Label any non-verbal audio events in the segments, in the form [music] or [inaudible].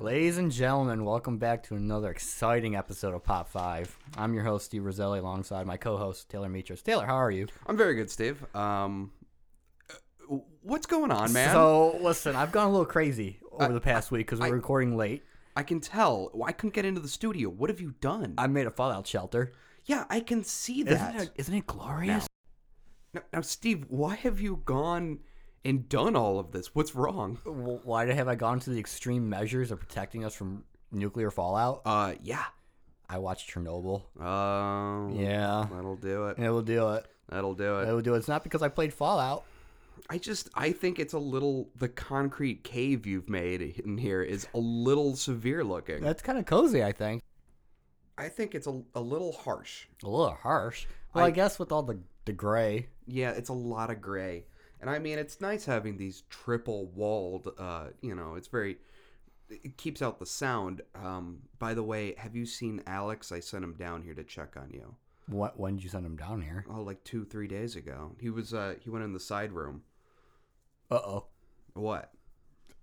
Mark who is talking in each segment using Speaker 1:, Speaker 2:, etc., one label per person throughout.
Speaker 1: Ladies and gentlemen, welcome back to another exciting episode of Pop 5. I'm your host, Steve Roselli, alongside my co host, Taylor Mitros. Taylor, how are you?
Speaker 2: I'm very good, Steve. Um, uh, what's going on, man?
Speaker 1: So, listen, I've gone a little crazy over the past week because we're recording late.
Speaker 2: I can tell. I couldn't get into the studio. What have you done?
Speaker 1: I made a Fallout shelter.
Speaker 2: yeah, I can see
Speaker 1: Isn't
Speaker 2: that.
Speaker 1: it, isn't it glorious?
Speaker 2: Now, now, Steve, why have you gone and done all of this? What's wrong?
Speaker 1: W Why have I gone to the extreme measures of protecting us from nuclear fallout?
Speaker 2: Uh, yeah.
Speaker 1: I watched Chernobyl.
Speaker 2: Um,
Speaker 1: Yeah.
Speaker 2: That'll do it.
Speaker 1: It'll do it.
Speaker 2: That'll do it.
Speaker 1: It'll do it. It's not because I played Fallout.
Speaker 2: I just, I think it's a little, the concrete cave you've made in here is a little severe looking.
Speaker 1: That's kind of cozy, I think.
Speaker 2: I think it's a, a little harsh.
Speaker 1: A little harsh. Well, I, guess with all the, the gray.
Speaker 2: Yeah, it's a lot of gray. And I mean, it's nice having these triple walled, uh, you know, it's very, it keeps out the sound. Um, by the way, have you seen Alex? I sent him down here to check on you.
Speaker 1: What, when did you send him down here?
Speaker 2: Oh, like two, three days ago. He was, uh, he went in the side room.
Speaker 1: Uh oh.
Speaker 2: What?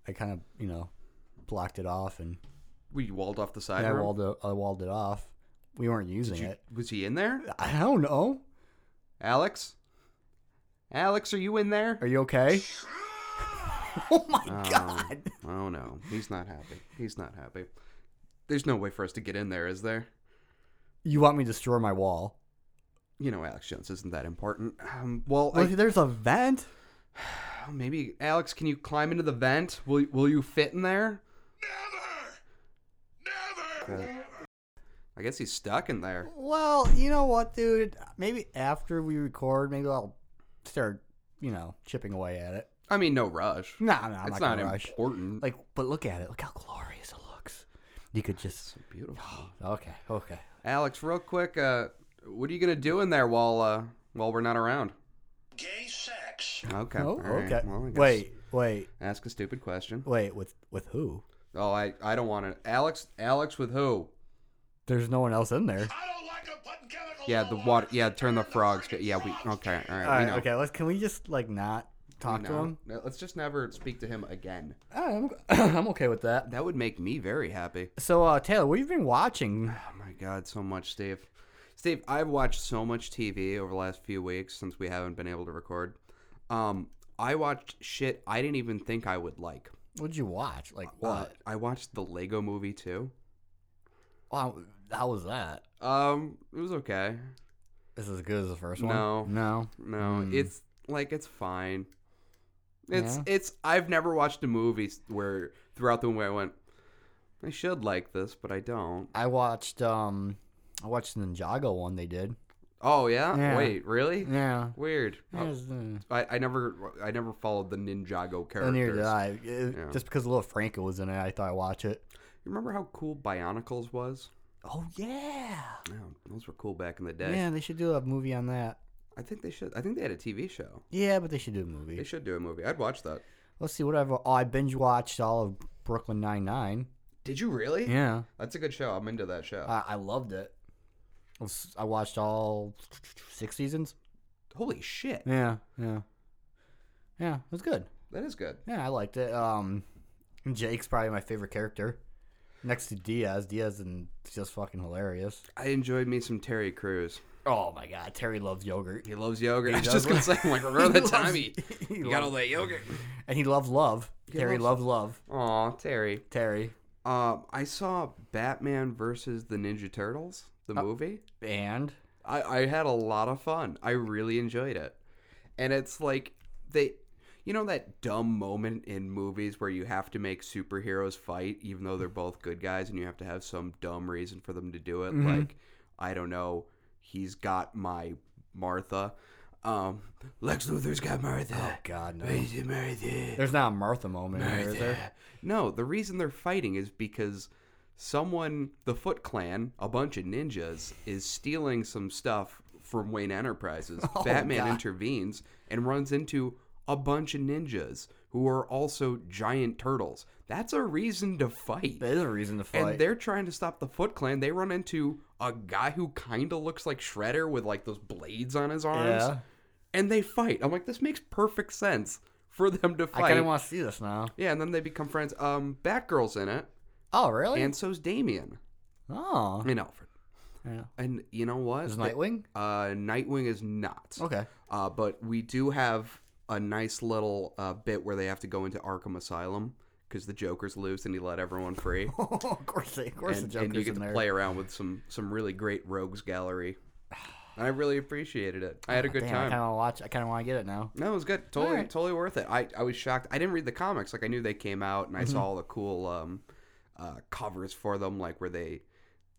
Speaker 1: I kind of, you know, blocked it off and
Speaker 2: Were you walled off the side
Speaker 1: I,
Speaker 2: room?
Speaker 1: walled it, I walled it off. We weren't using
Speaker 2: Did you-
Speaker 1: it.
Speaker 2: was he in there?
Speaker 1: I don't know.
Speaker 2: Alex? Alex, are you in there? Um,
Speaker 1: Are you okay? [laughs] oh my [laughs]
Speaker 2: Uh.
Speaker 1: god.
Speaker 2: Oh no, he's not happy. He's not happy. There's no way for us to get in there, is there?
Speaker 1: You want me to destroy my wall?
Speaker 2: You know, Alex Jones isn't that important. Um, well,
Speaker 1: Look,
Speaker 2: I, oh,
Speaker 1: there's a vent.
Speaker 2: maybe Alex, can you climb into the vent? Will Will you fit in there? Never, never. I guess he's stuck in there.
Speaker 1: Well, you know what, dude? Maybe after we record, maybe I'll start, you know, chipping away at it.
Speaker 2: I mean, no rush.
Speaker 1: No, no, I'm
Speaker 2: it's
Speaker 1: not
Speaker 2: not,
Speaker 1: gonna rush.
Speaker 2: important.
Speaker 1: Like, but look at it. Look how glorious it looks. You could just.
Speaker 2: so
Speaker 1: [sighs]
Speaker 2: beautiful.
Speaker 1: Okay, okay.
Speaker 2: Alex, real quick, uh, what are you gonna do in there while uh, while we're not around?
Speaker 3: Gay sex.
Speaker 2: Okay.
Speaker 1: Oh,
Speaker 2: all right.
Speaker 1: okay.
Speaker 2: Well, I guess
Speaker 1: wait, wait,
Speaker 2: Ask a stupid question.
Speaker 1: wait. With with who?
Speaker 2: Oh, I I don't want to. Alex, Alex with who?
Speaker 1: There's no one else in there.
Speaker 3: I don't like them putting chemicals.
Speaker 2: Yeah,
Speaker 3: in
Speaker 2: the water. Yeah, turn the
Speaker 3: friggin'
Speaker 2: frogs. Yeah, we.
Speaker 3: frogs
Speaker 2: Okay, all right.
Speaker 1: All
Speaker 2: we
Speaker 1: right,
Speaker 2: know.
Speaker 1: okay. Let's. Can we just like not talk to
Speaker 2: No,
Speaker 1: him?
Speaker 2: no, let's just never speak to him again.
Speaker 1: I'm I'm [coughs] okay with that.
Speaker 2: That would make me very happy.
Speaker 1: So, uh, Taylor, what have you been watching?
Speaker 2: Oh my god, so much, Steve. Steve, I've watched so much TV over the last few weeks since we haven't been able to record. Um, I watched shit I didn't even think I would like.
Speaker 1: What'd you watch? Like
Speaker 2: Uh,
Speaker 1: what?
Speaker 2: I watched the Lego Movie too.
Speaker 1: wow, how was that?
Speaker 2: Um, it was okay.
Speaker 1: Is it as good as the first one?
Speaker 2: No.
Speaker 1: no.
Speaker 2: No,
Speaker 1: Hmm.
Speaker 2: it's like it's fine. It's
Speaker 1: Yeah?
Speaker 2: it's. I've never watched a movie s- where throughout the movie I went, I should like this, but I don't.
Speaker 1: I watched um, I watched the Ninjago one they did.
Speaker 2: Oh yeah,
Speaker 1: Yeah.
Speaker 2: wait, really?
Speaker 1: Yeah.
Speaker 2: Weird. Oh,
Speaker 1: It was, uh,
Speaker 2: I, I never I never followed the Ninjago characters.
Speaker 1: And neither did I. It-
Speaker 2: Yeah.
Speaker 1: Just because Little Franco was in it, I thought I'd watch it.
Speaker 2: You remember how cool Bionicles was?
Speaker 1: Oh yeah.
Speaker 2: Yeah, those were cool back in the day.
Speaker 1: Yeah, they should do a movie on that.
Speaker 2: I think they should. I think they had a TV show.
Speaker 1: Yeah, but they should do a
Speaker 2: They
Speaker 1: movie.
Speaker 2: should do a movie. I'd watch that.
Speaker 1: Let's see. Whatever. Oh, I binge watched all of Brooklyn Nine Nine.
Speaker 2: Did you really?
Speaker 1: Yeah.
Speaker 2: That's a good show. I'm into that show.
Speaker 1: I, I loved it. I was- I watched all six seasons.
Speaker 2: Holy shit,
Speaker 1: Yeah, yeah, yeah. It was good.
Speaker 2: that is good.
Speaker 1: Yeah, I liked it. Um, Jake's probably my favorite character, next to Diaz. Diaz and is just fucking hilarious.
Speaker 2: I enjoyed me some Terry Crews.
Speaker 1: Oh my god, Terry loves [laughs] yogurt.
Speaker 2: He loves yogurt. I was
Speaker 1: does
Speaker 2: just gonna say, I'm [laughs] like, remember
Speaker 1: loves-
Speaker 2: that time he,
Speaker 1: [laughs] he
Speaker 2: he got all
Speaker 1: loves-
Speaker 2: that [laughs] yogurt?
Speaker 1: and he loves love. Terry
Speaker 2: loves-
Speaker 1: loves love.
Speaker 2: Aw, Terry.
Speaker 1: Terry
Speaker 2: Um, I saw Batman versus the Ninja Turtles, the movie.
Speaker 1: and
Speaker 2: I, I had a lot of fun. I really enjoyed it. And it's like they you know that dumb moment in movies where you have to make superheroes fight even though they're both good guys and you have to have some dumb reason for them to do it like I don't know, he's got my Martha. Um Lex Luthor's got
Speaker 1: oh
Speaker 2: Martha.
Speaker 1: god, no.
Speaker 2: Martha, Martha.
Speaker 1: There's not a Martha moment here, is there?
Speaker 2: Martha. No, the reason they're fighting is because someone, the Foot Clan, a bunch of ninjas, is stealing some stuff from Wayne Enterprises.
Speaker 1: [laughs]
Speaker 2: Batman
Speaker 1: Oh, God.
Speaker 2: intervenes and runs into a bunch of ninjas who are also giant turtles. That's a reason to fight.
Speaker 1: There's a reason to
Speaker 2: and
Speaker 1: fight.
Speaker 2: they're trying to stop the Foot Clan. They run into a guy who kind of looks like Shredder with like those blades on his arms.
Speaker 1: yeah,
Speaker 2: And they fight. I'm like, this makes perfect sense for them to
Speaker 1: I
Speaker 2: fight.
Speaker 1: kind of want to see this now.
Speaker 2: Yeah, and then they become friends. Um, Batgirl's in it.
Speaker 1: Oh, really?
Speaker 2: and so's Damien
Speaker 1: oh.
Speaker 2: and Alfred.
Speaker 1: Yeah.
Speaker 2: And you know what?
Speaker 1: Is
Speaker 2: The-
Speaker 1: Nightwing? Oh.
Speaker 2: Uh, Nightwing is not.
Speaker 1: Okay. [laughs]
Speaker 2: Uh, but we do have a nice little uh, bit where they have to go into Arkham Asylum because the Joker's loose and he let everyone free.
Speaker 1: of course, they, of course,
Speaker 2: and,
Speaker 1: the
Speaker 2: and
Speaker 1: Joker's
Speaker 2: you get
Speaker 1: in
Speaker 2: to
Speaker 1: there.
Speaker 2: play around with some some really great
Speaker 1: [sighs]
Speaker 2: rogues gallery. And I really appreciated it. I had a good
Speaker 1: Damn, I
Speaker 2: time.
Speaker 1: kind of watch. I kind of want to get it now.
Speaker 2: No, it was good. Totally,
Speaker 1: Alright.
Speaker 2: totally worth it. I, I was shocked. I didn't read the comics. Like I knew they came out, and I saw all the cool um, uh, covers for them. Like where they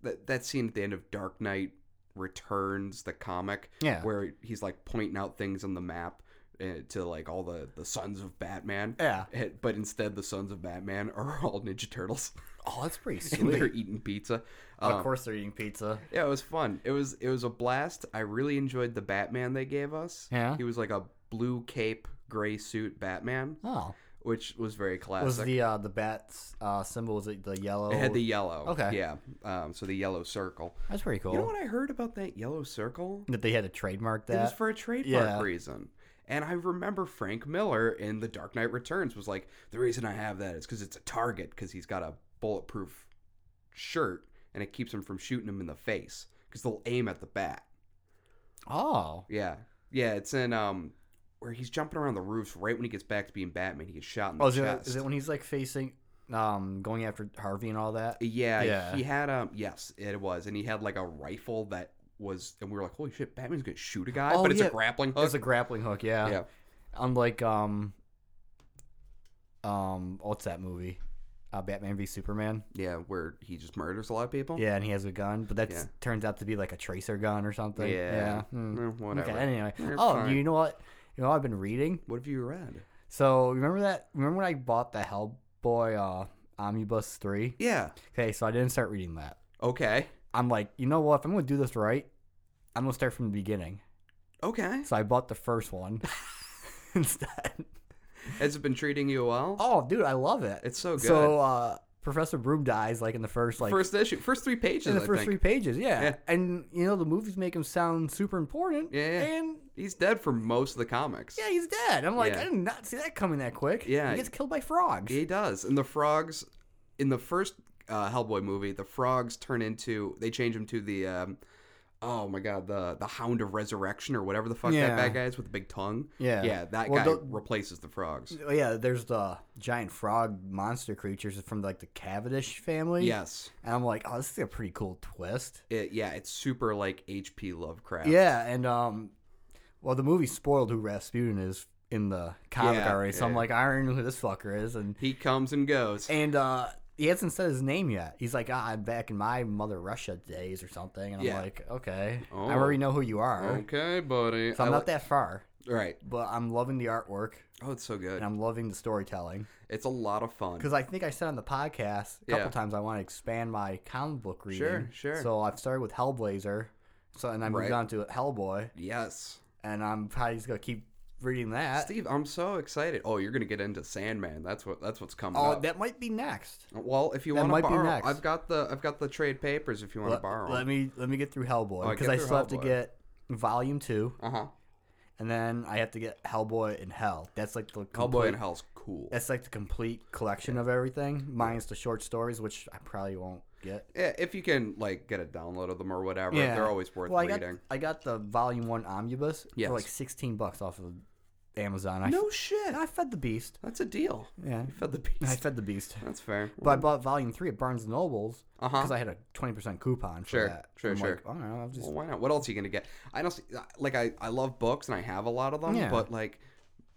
Speaker 2: that that scene at the end of Dark Knight Returns, the comic,
Speaker 1: Yeah.
Speaker 2: where he's like pointing out things on the map uh, to like all the the sons of Batman.
Speaker 1: Yeah.
Speaker 2: And- But instead, the sons of Batman are [laughs] all Ninja Turtles,
Speaker 1: Oh, that's [laughs] pretty
Speaker 2: and
Speaker 1: sweet.
Speaker 2: they're eating pizza. Um,
Speaker 1: of course, they're eating pizza.
Speaker 2: yeah, it was fun. It was it was a blast. I really enjoyed the Batman they gave us.
Speaker 1: Yeah?
Speaker 2: He was like a blue cape, gray suit Batman,
Speaker 1: Oh,
Speaker 2: which was very classic.
Speaker 1: was the uh, the bat's uh, symbol was it the yellow?
Speaker 2: it had the yellow.
Speaker 1: Okay.
Speaker 2: Yeah. Um, so the yellow circle.
Speaker 1: That's pretty cool.
Speaker 2: You know what I heard about that yellow circle?
Speaker 1: That they had to trademark
Speaker 2: It was
Speaker 1: that.
Speaker 2: for a trademark
Speaker 1: yeah.
Speaker 2: reason. And I remember Frank Miller in The Dark Knight Returns was like, the reason I have that is because it's a target, because he's got a bulletproof shirt and it keeps him from shooting him in the face because they'll aim at the bat.
Speaker 1: oh,
Speaker 2: Yeah, yeah, it's in um where he's jumping around the roofs right when he gets back to being Batman. He gets shot in the
Speaker 1: oh, is it,
Speaker 2: chest.
Speaker 1: is it when he's like facing, um, going after Harvey and all that?
Speaker 2: yeah,
Speaker 1: Yeah.
Speaker 2: he had um yes, it was, and he had like a rifle that was, and we were like, holy shit, Batman's gonna shoot a guy,
Speaker 1: Oh,
Speaker 2: but it's
Speaker 1: yeah.
Speaker 2: a grappling hook.
Speaker 1: It's a grappling hook, yeah.
Speaker 2: yeah,
Speaker 1: Unlike um, um, what's that movie? Uh, Batman v Superman.
Speaker 2: yeah, where he just murders a lot of people.
Speaker 1: Yeah, and he has a gun, but that
Speaker 2: Oh. Yeah.
Speaker 1: turns out to be like a tracer gun or something.
Speaker 2: yeah,
Speaker 1: Yeah. Hmm.
Speaker 2: Eh, whatever.
Speaker 1: Okay. Anyway.
Speaker 2: You're
Speaker 1: oh,
Speaker 2: fine.
Speaker 1: you know what? You know what I've been reading.
Speaker 2: What have you read?
Speaker 1: So remember that? Remember when I bought the Hellboy uh, Omnibus three?
Speaker 2: Yeah.
Speaker 1: Okay, so I didn't start reading that.
Speaker 2: Okay.
Speaker 1: I'm like, you know what? If I'm gonna do this right, I'm gonna start from the beginning.
Speaker 2: Okay.
Speaker 1: So I bought the first one [laughs] instead.
Speaker 2: Has it been treating you well?
Speaker 1: Oh, dude, I love it.
Speaker 2: It's so Oh, good.
Speaker 1: So uh, Professor Broom dies like in the first like
Speaker 2: first issue, first three pages.
Speaker 1: in the
Speaker 2: I
Speaker 1: first
Speaker 2: think.
Speaker 1: three pages, yeah.
Speaker 2: Yeah.
Speaker 1: And you know the movies make him sound super important.
Speaker 2: Yeah, yeah.
Speaker 1: And
Speaker 2: He's dead for most of the comics.
Speaker 1: yeah, he's dead. I'm like,
Speaker 2: Yeah.
Speaker 1: I did not see that coming that quick.
Speaker 2: Yeah.
Speaker 1: he gets killed by frogs.
Speaker 2: He does. And the frogs, in the first uh, Hellboy movie, the frogs turn into they change him to the um, oh my god the the Hound of Resurrection or whatever the fuck
Speaker 1: Yeah.
Speaker 2: that bad guy is with the big tongue.
Speaker 1: Yeah.
Speaker 2: yeah, that
Speaker 1: Well,
Speaker 2: guy
Speaker 1: the-
Speaker 2: replaces the frogs.
Speaker 1: Oh, Yeah, there's the giant frog monster creatures from like the Cavendish family.
Speaker 2: Yes,
Speaker 1: and I'm like, oh, this is a pretty cool twist.
Speaker 2: it, yeah, it's super like H.P. Lovecraft.
Speaker 1: Yeah, and um, well, the movie spoiled who Rasputin is in the comic
Speaker 2: Yeah,
Speaker 1: already, so I'm
Speaker 2: yeah.
Speaker 1: like, I already know who this fucker is, and
Speaker 2: he comes and goes.
Speaker 1: and uh, he hasn't said his name yet. He's like, ah, I'm back in my Mother Russia days or something, and I'm
Speaker 2: Yeah.
Speaker 1: like, okay,
Speaker 2: Oh.
Speaker 1: I already know who you are,
Speaker 2: okay, buddy.
Speaker 1: so I'm
Speaker 2: I
Speaker 1: not
Speaker 2: li-
Speaker 1: that far,
Speaker 2: right.
Speaker 1: but I'm loving the artwork
Speaker 2: Oh, it's so good.
Speaker 1: and I'm loving the storytelling.
Speaker 2: It's a lot of fun.
Speaker 1: because I think I said on the podcast a couple
Speaker 2: Yeah.
Speaker 1: times I want to expand my comic book reading.
Speaker 2: Sure, sure.
Speaker 1: So I've started with Hellblazer, so and I moved
Speaker 2: Right.
Speaker 1: on to Hellboy,
Speaker 2: Yes,
Speaker 1: and I'm probably just gonna keep reading that.
Speaker 2: Steve, I'm so excited. Oh, you're gonna get into Sandman. That's what. That's what's coming.
Speaker 1: oh,
Speaker 2: up.
Speaker 1: that might be next.
Speaker 2: Well, if you
Speaker 1: That
Speaker 2: want to
Speaker 1: might be
Speaker 2: borrow,
Speaker 1: next.
Speaker 2: I've got the I've got the trade papers. If you want to
Speaker 1: Let,
Speaker 2: borrow,
Speaker 1: let me let me get through Hellboy
Speaker 2: Oh,
Speaker 1: because
Speaker 2: get
Speaker 1: I
Speaker 2: through
Speaker 1: still have to
Speaker 2: Hellboy.
Speaker 1: get Volume Two,
Speaker 2: Uh huh.
Speaker 1: and then I have to get Hellboy in Hell. That's like the
Speaker 2: Hellboy
Speaker 1: complete,
Speaker 2: and Hell's cool.
Speaker 1: That's like the complete collection of everything, minus the short stories, which I probably won't get.
Speaker 2: Yeah, if you can like get a download of them or whatever, they're always worth
Speaker 1: well, I
Speaker 2: reading.
Speaker 1: Got, I got the volume one omnibus
Speaker 2: Yes.
Speaker 1: for like sixteen bucks off of Amazon. I
Speaker 2: No shit,
Speaker 1: and I fed the beast.
Speaker 2: that's a deal.
Speaker 1: Yeah,
Speaker 2: You fed the
Speaker 1: [laughs] I
Speaker 2: beast.
Speaker 1: fed the beast.
Speaker 2: That's fair.
Speaker 1: But I bought volume three at Barnes and Nobles
Speaker 2: Uh
Speaker 1: because
Speaker 2: huh.
Speaker 1: I had a twenty percent coupon for
Speaker 2: Sure,
Speaker 1: that.
Speaker 2: sure,
Speaker 1: I'm
Speaker 2: sure.
Speaker 1: Like, I don't know. I'll just
Speaker 2: Well, why not? What else are you gonna get? I don't see, uh, like I I love books and I have a lot of them,
Speaker 1: Yeah.
Speaker 2: but like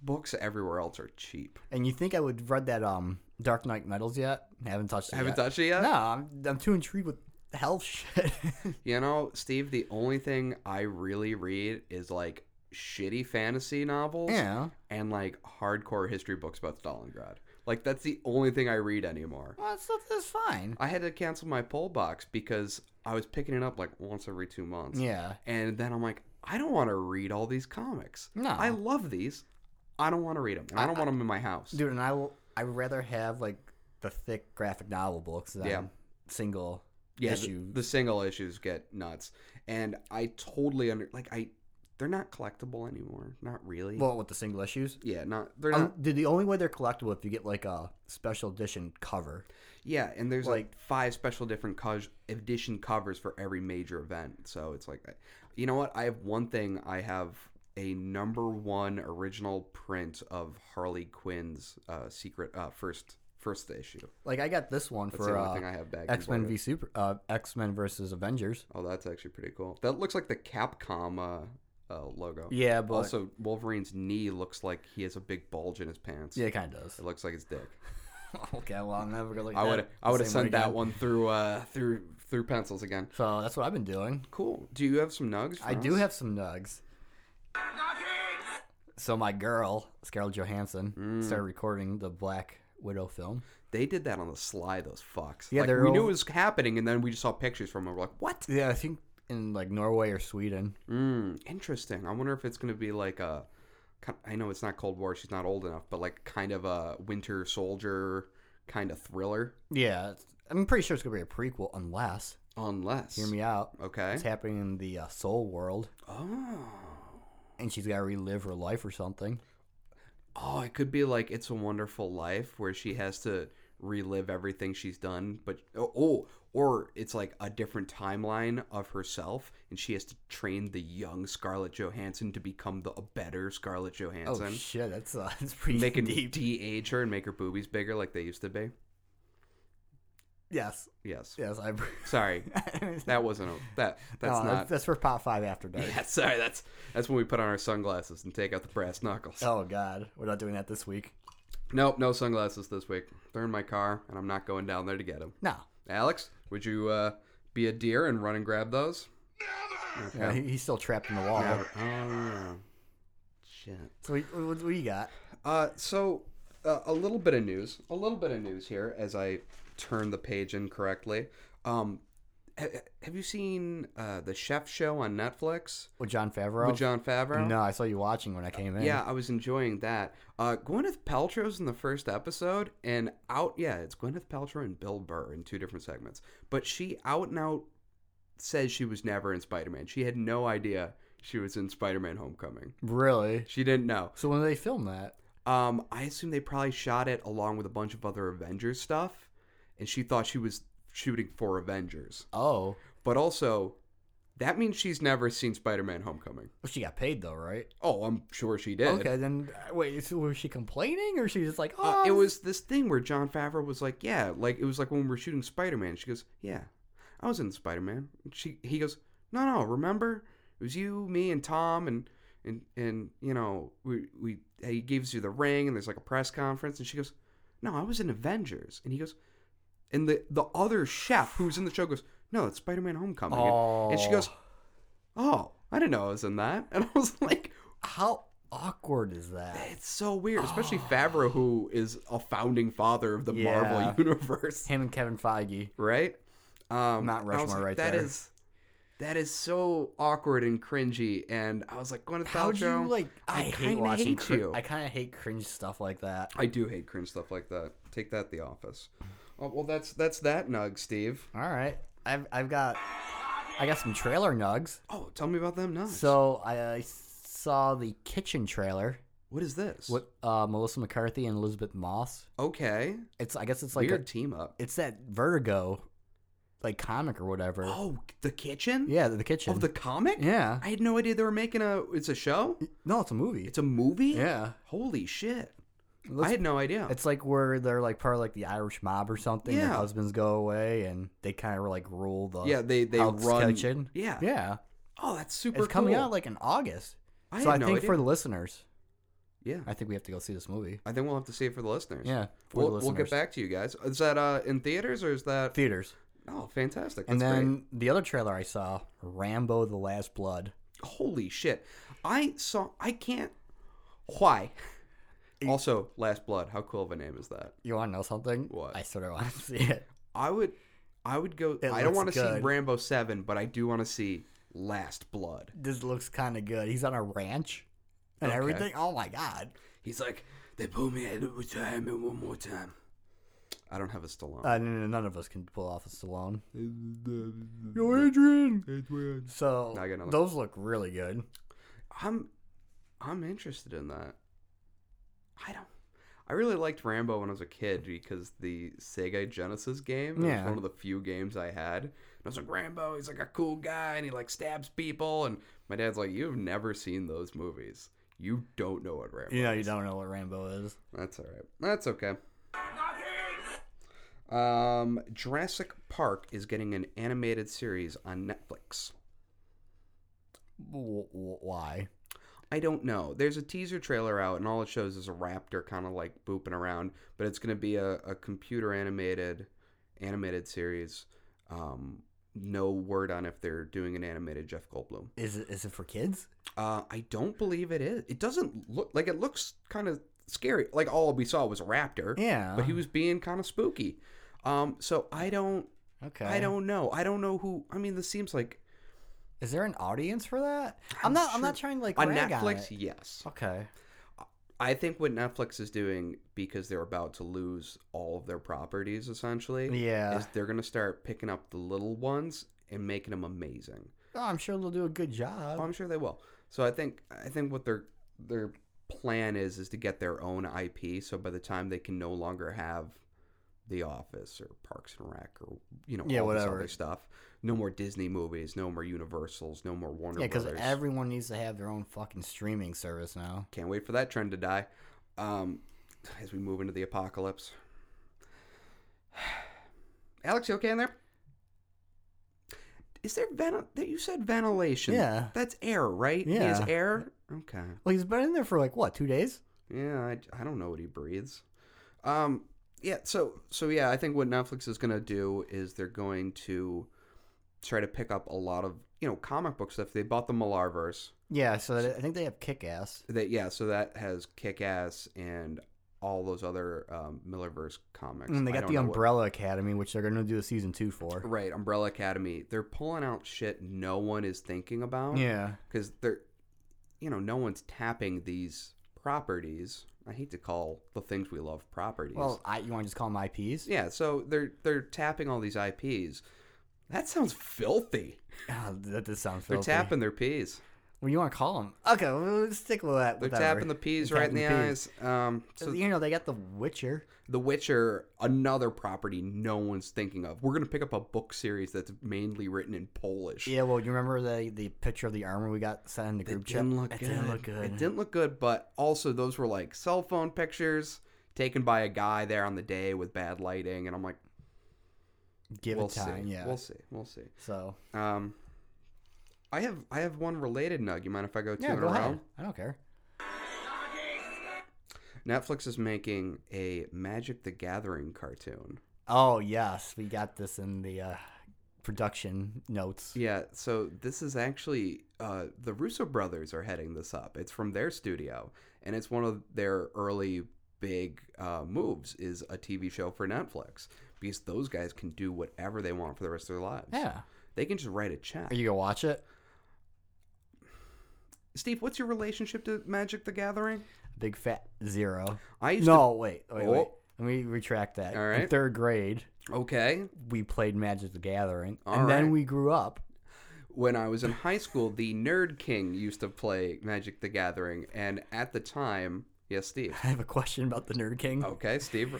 Speaker 2: books everywhere else are cheap.
Speaker 1: and you think I would read that um Dark Knight Metals yet? I haven't touched it. yet.
Speaker 2: Haven't touched it yet.
Speaker 1: No, I'm I'm too intrigued with health shit. [laughs]
Speaker 2: You know, Steve, the only thing I really read is like shitty fantasy novels.
Speaker 1: yeah.
Speaker 2: and like hardcore history books about Stalingrad. Like that's the only thing I read anymore.
Speaker 1: Well, that stuff is fine.
Speaker 2: I had to cancel my poll box because I was picking it up like once every two months.
Speaker 1: Yeah.
Speaker 2: And then I'm like, I don't want to read all these comics.
Speaker 1: No.
Speaker 2: I love these. I don't want to read them. And I don't want them in my house.
Speaker 1: dude and i will i would rather have like the thick graphic novel books than
Speaker 2: Yeah.
Speaker 1: single
Speaker 2: yeah, the-
Speaker 1: issue
Speaker 2: The, single issues get nuts. And I totally under like I They're not collectible anymore. Not really.
Speaker 1: Well, with the single issues.
Speaker 2: yeah, not they're
Speaker 1: Um,
Speaker 2: not.
Speaker 1: the- the only way they're collectible if you get like a special edition cover.
Speaker 2: yeah, and there's like,
Speaker 1: like-
Speaker 2: five special different co- edition covers for every major event. So it's like, you know what? I have one thing. I have a number one original print of Harley Quinn's uh, secret uh, first first issue.
Speaker 1: Like I got this one
Speaker 2: That's
Speaker 1: for
Speaker 2: the only
Speaker 1: uh,
Speaker 2: thing I have back.
Speaker 1: X Men v Super uh, X Men versus Avengers.
Speaker 2: Oh, that's actually pretty cool. That looks like the Capcom uh, uh, logo.
Speaker 1: Yeah, but
Speaker 2: Also, Wolverine's knee looks like he has a big bulge in his pants.
Speaker 1: yeah, it kind of does. [laughs]
Speaker 2: It looks like his dick.
Speaker 1: okay, well I'm never gonna. Look at
Speaker 2: I
Speaker 1: that
Speaker 2: would I
Speaker 1: the
Speaker 2: would have
Speaker 1: same
Speaker 2: sent that
Speaker 1: again.
Speaker 2: one through uh through through pencils again.
Speaker 1: So that's what I've been doing.
Speaker 2: Cool. Do you have some nugs? for
Speaker 1: I do
Speaker 2: us?
Speaker 1: have some nugs. So my girl Scarlett Johansson
Speaker 2: Mm.
Speaker 1: started recording the Black Widow film.
Speaker 2: They did that on the sly. Those fucks.
Speaker 1: Yeah,
Speaker 2: like,
Speaker 1: they're
Speaker 2: we knew
Speaker 1: all-
Speaker 2: it was happening, and then we just saw pictures from it. We're like, what?
Speaker 1: Yeah, I think in like Norway or Sweden.
Speaker 2: Mm, interesting. I wonder if it's gonna be like a. kin- I know it's not Cold War. She's not old enough, but like kind of a Winter Soldier kind of thriller.
Speaker 1: Yeah, it's- I'm pretty sure it's gonna be a prequel unless
Speaker 2: Unless.
Speaker 1: hear me out.
Speaker 2: Okay.
Speaker 1: It's happening in the uh, Soul world,
Speaker 2: Oh.
Speaker 1: and she's gotta relive her life or something.
Speaker 2: Oh, it could be like It's a Wonderful Life where she has to relive everything she's done, but oh, oh, or it's like a different timeline of herself and she has to train the young Scarlett Johansson to become the a better Scarlett
Speaker 1: Oh
Speaker 2: Johansson.
Speaker 1: shit, that's uh, [laughs] that's pretty
Speaker 2: Making
Speaker 1: deep.
Speaker 2: de-age her and make her boobies bigger like they used to be.
Speaker 1: Yes,
Speaker 2: Yes.
Speaker 1: yes, I. [laughs]
Speaker 2: Sorry. That wasn't a, that that's
Speaker 1: No,
Speaker 2: not
Speaker 1: That's for Pop Five After Dark.
Speaker 2: [laughs] Yeah, sorry. That's that's when we put on our sunglasses and take out the brass knuckles.
Speaker 1: Oh God, we're not doing that this week.
Speaker 2: Nope, no sunglasses this week. They're in my car and I'm not going down there to get them.
Speaker 1: No,
Speaker 2: Alex, would you uh, be a deer and run and grab those?
Speaker 3: Never!
Speaker 1: Yeah, he- he's still trapped in the wall.
Speaker 2: Oh, yeah. Shit.
Speaker 1: So we, what, what do you got?
Speaker 2: Uh, so, uh, a little bit of news. A little bit of news here as I turn the page incorrectly. Um, ha- have you seen uh, the Chef Show on Netflix
Speaker 1: With John Favreau?
Speaker 2: with John Favreau?
Speaker 1: No, I saw you watching when I came in.
Speaker 2: Yeah, I was enjoying that. Uh, Gwyneth Paltrow's in the first episode, and out. Yeah, it's Gwyneth Paltrow and Bill Burr in two different segments. But she out and out says she was never in Spider Man. She had no idea she was in Spider Man Homecoming.
Speaker 1: Really?
Speaker 2: She didn't know.
Speaker 1: So when did they film that?
Speaker 2: Um, I assume they probably shot it along with a bunch of other Avengers stuff, and she thought she was shooting for Avengers.
Speaker 1: Oh,
Speaker 2: But also, that means she's never seen Spider Man Homecoming.
Speaker 1: well, she got paid though, right?
Speaker 2: Oh, I'm sure she did.
Speaker 1: Okay, then uh, wait, so was she complaining or she just like,
Speaker 2: Uh,
Speaker 1: oh,
Speaker 2: it was this thing where John Favreau was like, "Yeah, like it was like when we were shooting Spider Man." She goes, "Yeah, I was in Spider Man." She he goes, "No, no, remember? It was you, me, and Tom, and and and you know we we he gives you the ring, and there's like a press conference." And she goes, "No, I was in Avengers." And he goes, and the the other chef who's in the show goes, "No, it's Spider Man Homecoming." And, and she
Speaker 1: Oh.
Speaker 2: goes, "Oh, I didn't know I was in that." [laughs] And I was like.
Speaker 1: how awkward is that?
Speaker 2: It's so weird, especially
Speaker 1: Ah.
Speaker 2: Favreau, who is a founding father of the
Speaker 1: Yeah.
Speaker 2: Marvel universe, [laughs]
Speaker 1: Him and Kevin Feige.
Speaker 2: right? Um,
Speaker 1: Mount
Speaker 2: I was
Speaker 1: Rushmore right
Speaker 2: that
Speaker 1: there."
Speaker 2: is- that is so awkward and cringy. And I was like, Gwyneth
Speaker 1: How do
Speaker 2: Paltrow,
Speaker 1: you like? I, hate
Speaker 2: kinda
Speaker 1: watching.
Speaker 2: hate
Speaker 1: cri-
Speaker 2: you.
Speaker 1: I kind of hate cringe stuff like that.
Speaker 2: I do hate cringe stuff like that. Take that, The Office. Oh, well, that's that's that nug, Steve.
Speaker 1: All right, I've I've got I got some trailer nugs.
Speaker 2: Oh, tell me about them nugs.
Speaker 1: So I, I saw the kitchen trailer
Speaker 2: what is this?
Speaker 1: with uh, Melissa McCarthy and Elizabeth Moss.
Speaker 2: Okay,
Speaker 1: It's I guess it's
Speaker 2: like
Speaker 1: like
Speaker 2: weird
Speaker 1: a,
Speaker 2: team up.
Speaker 1: it's that Vertigo, like comic or whatever.
Speaker 2: Oh, the kitchen.
Speaker 1: Yeah, the, the kitchen.
Speaker 2: Of the comic.
Speaker 1: yeah.
Speaker 2: I had no idea they were making a. It's a show.
Speaker 1: No, it's a movie.
Speaker 2: It's a movie.
Speaker 1: yeah.
Speaker 2: Holy shit. I
Speaker 1: Let's-
Speaker 2: had no idea.
Speaker 1: It's like where they're like part of like the Irish mob or something. Their
Speaker 2: Yeah.
Speaker 1: husbands go away and they kind of like rule the
Speaker 2: yeah, they they
Speaker 1: house
Speaker 2: run.
Speaker 1: kitchen.
Speaker 2: Yeah.
Speaker 1: Yeah.
Speaker 2: Oh, that's super.
Speaker 1: It's coming
Speaker 2: cool.
Speaker 1: out like in August.
Speaker 2: I
Speaker 1: so
Speaker 2: had
Speaker 1: I
Speaker 2: no
Speaker 1: think
Speaker 2: idea.
Speaker 1: for the listeners,
Speaker 2: yeah.
Speaker 1: I think we have to go see this movie.
Speaker 2: I think we'll have to see it for the listeners.
Speaker 1: Yeah. For
Speaker 2: We'll,
Speaker 1: the
Speaker 2: we'll
Speaker 1: listeners.
Speaker 2: get back to you guys. Is that uh, in theaters or is that?
Speaker 1: Theaters.
Speaker 2: Oh, fantastic! That's
Speaker 1: And then
Speaker 2: great.
Speaker 1: the other trailer I saw, Rambo: The Last Blood.
Speaker 2: holy shit, I saw. I can't. Why? Also, Last Blood. How cool of a name is that?
Speaker 1: You want to know something?
Speaker 2: What?
Speaker 1: I sort of want to [laughs] see it.
Speaker 2: I would. I would go. I don't
Speaker 1: looks
Speaker 2: want to see
Speaker 1: good.
Speaker 2: Rambo Seven, but I do want to see Last Blood.
Speaker 1: This looks kind of good. He's on a ranch and
Speaker 2: Okay.
Speaker 1: everything. Oh my god!
Speaker 2: He's like, they pull me at one time and one more time. I don't have a Stallone. [laughs]
Speaker 1: Uh, no, no, none of us can pull off a Stallone. Yo, Adrian. So
Speaker 2: No, I got another one.
Speaker 1: those look really good.
Speaker 2: I'm I'm interested in that. I don't I really liked Rambo when I was a kid because the Sega Genesis game it
Speaker 1: Yeah.
Speaker 2: was one of the few games I had. And I was like, Rambo, he's like a cool guy and he like stabs people and my dad's like, You've never seen those movies. You don't know what Rambo
Speaker 1: You know, you
Speaker 2: is."
Speaker 1: don't know what Rambo is.
Speaker 2: That's alright. That's okay. Um Jurassic Park is getting an animated series on Netflix.
Speaker 1: W- w- why?
Speaker 2: I don't know. There's a teaser trailer out, and all it shows is a raptor kind of like booping around, but it's going to be a, a computer animated animated series. Um, no word on if they're doing an animated Jeff Goldblum.
Speaker 1: Is it is it for kids?
Speaker 2: Uh, I don't believe it is. It doesn't look like it looks kind of scary. Like all we saw was a raptor,
Speaker 1: Yeah.
Speaker 2: but he was being kind of spooky. Um, so I don't,
Speaker 1: okay.
Speaker 2: I don't know. I don't know who. I mean, this seems like
Speaker 1: Is there an audience for that? I'm, not. I'm
Speaker 2: sure-
Speaker 1: not trying to like
Speaker 2: on
Speaker 1: rag
Speaker 2: Netflix.
Speaker 1: it.
Speaker 2: Yes,
Speaker 1: Okay.
Speaker 2: I think what Netflix is doing because they're about to lose all of their properties essentially
Speaker 1: Yeah.
Speaker 2: is they're going to start picking up the little ones and making them amazing.
Speaker 1: Oh, I'm sure they'll do a good
Speaker 2: Oh,
Speaker 1: job.
Speaker 2: I'm sure they will. So I think I think what their their plan is is to get their own IP so by the time they can no longer have the office or Parks and Rec or you know
Speaker 1: Yeah,
Speaker 2: all this
Speaker 1: whatever.
Speaker 2: other stuff. No more Disney movies, no more Universals, no more Warner
Speaker 1: Yeah, because
Speaker 2: Brothers.
Speaker 1: everyone needs to have their own fucking streaming service now.
Speaker 2: Can't wait for that trend to die. Um, as we move into the apocalypse. [sighs] Alex, you okay in there? Is there vent? You said ventilation.
Speaker 1: Yeah.
Speaker 2: That's air, right? He has
Speaker 1: Yeah.
Speaker 2: air? Okay.
Speaker 1: Well, he's been in there for like what, two days?
Speaker 2: Yeah, I, I don't know what he breathes. Um, yeah, so so yeah, I think what Netflix is gonna do is they're going to try to pick up a lot of you know comic book stuff. They bought the Malarverse.
Speaker 1: Yeah. So that, I think they have Kick Ass.
Speaker 2: That yeah, so that has Kick Ass and all those other um, Millerverse comics.
Speaker 1: And they
Speaker 2: I
Speaker 1: got
Speaker 2: don't
Speaker 1: the
Speaker 2: know what-
Speaker 1: Umbrella Academy, which they're gonna do a season two for.
Speaker 2: right Umbrella Academy. They're pulling out shit no one is thinking about.
Speaker 1: Yeah.
Speaker 2: because they're you know no one's tapping these properties. I hate to call the things we love properties.
Speaker 1: Well, I, you want to just call them IPs?
Speaker 2: yeah, so they're they're tapping all these IPs. That sounds filthy.
Speaker 1: [laughs] Ah, that does sound
Speaker 2: They're
Speaker 1: filthy.
Speaker 2: tapping their P's.
Speaker 1: Well, you want to call them? Okay, well, let's stick with that. with
Speaker 2: They're
Speaker 1: that
Speaker 2: tapping
Speaker 1: word.
Speaker 2: the P's
Speaker 1: They're
Speaker 2: right in the,
Speaker 1: tapping
Speaker 2: eyes. Um, so
Speaker 1: you know they got The Witcher.
Speaker 2: The Witcher, another property no one's thinking of. We're gonna pick up a book series that's mainly written in Polish.
Speaker 1: Yeah, well, you remember the the picture of the armor we got sent in the
Speaker 2: it
Speaker 1: group chat?
Speaker 2: didn't look
Speaker 1: it
Speaker 2: good.
Speaker 1: didn't look good.
Speaker 2: It didn't look good, but also those were like cell phone pictures taken by a guy there on the day with bad lighting, and I'm like,
Speaker 1: Give
Speaker 2: we'll
Speaker 1: it time.
Speaker 2: see,
Speaker 1: Yeah.
Speaker 2: we'll see, we'll see.
Speaker 1: so
Speaker 2: Um, I have I have one related nug. You mind if I go two
Speaker 1: yeah,
Speaker 2: in
Speaker 1: go
Speaker 2: a row?
Speaker 1: ahead. I don't care.
Speaker 2: Netflix is making a Magic the Gathering cartoon.
Speaker 1: Oh yes, we got this in the uh, production notes.
Speaker 2: Yeah, so this is actually uh, the Russo brothers are heading this up. It's from their studio, and it's one of their early big uh, moves is a TV show for Netflix because those guys can do whatever they want for the rest of their lives.
Speaker 1: Yeah.
Speaker 2: they can just write a check.
Speaker 1: Are you gonna watch it?
Speaker 2: Steve, what's your relationship to Magic the Gathering?
Speaker 1: Big fat zero.
Speaker 2: I used
Speaker 1: No, wait, wait, wait.
Speaker 2: Oh.
Speaker 1: Let me retract that.
Speaker 2: All
Speaker 1: In
Speaker 2: right.
Speaker 1: third grade,
Speaker 2: to. Okay,
Speaker 1: we played Magic the Gathering,
Speaker 2: All
Speaker 1: and then
Speaker 2: right.
Speaker 1: we grew up. [laughs]
Speaker 2: when I was in high school, the Nerd King used to play Magic the Gathering, and at the time, yes, Steve.
Speaker 1: I have a question about the Nerd King. [laughs]
Speaker 2: Okay, Steve.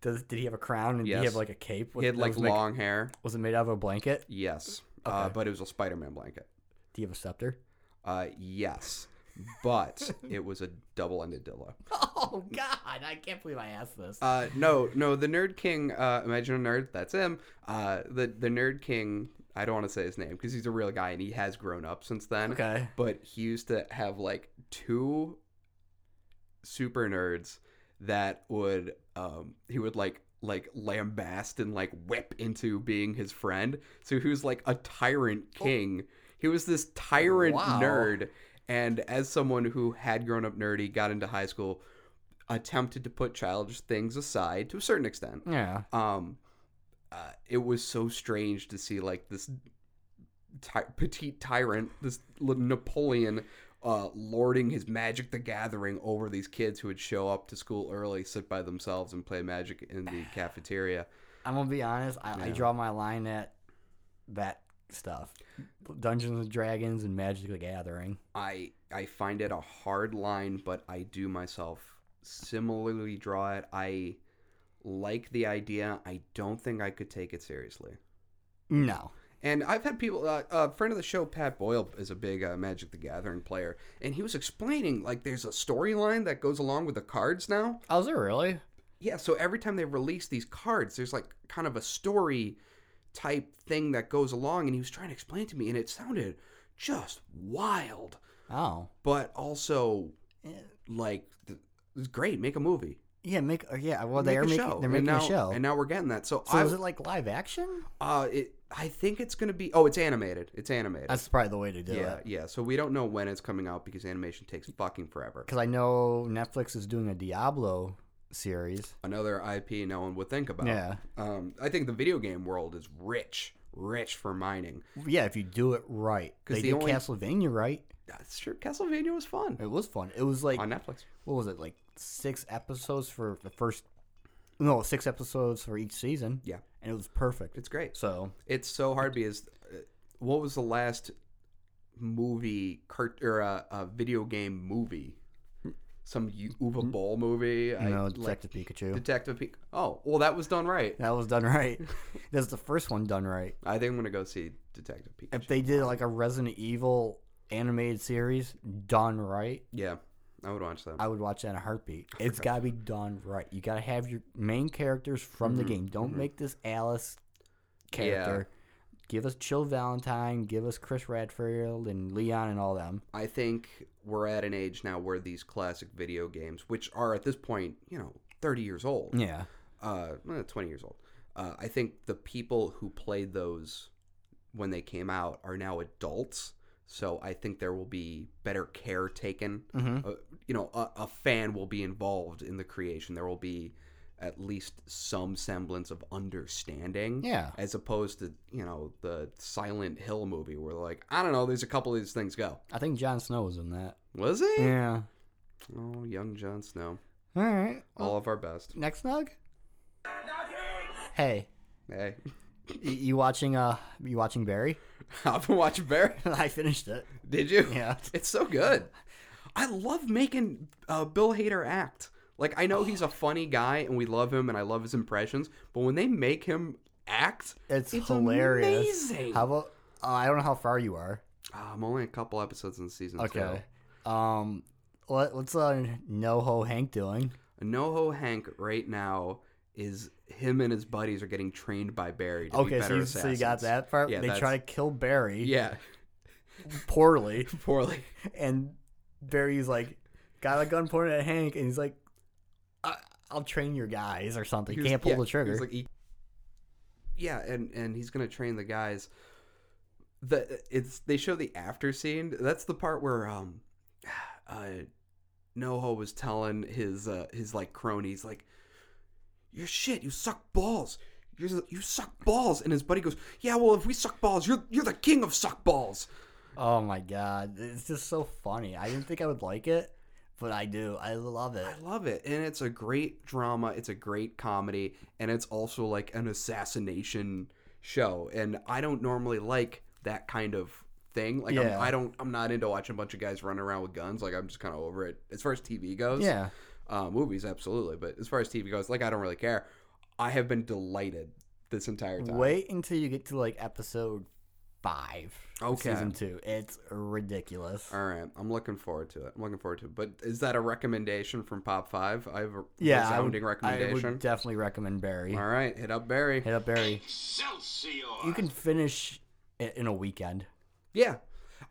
Speaker 1: Does did he have a crown and did he
Speaker 2: Oh. Yes.
Speaker 1: have like a cape?
Speaker 2: He had
Speaker 1: that
Speaker 2: like
Speaker 1: was, make-
Speaker 2: long hair.
Speaker 1: was it made out of a blanket?
Speaker 2: Yes, uh,
Speaker 1: Okay.
Speaker 2: but it was a Spider-Man blanket.
Speaker 1: Do you have a
Speaker 2: [laughs]
Speaker 1: scepter?
Speaker 2: Uh, yes, but it was a double-ended dildo.
Speaker 1: Oh God, I can't believe I asked this.
Speaker 2: Uh, no, no, the Nerd King. Uh, imagine a nerd. That's him. Uh, the the Nerd King. I don't want to say his name because he's a real guy and he has grown up since then.
Speaker 1: okay.
Speaker 2: But he used to have like two super nerds that would um he would like like lambast and like whip into being his friend. So he was like a tyrant king. He was this tyrant
Speaker 1: Wow.
Speaker 2: nerd. And as someone who had grown up nerdy, got into high school, attempted to put childish things aside to a certain extent
Speaker 1: Yeah.
Speaker 2: um uh, it was so strange to see like this ty- petite tyrant this li- napoleon uh, lording his magic the gathering over these kids who would show up to school early sit by themselves and play magic in the cafeteria
Speaker 1: I'm gonna be honest. I, I
Speaker 2: Yeah.
Speaker 1: draw my line at that stuff, Dungeons and Dragons and Magic the Gathering.
Speaker 2: I I find it a hard line, but I do myself similarly draw it. I like the idea. I don't think I could take it seriously.
Speaker 1: No,
Speaker 2: And I've had people, uh, a friend of the show, Pat Boyle, is a big uh, Magic the Gathering player, and he was explaining like there's a storyline that goes along with the cards now.
Speaker 1: oh, is it really?
Speaker 2: Yeah, so every time they release these cards, there's like kind of a story type thing that goes along, and he was trying to explain it to me, and it sounded just wild,
Speaker 1: Oh,
Speaker 2: but also
Speaker 1: Eh,
Speaker 2: like th- it's great. Make a movie.
Speaker 1: yeah. Make uh, yeah. Well, they
Speaker 2: Make
Speaker 1: are
Speaker 2: a
Speaker 1: making
Speaker 2: show.
Speaker 1: they're making
Speaker 2: and now,
Speaker 1: a show.
Speaker 2: and now we're getting that. So,
Speaker 1: so
Speaker 2: I,
Speaker 1: is it like live action?
Speaker 2: uh, it, I think it's gonna be. Oh, it's animated. It's animated.
Speaker 1: That's probably the way to do it. 'Cause
Speaker 2: Yeah,
Speaker 1: it.
Speaker 2: yeah. So we don't know when it's coming out because animation takes fucking forever.
Speaker 1: Because I know Netflix is doing a Diablo series.
Speaker 2: Another IP no one would think about.
Speaker 1: Yeah,
Speaker 2: Um, I think the video game world is rich, rich for mining.
Speaker 1: yeah. If you do it right,
Speaker 2: 'Cause
Speaker 1: they
Speaker 2: the
Speaker 1: did
Speaker 2: only-
Speaker 1: Castlevania right.
Speaker 2: That's true. Castlevania was fun
Speaker 1: It was fun. It was like
Speaker 2: on Netflix.
Speaker 1: what was it like six episodes for the first no six episodes for each season
Speaker 2: Yeah.
Speaker 1: and it was perfect
Speaker 2: It's great.
Speaker 1: so
Speaker 2: It's so hard because uh, what was the last movie cart or uh, uh, video game movie? Some U- Uwe Boll movie. I-
Speaker 1: Mm-hmm. no
Speaker 2: like,
Speaker 1: detective pikachu
Speaker 2: Detective. Pe- oh, well, that was done right.
Speaker 1: that was done
Speaker 2: [laughs]
Speaker 1: right that's the first one done right
Speaker 2: I think I'm gonna go see Detective Pikachu.
Speaker 1: if they did like a resident evil animated series done right
Speaker 2: yeah, I would watch that.
Speaker 1: i would watch that in a heartbeat it's got to be done right you got to have your main characters from the game don't make this alice character give us chill valentine give us chris radfield and leon and all them
Speaker 2: I think we're at an age now where these classic video games, which are at this point, you know, 30 years old,
Speaker 1: yeah
Speaker 2: uh, eh, 20 years old, uh, I think the people who played those when they came out are now adults. So I think there will be better care taken.
Speaker 1: mm-hmm.
Speaker 2: Uh, you know, a, a fan will be involved in the creation. There will be at least some semblance of understanding
Speaker 1: yeah
Speaker 2: as opposed to you know the Silent Hill movie where like I don't know, there's a couple of these things go.
Speaker 1: I think Jon Snow was in that.
Speaker 2: Was he?
Speaker 1: Yeah.
Speaker 2: Oh, young Jon Snow.
Speaker 1: All right.
Speaker 2: All of our best.
Speaker 1: Next snug. Hey,
Speaker 2: Hey, [laughs]
Speaker 1: y- you watching? Uh, you watching Barry? [laughs]
Speaker 2: I've been watching Barry. [laughs]
Speaker 1: I finished it.
Speaker 2: Did you?
Speaker 1: Yeah.
Speaker 2: It's so good. I love making uh, Bill Hader act. Like I
Speaker 1: [sighs]
Speaker 2: know he's a funny guy and we love him and I love his impressions, but when they make him act,
Speaker 1: It's,
Speaker 2: It's
Speaker 1: hilarious.
Speaker 2: amazing.
Speaker 1: How about? Uh, I don't know how far you are.
Speaker 2: Ah, I'm only a couple episodes in season
Speaker 1: Okay. Um, what, what's uh NoHo Hank doing?
Speaker 2: two. NoHo Hank right now is him and his buddies are getting trained by Barry. To be
Speaker 1: Okay,
Speaker 2: better
Speaker 1: so you, so you got
Speaker 2: assassins.
Speaker 1: that part.
Speaker 2: Yeah,
Speaker 1: they
Speaker 2: that's-
Speaker 1: try to kill Barry
Speaker 2: Yeah, [laughs]
Speaker 1: poorly,
Speaker 2: poorly.
Speaker 1: and Barry's like got a gun pointed at Hank, and he's like, I- "I'll train your guys" or something.
Speaker 2: He was-
Speaker 1: Can't pull
Speaker 2: yeah,
Speaker 1: the
Speaker 2: he
Speaker 1: trigger.
Speaker 2: was like, he- yeah, and and he's gonna train the guys. The it's they show the after scene. That's the part where um, [sighs] uh, Noho was telling his uh his like cronies like, "You're shit. You suck balls." You're, you suck balls, and his buddy goes, "Yeah, well, if we suck balls, you're you're the king of suck balls."
Speaker 1: Oh my god, it's just so funny. I didn't think I would like it, but I do. I love it.
Speaker 2: I love it, and it's a great drama. It's a great comedy, and it's also like an assassination show. And I don't normally like that kind of thing. Like I'm,
Speaker 1: Yeah.
Speaker 2: I don't, I'm not into watching a bunch of guys running around with guns. Like I'm just kind of over it. As far as TV goes,
Speaker 1: Yeah.
Speaker 2: uh, movies absolutely, but as far as TV goes, like I don't really care. I have been delighted this entire time.
Speaker 1: Wait until you get to like episode five. of
Speaker 2: Okay.
Speaker 1: Season two. It's ridiculous.
Speaker 2: All right, I'm looking forward to it. I'm looking forward to it. But is that a recommendation from Pop Five? I have a
Speaker 1: Yeah. I would,
Speaker 2: resounding
Speaker 1: I
Speaker 2: recommendation.
Speaker 1: would definitely recommend Barry.
Speaker 2: All right, hit up Barry.
Speaker 1: Hit up Barry.
Speaker 3: Excelsior!
Speaker 1: You can finish it in a weekend.
Speaker 2: Yeah.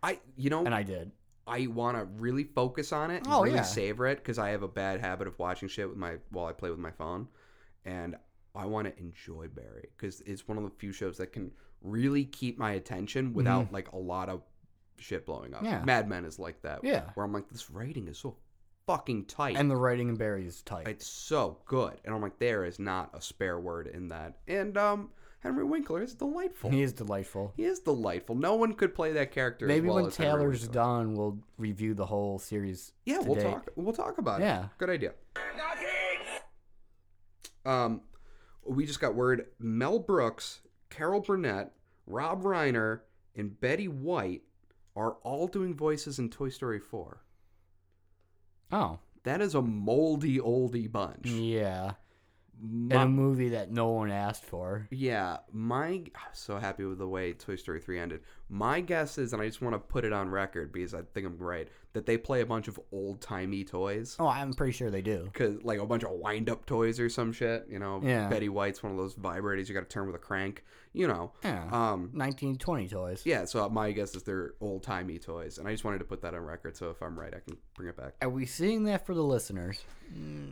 Speaker 2: I you know
Speaker 1: And I did.
Speaker 2: I want to really focus on it, and
Speaker 1: Oh,
Speaker 2: really
Speaker 1: yeah.
Speaker 2: savor it because I have a bad habit of watching shit with my while I play with my phone, and I want to enjoy Barry because it's one of the few shows that can really keep my attention without like a lot of shit blowing up.
Speaker 1: Mm-hmm. Yeah.
Speaker 2: Mad Men is like that.
Speaker 1: Yeah.
Speaker 2: where I'm like, this writing is so fucking tight.
Speaker 1: And the writing in Barry is tight.
Speaker 2: it's so good, and I'm like, there is not a spare word in that. And um, Henry Winkler is delightful.
Speaker 1: he is delightful.
Speaker 2: He is delightful. No one could play that character.
Speaker 1: Maybe
Speaker 2: as well
Speaker 1: when
Speaker 2: as Henry
Speaker 1: Taylor's
Speaker 2: Winkler.
Speaker 1: done, we'll review the whole series.
Speaker 2: Yeah,
Speaker 1: to
Speaker 2: we'll
Speaker 1: date.
Speaker 2: talk. We'll talk about it.
Speaker 1: Yeah.
Speaker 2: good idea. Um, we just got word Mel Brooks, Carol Burnett, Rob Reiner and Betty White are all doing voices in Toy Story 4.
Speaker 1: Oh,
Speaker 2: That is a moldy oldie bunch.
Speaker 1: yeah. In
Speaker 2: My-
Speaker 1: a movie that no one asked for.
Speaker 2: yeah, my I'm so happy with the way Toy Story 3 ended. My guess is and I just want to put it on record because I think I'm right that they play a bunch of old-timey toys.
Speaker 1: Oh, I'm pretty sure they do.
Speaker 2: Cause like a bunch of wind-up toys or some shit, you know.
Speaker 1: Yeah.
Speaker 2: Betty White's one of those vibrators you got to turn with a crank, you know.
Speaker 1: Yeah.
Speaker 2: Um,
Speaker 1: 1920 Uh, toys.
Speaker 2: Yeah, so uh, my guess is they're old timey toys, and I just wanted to put that on record. So if I'm right, I can bring it back.
Speaker 1: Are we seeing that for the listeners? Mm,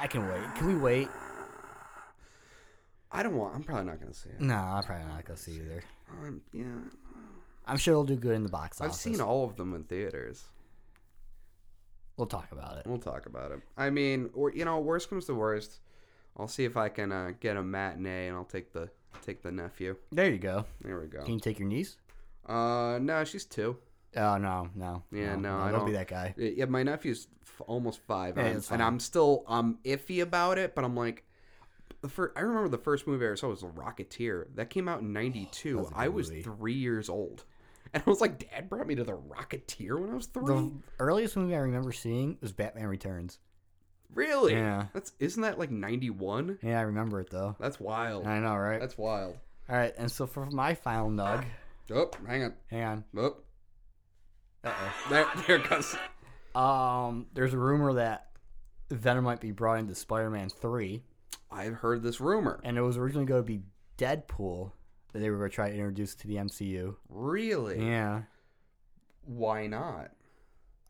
Speaker 1: I can wait. Can we wait?
Speaker 2: I don't want. I'm probably not gonna see it.
Speaker 1: No, I'm probably not gonna see either.
Speaker 2: Um, yeah,
Speaker 1: I'm sure it'll do good in the box
Speaker 2: I've
Speaker 1: office.
Speaker 2: seen all of them in theaters.
Speaker 1: We'll talk about it.
Speaker 2: We'll talk about it. I mean, or you know, worst comes to worst, I'll see if I can uh, get a matinee, and I'll take the take the nephew.
Speaker 1: There you go.
Speaker 2: There we go.
Speaker 1: Can you take your niece?
Speaker 2: Uh, no, she's two.
Speaker 1: Oh no, no.
Speaker 2: Yeah, no, I
Speaker 1: don't be
Speaker 2: don't-
Speaker 1: that guy.
Speaker 2: Yeah, my nephew's f- almost five,
Speaker 1: Yeah,
Speaker 2: and, I'm,
Speaker 1: that's
Speaker 2: and
Speaker 1: fine.
Speaker 2: I'm still um iffy about it. But I'm like, the first, I remember the first movie I ever saw was The Rocketeer. That
Speaker 1: [gasps]
Speaker 2: came out in '92.
Speaker 1: was a
Speaker 2: I
Speaker 1: good
Speaker 2: was
Speaker 1: movie.
Speaker 2: three years old, [laughs] and I was like, Dad brought me to The Rocketeer when I was three.
Speaker 1: The earliest movie I remember seeing was Batman Returns.
Speaker 2: Really?
Speaker 1: Yeah.
Speaker 2: That's isn't that like '91?
Speaker 1: Yeah, I remember it though.
Speaker 2: That's wild.
Speaker 1: I know, right?
Speaker 2: That's wild.
Speaker 1: All right, and so for my final nug,
Speaker 2: Oh, hang on.
Speaker 1: hang
Speaker 2: Oh,
Speaker 1: on. Uh-oh.
Speaker 2: there, [laughs] there it goes.
Speaker 1: Um, there's a rumor that Venom might be brought into Spider-Man Three,
Speaker 2: I've heard this rumor.
Speaker 1: and it was originally going to be Deadpool that they were going to try to introduce to the MCU.
Speaker 2: Really?
Speaker 1: Yeah.
Speaker 2: Why not?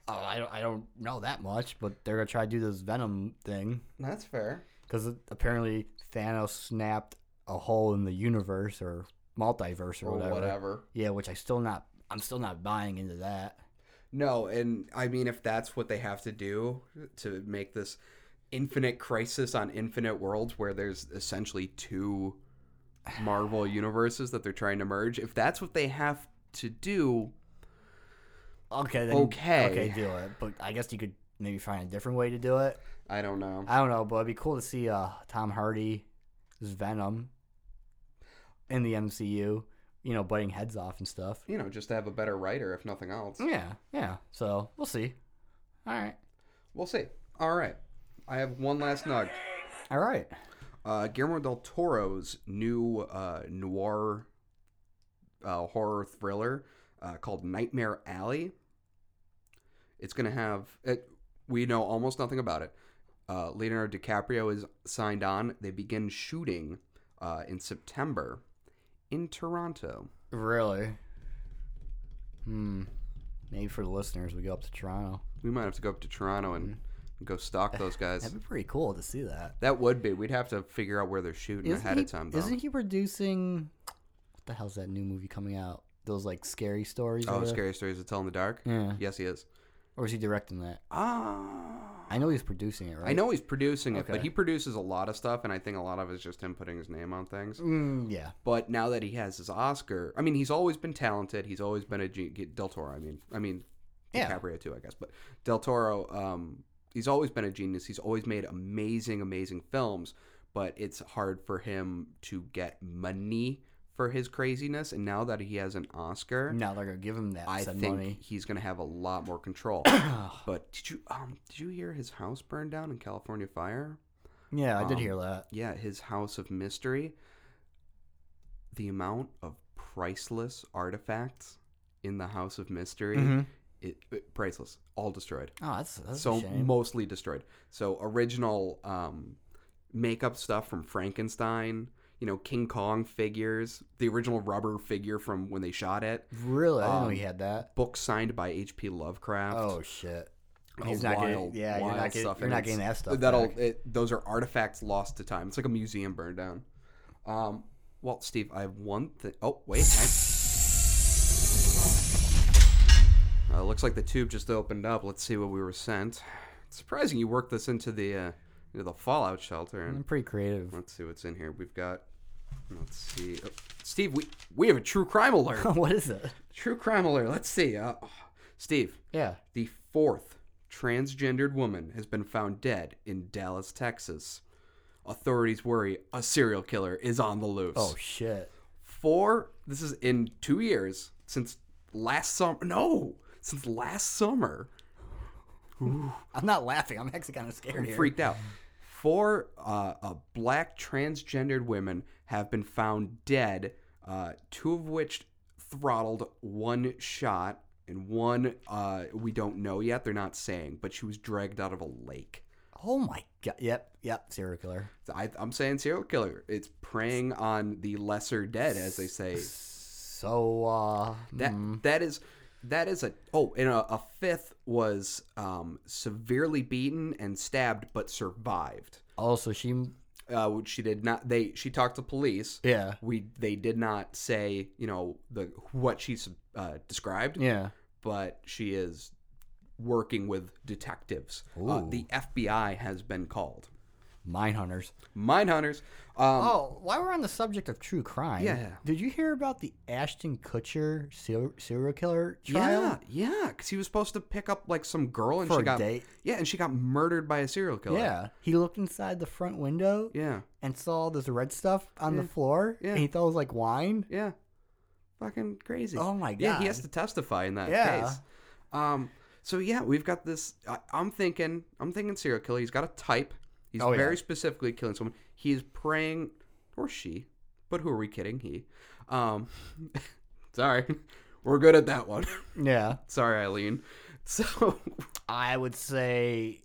Speaker 1: Oh, I don't, I don't know that much, but they're gonna try to do this Venom thing
Speaker 2: That's fair.
Speaker 1: because apparently Thanos snapped a hole in the universe or multiverse or,
Speaker 2: Or
Speaker 1: whatever.
Speaker 2: whatever.
Speaker 1: Yeah, which I still not, I'm still not buying into that.
Speaker 2: No, and I mean, if that's what they have to do to make this infinite crisis on infinite worlds where there's essentially two Marvel universes that they're trying to merge, if that's what they have to do,
Speaker 1: Okay, then,
Speaker 2: Okay.
Speaker 1: okay, do it. But I guess you could maybe find a different way to do it.
Speaker 2: I don't know.
Speaker 1: I don't know, but it'd be cool to see uh, Tom Hardy's Venom in the MCU. You know, butting heads off and stuff.
Speaker 2: You know, just to have a better writer, if nothing else.
Speaker 1: Yeah, yeah. So we'll see. All right,
Speaker 2: We'll see. All right. I have one last nug.
Speaker 1: all right.
Speaker 2: Uh, Guillermo del Toro's new uh, noir uh, horror thriller uh, called Nightmare Alley. It's going to have, it, we know almost nothing about it. Uh, Leonardo DiCaprio is signed on. They begin shooting uh, in September in Toronto.
Speaker 1: Really? Hmm. Maybe for the listeners, we go up to Toronto.
Speaker 2: We might have to go up to Toronto and
Speaker 1: Mm-hmm.
Speaker 2: go stalk those guys.
Speaker 1: That'd be pretty cool to see that.
Speaker 2: That would be. We'd have to figure out where they're shooting
Speaker 1: Isn't
Speaker 2: ahead
Speaker 1: he,
Speaker 2: of time, though.
Speaker 1: isn't he producing? What the hell's that new movie coming out? Those like scary stories. or
Speaker 2: oh,
Speaker 1: whatever?
Speaker 2: Scary Stories to Tell in the Dark?
Speaker 1: Yeah.
Speaker 2: Yes, he is.
Speaker 1: Or is he directing that?
Speaker 2: Ah.
Speaker 1: I know he's producing it, right?
Speaker 2: I know he's producing it, but
Speaker 1: Okay.
Speaker 2: he produces a lot of stuff, and I think a lot of it's just him putting his name on things.
Speaker 1: Mm, yeah.
Speaker 2: But now that he has his Oscar, I mean, he's always been talented. He's always been a gen- Del Toro. I mean, I mean,
Speaker 1: Yeah.
Speaker 2: DiCaprio too, I guess. But Del Toro, um, he's always been a genius. He's always made amazing, amazing films. But it's hard for him to get money for his craziness, and now that he has an Oscar,
Speaker 1: Now they're gonna give him that
Speaker 2: I
Speaker 1: said
Speaker 2: think
Speaker 1: money.
Speaker 2: he's going to have a lot
Speaker 1: [coughs]
Speaker 2: more control. but did you um did you hear his house burned down in California fire?
Speaker 1: [clears throat] Yeah, I did
Speaker 2: um,
Speaker 1: hear that.
Speaker 2: yeah, his house of mystery, the amount of priceless artifacts in the house of mystery,
Speaker 1: Mhm.
Speaker 2: it, it- priceless, all destroyed.
Speaker 1: Oh, that's that's
Speaker 2: so
Speaker 1: a shame.
Speaker 2: mostly destroyed. So original um, makeup stuff from Frankenstein, you know, King Kong figures, the original rubber figure from when they shot it,
Speaker 1: really, I didn't know
Speaker 2: um,
Speaker 1: he had that.
Speaker 2: book signed by H.P. Lovecraft.
Speaker 1: Oh shit.
Speaker 2: A
Speaker 1: He's not getting.
Speaker 2: wild,
Speaker 1: Yeah, you're
Speaker 2: wild
Speaker 1: not getting.
Speaker 2: stuff,
Speaker 1: You're
Speaker 2: and
Speaker 1: not
Speaker 2: it's-
Speaker 1: getting that stuff.
Speaker 2: That'll
Speaker 1: back.
Speaker 2: it, those are artifacts lost to time. It's like a museum burned down. Um, well, Steve, I have one thing. Oh, wait. I- Uh, looks like the tube just opened up. Let's see what we were sent. It's surprising you worked this into the uh, into the fallout shelter.
Speaker 1: I'm
Speaker 2: And
Speaker 1: pretty creative. [laughs]
Speaker 2: let's see what's in here. We've got. Let's see. Oh, Steve, we we have a true crime alert.
Speaker 1: [laughs] what is it?
Speaker 2: true crime alert. Let's see. Uh, oh, Steve.
Speaker 1: Yeah.
Speaker 2: The fourth transgendered woman has been found dead in Dallas, Texas. Authorities worry a serial killer is on the loose.
Speaker 1: Oh shit.
Speaker 2: four. This is in two years since last summer. No, since last summer.
Speaker 1: I'm not laughing. I'm actually kind of scared
Speaker 2: I'm
Speaker 1: here.
Speaker 2: freaked out. Four uh, uh, black transgendered women have been found dead, uh, two of which throttled, one shot, and one uh, we don't know yet. They're not saying, but she was dragged out of a lake.
Speaker 1: Oh my god. Yep. Yep. Serial killer.
Speaker 2: I, I'm saying serial killer. It's preying on the lesser dead, as they say.
Speaker 1: So uh,
Speaker 2: That that is that is a oh, and a, a fifth was um, severely beaten and stabbed, but survived.
Speaker 1: also she.
Speaker 2: uh, which she did not. They she talked to police.
Speaker 1: Yeah.
Speaker 2: We they did not say you know the what she uh, described,
Speaker 1: Yeah.
Speaker 2: but she is working with detectives. Uh,
Speaker 1: Ooh.
Speaker 2: the FBI has been called.
Speaker 1: Mine hunters.
Speaker 2: Mine hunters. Um,
Speaker 1: Oh, while we're on the subject of true crime,
Speaker 2: Yeah.
Speaker 1: Did you hear about the Ashton Kutcher serial, serial killer trial?
Speaker 2: yeah, yeah, because he was supposed to pick up like some girl and
Speaker 1: For
Speaker 2: she
Speaker 1: a
Speaker 2: got
Speaker 1: date?
Speaker 2: yeah, and she got murdered by a serial killer.
Speaker 1: Yeah. He looked inside the front window
Speaker 2: yeah,
Speaker 1: and saw this red stuff on the floor,
Speaker 2: Yeah.
Speaker 1: and he thought it was like wine.
Speaker 2: yeah. Fucking crazy.
Speaker 1: Oh my
Speaker 2: Yeah, he
Speaker 1: God.
Speaker 2: has to testify in that
Speaker 1: Yeah.
Speaker 2: case. Um, so yeah, we've got this. I, I'm thinking, I'm thinking serial killer. He's got a type. He's
Speaker 1: Oh, yeah.
Speaker 2: very specifically killing someone. He is preying, or she, but who are we kidding? He. Um, [laughs] sorry, we're good at that one. [laughs]
Speaker 1: Yeah.
Speaker 2: sorry, Eileen. So, [laughs]
Speaker 1: I would say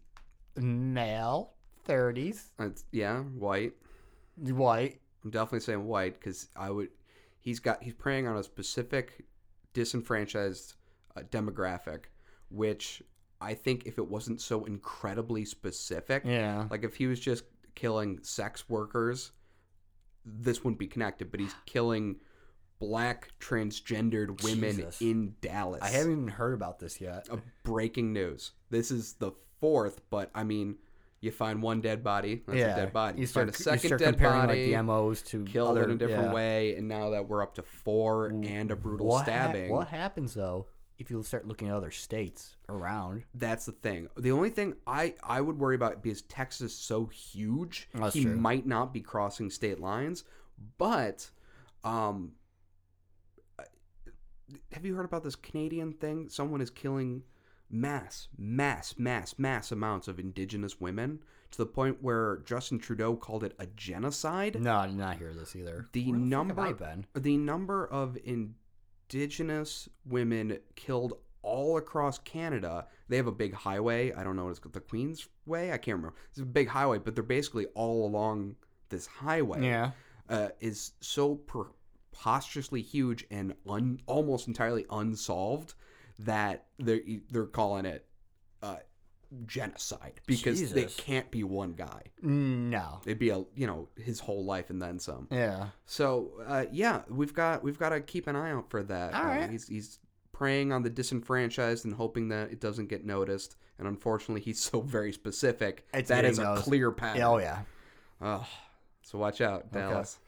Speaker 1: male, 30s,
Speaker 2: it's, yeah, white.
Speaker 1: white.
Speaker 2: I'm definitely saying white because I would. He's got. He's preying on a specific disenfranchised uh, demographic, which I think if it wasn't so incredibly specific,
Speaker 1: Yeah.
Speaker 2: like if he was just killing sex workers, this wouldn't be connected. But he's killing black transgendered women
Speaker 1: Jesus.
Speaker 2: in Dallas.
Speaker 1: I haven't even heard about this yet.
Speaker 2: Uh, breaking news. This is the fourth, but I mean. You find one dead body, that's
Speaker 1: yeah.
Speaker 2: a dead body.
Speaker 1: You
Speaker 2: You,
Speaker 1: start,
Speaker 2: find a second
Speaker 1: you start
Speaker 2: dead
Speaker 1: comparing
Speaker 2: body
Speaker 1: like the MOs to
Speaker 2: killed
Speaker 1: other,
Speaker 2: in a different
Speaker 1: yeah.
Speaker 2: way, and now that we're up to four and a brutal
Speaker 1: What, hap-
Speaker 2: stabbing,
Speaker 1: what happens though if you start looking at other states around?
Speaker 2: that's the thing. The only thing I I would worry about because Texas is so huge,
Speaker 1: That's
Speaker 2: he
Speaker 1: true.
Speaker 2: might not be crossing state lines. But, um, have you heard about this Canadian thing? Someone is killing mass, mass, mass, mass amounts of Indigenous women to the point where Justin Trudeau called it a genocide.
Speaker 1: No, I did not hear this either.
Speaker 2: The
Speaker 1: Where fuck have
Speaker 2: number
Speaker 1: I been?
Speaker 2: the number of indigenous women killed all across Canada. They have a big highway. I don't know what it's called. The Queen's Way? I can't remember. It's a big highway, but they're basically all along this highway.
Speaker 1: Yeah.
Speaker 2: Uh, is so preposterously huge and un- almost entirely unsolved that they're, e, they're calling it uh, genocide because they
Speaker 1: Jesus.
Speaker 2: can't be one guy.
Speaker 1: No.
Speaker 2: It'd be a you know his whole life and then some.
Speaker 1: Yeah.
Speaker 2: So uh, yeah, we've got we've got to keep an eye out for that.
Speaker 1: All
Speaker 2: Uh,
Speaker 1: right.
Speaker 2: he's he's preying on the disenfranchised and hoping that it doesn't get noticed. And unfortunately, he's so very specific.
Speaker 1: It's
Speaker 2: that
Speaker 1: getting
Speaker 2: is a
Speaker 1: noticed.
Speaker 2: clear pattern.
Speaker 1: Oh yeah.
Speaker 2: Ugh. so watch out, Dallas.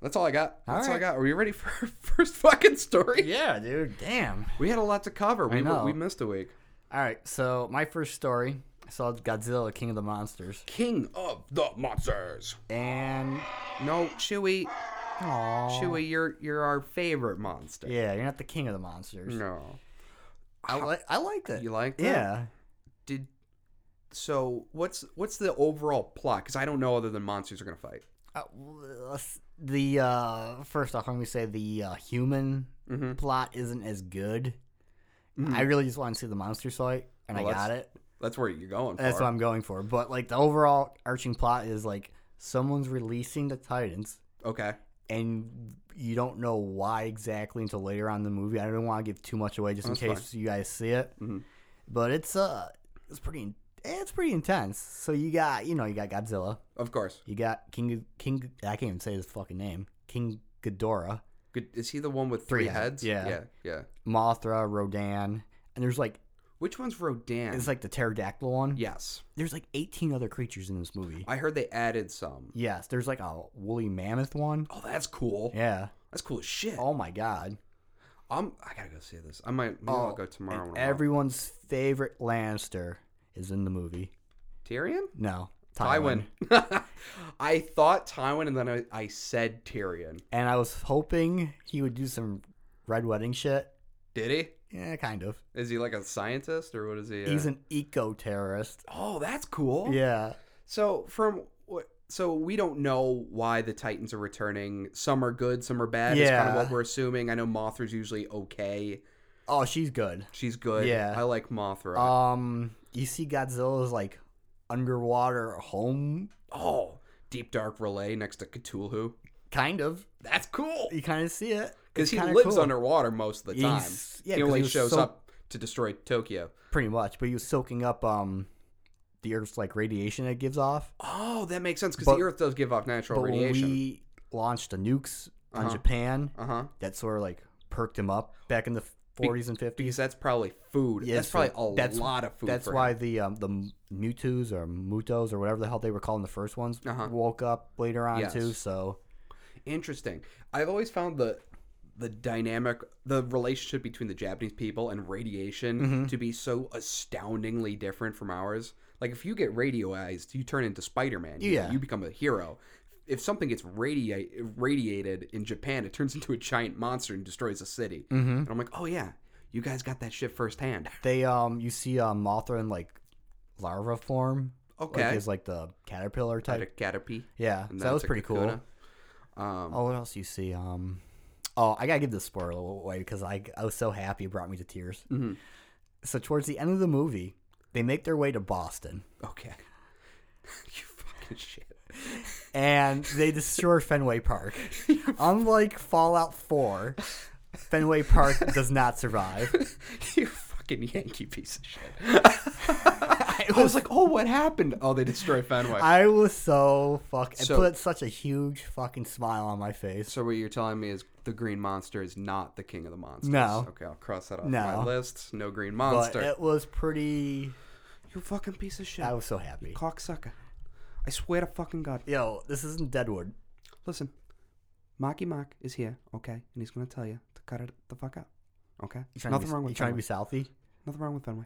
Speaker 2: That's all I got.
Speaker 1: All
Speaker 2: That's all I
Speaker 1: right.
Speaker 2: got. Are you ready for our [laughs] first fucking story?
Speaker 1: Yeah, dude. Damn.
Speaker 2: We had a lot to cover. We
Speaker 1: know.
Speaker 2: we missed a week.
Speaker 1: All right. So my first story. I saw Godzilla, King of the Monsters,
Speaker 2: King of the monsters.
Speaker 1: and
Speaker 2: No, Chewie,
Speaker 1: Aw.
Speaker 2: Chewie, you're you're our favorite monster.
Speaker 1: Yeah, you're not the king of the monsters.
Speaker 2: No.
Speaker 1: I li- I liked it.
Speaker 2: You liked that?
Speaker 1: Yeah.
Speaker 2: did so what's what's the overall plot because i don't know other than monsters are gonna fight
Speaker 1: Uh, well, s- the uh, first off, I'm gonna say the uh, human plot isn't as good. I really just want to see the monster fight, and
Speaker 2: Well,
Speaker 1: I got
Speaker 2: Hmm. Oh, that's-
Speaker 1: it.
Speaker 2: that's where you're going
Speaker 1: That's
Speaker 2: for.
Speaker 1: what I'm going for. But like the overall arching plot is like someone's releasing the Titans,
Speaker 2: okay
Speaker 1: and you don't know why exactly until later on in the movie. I don't want to give too much away just in
Speaker 2: That's Mm-hmm.
Speaker 1: case you guys see it. But it's uh, it's pretty, it's pretty intense. So you got you know you got Godzilla.
Speaker 2: of course
Speaker 1: You got King King. I can't even say his fucking name. King Ghidorah,
Speaker 2: Good. is he the one with three,
Speaker 1: Three
Speaker 2: heads
Speaker 1: heads, yeah.
Speaker 2: yeah yeah
Speaker 1: Mothra, Rodan, and there's like
Speaker 2: which one's rodan
Speaker 1: it's like the pterodactyl one.
Speaker 2: yes
Speaker 1: There's like 18 other creatures in this movie.
Speaker 2: i heard they added some
Speaker 1: yes, there's like a woolly mammoth one.
Speaker 2: oh that's cool
Speaker 1: Yeah.
Speaker 2: that's cool as shit
Speaker 1: Oh my god.
Speaker 2: i'm i gotta go see this i might maybe
Speaker 1: Oh,
Speaker 2: i'll go tomorrow
Speaker 1: and
Speaker 2: when I'm off.
Speaker 1: everyone's favorite Lannister is in the movie.
Speaker 2: tyrion
Speaker 1: No,
Speaker 2: Tywin. [laughs] I thought Tywin, and then I, I said Tyrion.
Speaker 1: And I was hoping he would do some red wedding shit.
Speaker 2: Did he?
Speaker 1: Yeah, kind of.
Speaker 2: Is he like a scientist or what is he? uh,
Speaker 1: He's an eco terrorist.
Speaker 2: oh, that's cool.
Speaker 1: Yeah.
Speaker 2: So from what- so we don't know why the Titans are returning. Some are good, some are bad. It's kind of
Speaker 1: Yeah.
Speaker 2: what we're assuming. I know Mothra's usually okay.
Speaker 1: Oh, she's good.
Speaker 2: She's good.
Speaker 1: Yeah.
Speaker 2: I like Mothra.
Speaker 1: Um, you see Godzilla's like underwater home,
Speaker 2: oh, Deep Dark Relay next to Cthulhu.
Speaker 1: kind of.
Speaker 2: That's cool.
Speaker 1: You kind of see it
Speaker 2: Because
Speaker 1: It's
Speaker 2: he
Speaker 1: kinda
Speaker 2: lives
Speaker 1: cool.
Speaker 2: underwater most of the time.
Speaker 1: He's- yeah,
Speaker 2: he
Speaker 1: 'cause
Speaker 2: only
Speaker 1: he was
Speaker 2: shows
Speaker 1: so-
Speaker 2: up to destroy Tokyo.
Speaker 1: pretty much, but he was soaking up um the Earth's like radiation it gives off.
Speaker 2: Oh, that makes sense because
Speaker 1: But-
Speaker 2: the Earth does give off natural
Speaker 1: But
Speaker 2: radiation.
Speaker 1: when we launched the nukes on
Speaker 2: Uh-huh.
Speaker 1: Japan,
Speaker 2: Uh huh.
Speaker 1: that sort of like perked him up back in the 40s and 50s.
Speaker 2: Because that's probably food.
Speaker 1: Yeah,
Speaker 2: that's
Speaker 1: so
Speaker 2: probably a lot of food.
Speaker 1: That's
Speaker 2: for
Speaker 1: why the um, the Mutus or Mutos or whatever the hell they were calling the first ones
Speaker 2: Uh-huh.
Speaker 1: woke up later on
Speaker 2: Yes.
Speaker 1: too. So
Speaker 2: Interesting. I've always found the the dynamic, the relationship between the Japanese people and radiation
Speaker 1: Mm-hmm.
Speaker 2: to be so astoundingly different from ours. Like if you get radioized, you turn into Spider Man.
Speaker 1: Yeah.
Speaker 2: you become a hero. If something gets radiate, radiated in Japan, it turns [laughs] into a giant monster and destroys a city.
Speaker 1: Mm-hmm.
Speaker 2: And I'm like, oh yeah, you guys got that shit firsthand. [laughs]
Speaker 1: they um you see um, Mothra in like larva form.
Speaker 2: Okay.
Speaker 1: like, is like the caterpillar type.
Speaker 2: Had a Caterpie.
Speaker 1: yeah, so
Speaker 2: and then
Speaker 1: that was
Speaker 2: it's a
Speaker 1: pretty cool.
Speaker 2: Kakuna. Um,
Speaker 1: Oh, what else do you see? Um, oh, I gotta give this spoiler away because I I was so happy it brought me to tears.
Speaker 2: Mhm.
Speaker 1: So towards the end of the movie, they make their way to Boston
Speaker 2: Okay. [laughs] you fucking shit.
Speaker 1: and they
Speaker 2: [laughs]
Speaker 1: destroy Fenway Park. Unlike Fallout Four, Fenway Park does not survive.
Speaker 2: [laughs] you fucking Yankee piece
Speaker 1: [laughs]
Speaker 2: of shit. I was like, oh, what happened? Oh, they destroyed Fenway.
Speaker 1: I was so fuck. It
Speaker 2: So-
Speaker 1: put such a huge fucking smile on my face.
Speaker 2: so what you're telling me is the Green Monster is not the king of the monsters.
Speaker 1: No.
Speaker 2: Okay, I'll cross that off
Speaker 1: No.
Speaker 2: my list. No Green
Speaker 1: But
Speaker 2: Monster.
Speaker 1: it was pretty.
Speaker 2: you fucking piece of shit.
Speaker 1: I was so happy.
Speaker 2: Cocksucker. I swear to fucking God.
Speaker 1: Yo, this isn't Deadwood.
Speaker 2: Listen, Maki Mock is here, okay? And he's going to tell you to cut it the fuck out, okay?
Speaker 1: You trying
Speaker 2: Nothing
Speaker 1: to be,
Speaker 2: wrong
Speaker 1: you
Speaker 2: with
Speaker 1: trying to
Speaker 2: Fenway.
Speaker 1: be Southie?
Speaker 2: Nothing wrong with Fenway.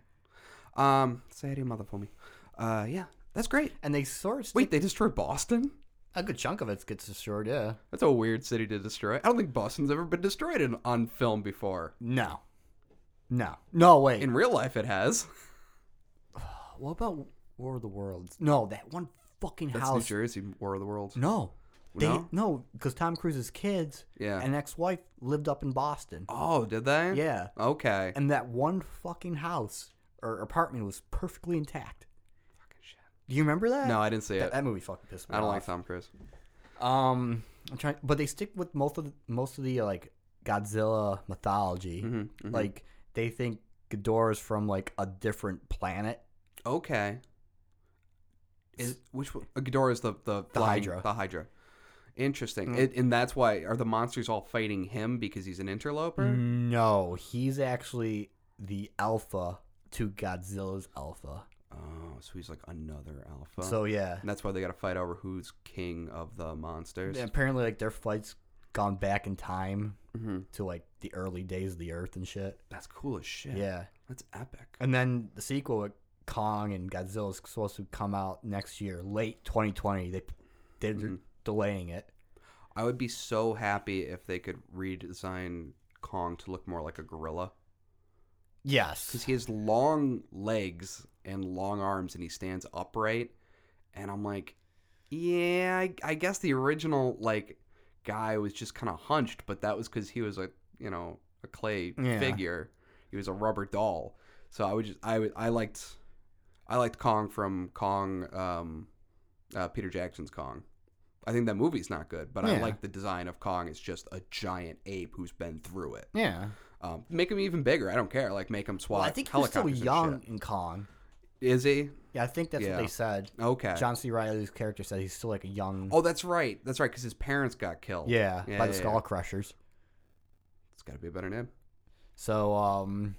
Speaker 2: Um, say hi to your mother for me. Uh, yeah, that's great.
Speaker 1: And they sort of
Speaker 2: Wait, they destroyed Boston?
Speaker 1: a good chunk of it gets destroyed. Yeah.
Speaker 2: That's a weird city to destroy. I don't think Boston's ever been destroyed in, on film before.
Speaker 1: No. No. No. Wait.
Speaker 2: In real life, it has. [laughs]
Speaker 1: what about War of the Worlds? No, that one fucking
Speaker 2: That's New
Speaker 1: house. Mm.
Speaker 2: Jersey, War of the Worlds.
Speaker 1: No. They,
Speaker 2: No?
Speaker 1: no, because Tom Cruise's kids
Speaker 2: Yeah.
Speaker 1: and ex-wife lived up in Boston.
Speaker 2: Oh, did they?
Speaker 1: Yeah.
Speaker 2: Okay.
Speaker 1: And that one fucking house or apartment was perfectly intact.
Speaker 2: Fucking shit.
Speaker 1: Do you remember that?
Speaker 2: No, I didn't see
Speaker 1: that,
Speaker 2: it.
Speaker 1: that movie fucking pissed me
Speaker 2: I don't like
Speaker 1: off.
Speaker 2: Tom Cruise.
Speaker 1: Um, I'm trying, but they stick with most of the, most of the like Godzilla mythology.
Speaker 2: Mhm, mhm.
Speaker 1: Like they think Ghidorah is from like a different planet.
Speaker 2: Okay. Is which one? Uh, Ghidorah is the the, the
Speaker 1: Hydra. Mm.
Speaker 2: The Hydra. Interesting. It, and that's why are the monsters all fighting him because he's an interloper?
Speaker 1: Mm. No, he's actually the alpha to Godzilla's alpha.
Speaker 2: Oh, so he's like another alpha.
Speaker 1: So yeah,
Speaker 2: and that's why they got to fight over who's king of the monsters.
Speaker 1: apparently like their flight's gone back in time
Speaker 2: hmm
Speaker 1: to like the early days of the Earth and shit.
Speaker 2: That's cool as shit.
Speaker 1: Yeah,
Speaker 2: That's epic.
Speaker 1: and then the sequel with Kong and Godzilla is supposed to come out next year, late 2020. They they're
Speaker 2: Mm-hmm.
Speaker 1: delaying it.
Speaker 2: I would be so happy if they could redesign Kong to look more like a gorilla.
Speaker 1: Yes.
Speaker 2: Because he has long legs and long arms and he stands upright. And I'm like, yeah, I, I guess the original, like, guy was just kind of hunched, but that was because he was a, you know, a clay
Speaker 1: Yeah.
Speaker 2: figure. He was a rubber doll. So I would just, I, would- I liked, I liked Kong from Kong, um, uh, Peter Jackson's Kong. I think that movie's not good, but I
Speaker 1: Yeah.
Speaker 2: like the design of Kong. It's just a giant ape who's been through it.
Speaker 1: Yeah.
Speaker 2: Um, make him even bigger. I don't care. Like make him swat.
Speaker 1: Well, I think he's still
Speaker 2: helicopters and
Speaker 1: young in Kong.
Speaker 2: shit. Is he?
Speaker 1: Yeah, I think that's
Speaker 2: Yeah.
Speaker 1: what they said.
Speaker 2: Okay.
Speaker 1: John C. Riley's character said he's still like a young.
Speaker 2: Oh, that's right. That's right. Because his parents got killed.
Speaker 1: yeah, by the
Speaker 2: yeah,
Speaker 1: Skull
Speaker 2: yeah.
Speaker 1: Crushers.
Speaker 2: It's got to be a better name.
Speaker 1: So, um,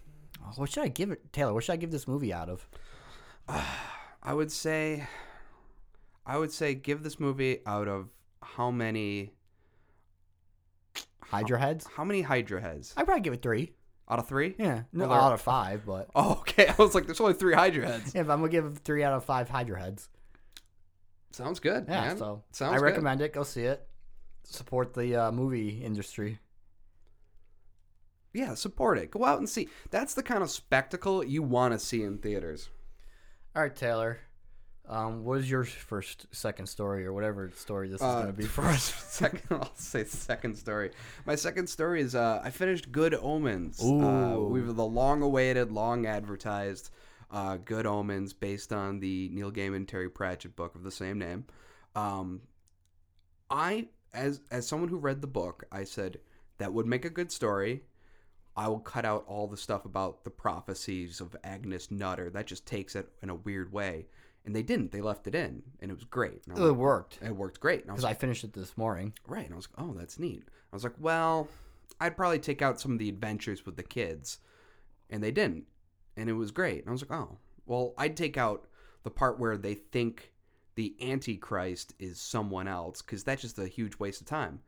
Speaker 1: what should I give it, Taylor? What should I give this movie out of?
Speaker 2: I would say. I would say give this movie out of how many
Speaker 1: Hydra heads?
Speaker 2: how many Hydra heads
Speaker 1: I'd probably give it three.
Speaker 2: out of [laughs] three?
Speaker 1: Yeah, no,
Speaker 2: Well, they're-
Speaker 1: out of five, but
Speaker 2: [laughs] Oh, okay. I was like, there's only three Hydra heads.
Speaker 1: yeah, if I'm gonna give it three out of five Hydra heads,
Speaker 2: Sounds good,
Speaker 1: Yeah,
Speaker 2: man.
Speaker 1: so
Speaker 2: Sounds
Speaker 1: I
Speaker 2: good.
Speaker 1: recommend it. Go see it. Support the uh, movie industry.
Speaker 2: Yeah, support it. Go out and see. That's the kind of spectacle you want to see in theaters.
Speaker 1: All right, Taylor. Um, what is your first, second story, or whatever story this is
Speaker 2: Uh,
Speaker 1: going to
Speaker 2: [laughs]
Speaker 1: be for us?
Speaker 2: first, second, I'll say second story. My second story is uh, I finished Good Omens. Uh,
Speaker 1: Ooh.
Speaker 2: we were the long-awaited, long-advertised uh, Good Omens, based on the Neil Gaiman Terry Pratchett book of the same name. Um, I, as as someone who read the book, I said that would make a good story. I will cut out all the stuff about the prophecies of Agnes Nutter. That just takes it in a weird way. And they didn't. They left it in, and it was great. And I'm
Speaker 1: It
Speaker 2: like,
Speaker 1: worked
Speaker 2: it worked great. And I was
Speaker 1: because I finished it this morning.
Speaker 2: Right. And I was like, oh, that's neat. I was like, well, I'd probably take out some of the adventures with the kids. And they didn't. And it was great. And I was like, oh, well, I'd take out the part where they think the Antichrist is someone else because that's just a huge waste of time.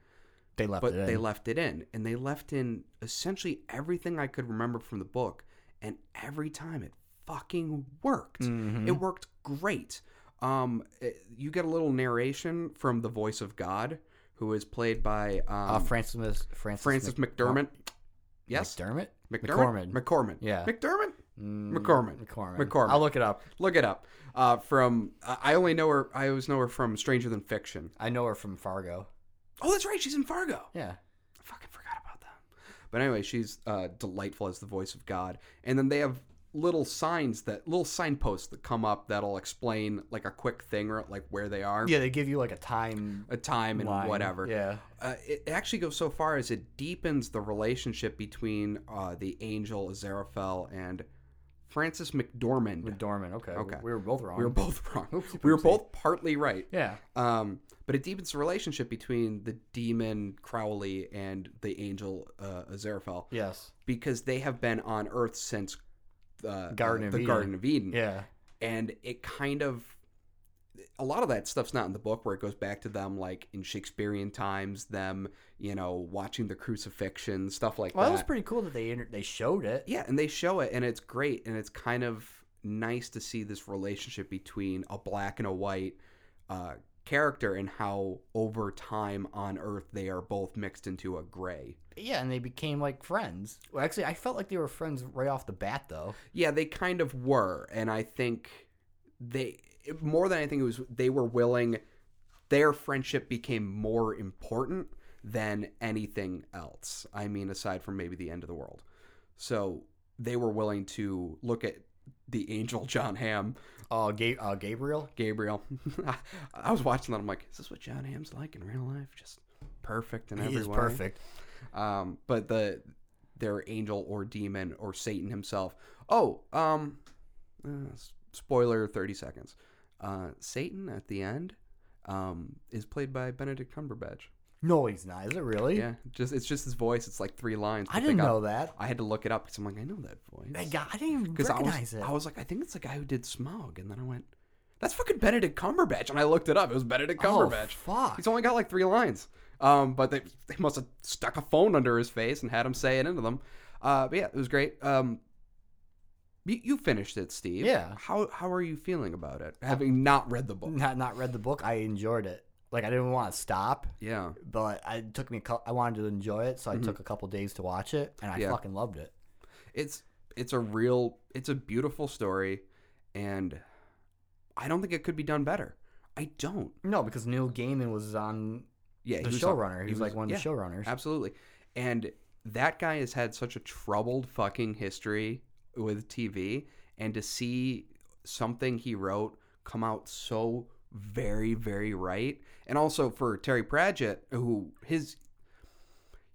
Speaker 1: They left
Speaker 2: But
Speaker 1: it.
Speaker 2: they
Speaker 1: in.
Speaker 2: left it in. And they left in essentially everything I could remember from the book. And every time it fucking worked.
Speaker 1: Mm-hmm.
Speaker 2: It worked great. Um, it- you get a little narration from the voice of God, who is played by um,
Speaker 1: uh, Francis Mis- Francis,
Speaker 2: Francis
Speaker 1: Mc-
Speaker 2: McDermott.
Speaker 1: oh,
Speaker 2: Yes,
Speaker 1: McDermott. McCormick.
Speaker 2: McDermott? McCormick.
Speaker 1: Yeah.
Speaker 2: McDermott.
Speaker 1: Mm,
Speaker 2: McCormick.
Speaker 1: McCormick.
Speaker 2: McCormick.
Speaker 1: I'll look it up.
Speaker 2: Look it up. Uh, from I I only know her. I always know her from Stranger Than Fiction.
Speaker 1: I know her from Fargo.
Speaker 2: Oh, that's right. She's in Fargo.
Speaker 1: Yeah.
Speaker 2: I fucking forgot about that. But anyway, she's uh, delightful as the voice of God. And then they have little signs that little signposts that come up that'll explain like a quick thing or like where they are.
Speaker 1: Yeah, they give you like a time
Speaker 2: a time and
Speaker 1: line.
Speaker 2: whatever.
Speaker 1: Yeah.
Speaker 2: Uh, it actually goes so far as it deepens the relationship between uh, the angel Aziraphale and Francis McDormand.
Speaker 1: McDormand. Okay.
Speaker 2: Okay.
Speaker 1: We were both wrong.
Speaker 2: We were both wrong.
Speaker 1: Oopsie
Speaker 2: we were
Speaker 1: poopsie.
Speaker 2: both partly right.
Speaker 1: Yeah.
Speaker 2: Um, but it deepens the relationship between the demon Crowley and the angel uh, Aziraphale
Speaker 1: Yes.
Speaker 2: because they have been on Earth since uh,
Speaker 1: Garden
Speaker 2: uh,
Speaker 1: of
Speaker 2: the
Speaker 1: Eden.
Speaker 2: Garden of Eden
Speaker 1: Yeah.
Speaker 2: and it kind of a lot of that stuff's not in the book where it goes back to them like in shakespearean times them you know watching the crucifixion stuff like
Speaker 1: Well,
Speaker 2: that
Speaker 1: that was pretty cool that they inter- they showed it.
Speaker 2: yeah and they show it and it's great and it's kind of nice to see this relationship between a black and a white uh, character and how over time on earth they are both mixed into a gray
Speaker 1: Yeah, and they became like friends. Well, actually, I felt like they were friends right off the bat, though.
Speaker 2: Yeah, they kind of were, and I think they more than anything it was they were willing. Their friendship became more important than anything else. I mean, aside from maybe the end of the world, so they were willing to look at the angel John Ham,
Speaker 1: Oh, Ga- uh, Gabriel.
Speaker 2: Gabriel. [laughs] I was watching that. I'm like, is this what John Ham's like in real life? Just perfect and
Speaker 1: He
Speaker 2: every
Speaker 1: is
Speaker 2: way?
Speaker 1: perfect.
Speaker 2: um, but the their angel or demon or Satan himself. Oh, um, uh, s- spoiler, thirty seconds. Uh, Satan at the end um, is played by Benedict Cumberbatch.
Speaker 1: No, he's not. Is it really?
Speaker 2: Yeah, just it's just his voice. It's like three lines.
Speaker 1: I
Speaker 2: but they
Speaker 1: didn't
Speaker 2: got-
Speaker 1: know that.
Speaker 2: I had to look it up because I'm like, I know that
Speaker 1: I,
Speaker 2: voice.
Speaker 1: got, I didn't even
Speaker 2: I
Speaker 1: recognize
Speaker 2: was,
Speaker 1: it.
Speaker 2: I was like, I think it's the guy who did Smog, and then I went, that's fucking Benedict Cumberbatch, and I looked it up. It was Benedict Cumberbatch.
Speaker 1: Oh, fuck.
Speaker 2: He's only got like three lines. Um, but they, they must have stuck a phone under his face and had him say it into them. Uh, but yeah, it was great. Um, you, you finished it, Steve.
Speaker 1: Yeah.
Speaker 2: How how are you feeling about it, having not read the
Speaker 1: [laughs]
Speaker 2: book?
Speaker 1: not not read the book. I enjoyed it. Like I didn't want to stop,
Speaker 2: Yeah.
Speaker 1: but I it took me. A cou- I wanted to enjoy it, so I took a couple days to watch it, and I
Speaker 2: Yeah.
Speaker 1: fucking loved it.
Speaker 2: it's it's a real it's a beautiful story, and I don't think it could be done better. I don't.
Speaker 1: No, because Neil Gaiman was on
Speaker 2: Yeah,
Speaker 1: the
Speaker 2: he was-
Speaker 1: showrunner. He was like one of
Speaker 2: yeah.
Speaker 1: the showrunners.
Speaker 2: Absolutely. And that guy has had such a troubled fucking history with TV and to see something he wrote come out so very very right and also for Terry Pratchett who his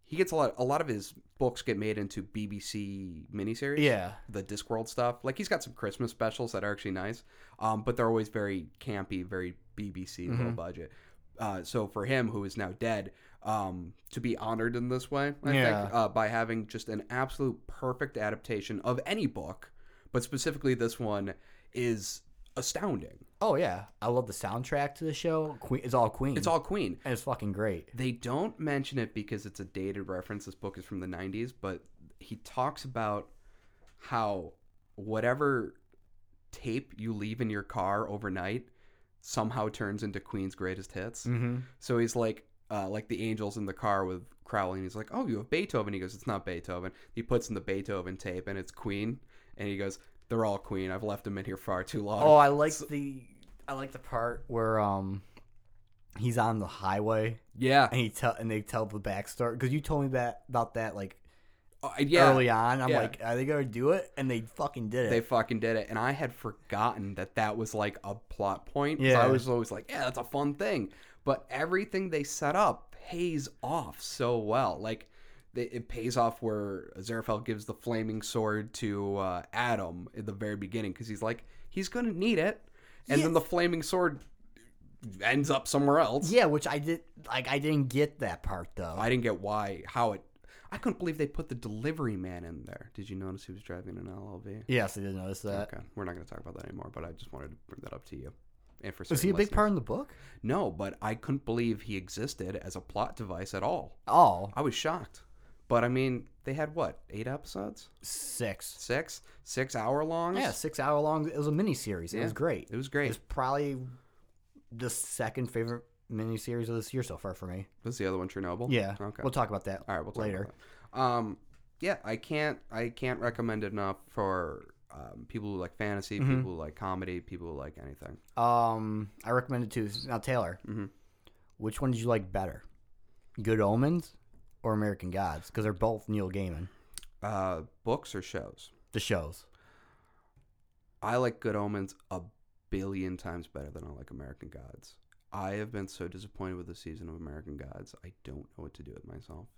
Speaker 2: he gets a lot a lot of his books get made into BBC miniseries
Speaker 1: Yeah,
Speaker 2: the Discworld stuff. Like he's got some Christmas specials that are actually nice, um, but they're always very campy, very BBC, low budget. Uh, so for him, who is now dead, um, to be honored in this way, I
Speaker 1: Yeah.
Speaker 2: think, uh, by having just an absolute perfect adaptation of any book, but specifically this one, is astounding.
Speaker 1: Oh yeah, I love the soundtrack to the show. Que- it's all Queen.
Speaker 2: It's all Queen.
Speaker 1: and it's fucking great.
Speaker 2: They don't mention it because it's a dated reference. This book is from the 90s, but he talks about how whatever tape you leave in your car overnight, somehow turns into Queen's greatest hits.
Speaker 1: Mm-hmm.
Speaker 2: So he's like, uh, like the angels in the car with Crowley, and he's like, "Oh, you have Beethoven." He goes, "It's not Beethoven." He puts in the Beethoven tape, and it's Queen, and he goes, "They're all Queen. I've left them in here far too long."
Speaker 1: Oh, I like the I like the part where um he's on the highway
Speaker 2: yeah,
Speaker 1: and he tell and they tell the backstory because you told me that about that like
Speaker 2: Uh, yeah.
Speaker 1: early on. I'm
Speaker 2: yeah.
Speaker 1: like, are they gonna do it? And they fucking did it.
Speaker 2: They fucking did it, and I had forgotten that that was like a plot point. So
Speaker 1: Yeah.
Speaker 2: I was always like, "Yeah, that's a fun thing," but everything they set up pays off so well. Like, they, it pays off where Zarephath gives the flaming sword to uh, Adam at the very beginning because he's like, he's gonna need it, and then
Speaker 1: Yeah.
Speaker 2: the flaming sword ends up somewhere else.
Speaker 1: yeah, which I did like. I didn't get that part though.
Speaker 2: I didn't get why, how it. I couldn't believe they put the delivery man in there. Did you notice he was driving an LLV?
Speaker 1: yes, I did notice that.
Speaker 2: Okay, Uh, we're not going to talk about that anymore. But I just wanted to bring that up to you. And for
Speaker 1: Was he a
Speaker 2: certain
Speaker 1: big part
Speaker 2: listeners-
Speaker 1: in the book?
Speaker 2: No, but I couldn't believe he existed as a plot device at all.
Speaker 1: Oh,
Speaker 2: I was shocked. But I mean, they had what eight episodes,
Speaker 1: six.
Speaker 2: six, six hour longs.
Speaker 1: Yeah, six hour long. It was a mini series. It
Speaker 2: Yeah.
Speaker 1: was great.
Speaker 2: it was great.
Speaker 1: It's probably the second favorite miniseries of this year so far for me.
Speaker 2: Was the other one Chernobyl?
Speaker 1: Yeah.
Speaker 2: Okay.
Speaker 1: We'll talk about that
Speaker 2: all right. We'll talk
Speaker 1: later.
Speaker 2: About that. Um. Yeah, I can't. I can't recommend it enough for um, people who like fantasy,
Speaker 1: Mm-hmm.
Speaker 2: people who like comedy, people who like anything.
Speaker 1: Um, I recommend it too. Now, Taylor,
Speaker 2: Mhm.
Speaker 1: which one did you like better, Good Omens or American Gods? Because they're both Neil Gaiman.
Speaker 2: Uh, books or shows.
Speaker 1: The shows.
Speaker 2: I like Good Omens a billion times better than I like American Gods. I have been so disappointed with the season of American Gods. I don't know what to do with myself.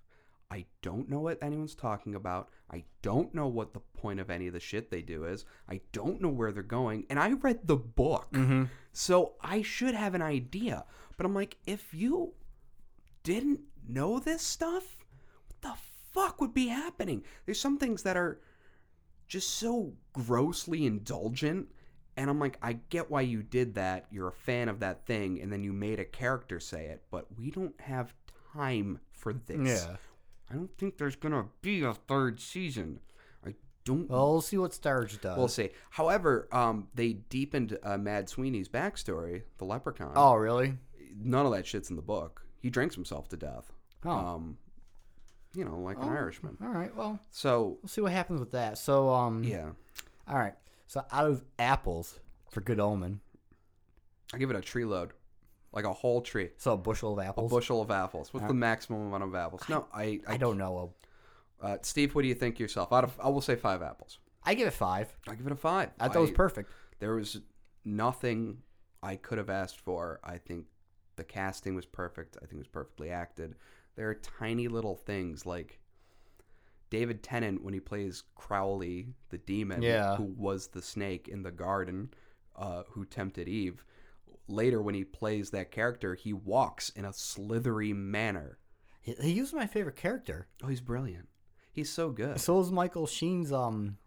Speaker 2: I don't know what anyone's talking about. I don't know what the point of any of the shit they do is. I don't know where they're going. And I read the book. So I should have an idea. But I'm like, if you didn't know this stuff, what the fuck would be happening? There's some things that are just so grossly indulgent. And I'm like, I get why you did that. You're a fan of that thing, and then you made a character say it, but we don't have time for this.
Speaker 1: [laughs] Yeah.
Speaker 2: I don't think there's gonna be a third season. I don't
Speaker 1: Well, we'll see what Starge does.
Speaker 2: We'll see. However, um, they deepened uh, Mad Sweeney's backstory, the leprechaun.
Speaker 1: oh, really?
Speaker 2: None of that shit's in the book. He drinks himself to death.
Speaker 1: Oh.
Speaker 2: Um, you know, like an Irishman.
Speaker 1: All right. Well,
Speaker 2: So,
Speaker 1: we'll see what happens with that. So, um,
Speaker 2: yeah.
Speaker 1: All right. So, out of apples for Good Omen,
Speaker 2: I give it a tree load, like a whole tree.
Speaker 1: so a bushel of
Speaker 2: A
Speaker 1: apples.
Speaker 2: bushel of apples. What's the maximum amount of apples? No, I, I,
Speaker 1: I don't know.
Speaker 2: Uh, Steve, what do you think yourself? Out of, I will say five apples.
Speaker 1: I give it five.
Speaker 2: I give it a five.
Speaker 1: I thought it was
Speaker 2: I-
Speaker 1: perfect.
Speaker 2: There was nothing I could have asked for. I think the casting was perfect. I think it was perfectly acted. There are tiny little things like David Tennant when he plays Crowley the demon,
Speaker 1: Yeah.
Speaker 2: who was the snake in the garden, uh, who tempted Eve. Later, when he plays that character, he walks in a slithery manner.
Speaker 1: He, he used my favorite character.
Speaker 2: Oh, he's brilliant. He's so good.
Speaker 1: So was Michael Sheen's um,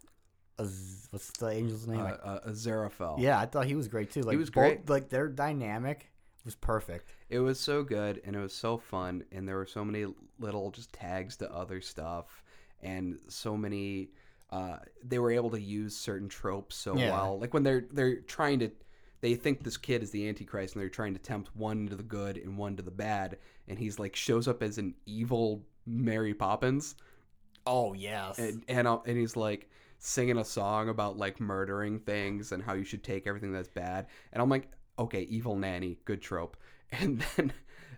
Speaker 1: Az- what's the angel's
Speaker 2: Uh,
Speaker 1: name? I
Speaker 2: uh, Aziraphale.
Speaker 1: Yeah, I thought he was great too. Like
Speaker 2: was
Speaker 1: both,
Speaker 2: great.
Speaker 1: Like their dynamic was perfect.
Speaker 2: It was so good and it was so fun and there were so many little just tags to other stuff and so many uh, they were able to use certain tropes so
Speaker 1: Yeah.
Speaker 2: well. Like when they're they're trying to they think this kid is the antichrist and they're trying to tempt one to the good and one to the bad and he's like shows up as an evil Mary Poppins
Speaker 1: Oh yes.
Speaker 2: and and, uh, and he's like singing a song about like murdering things and how you should take everything that's bad and i'm like okay evil nanny good trope [laughs] and then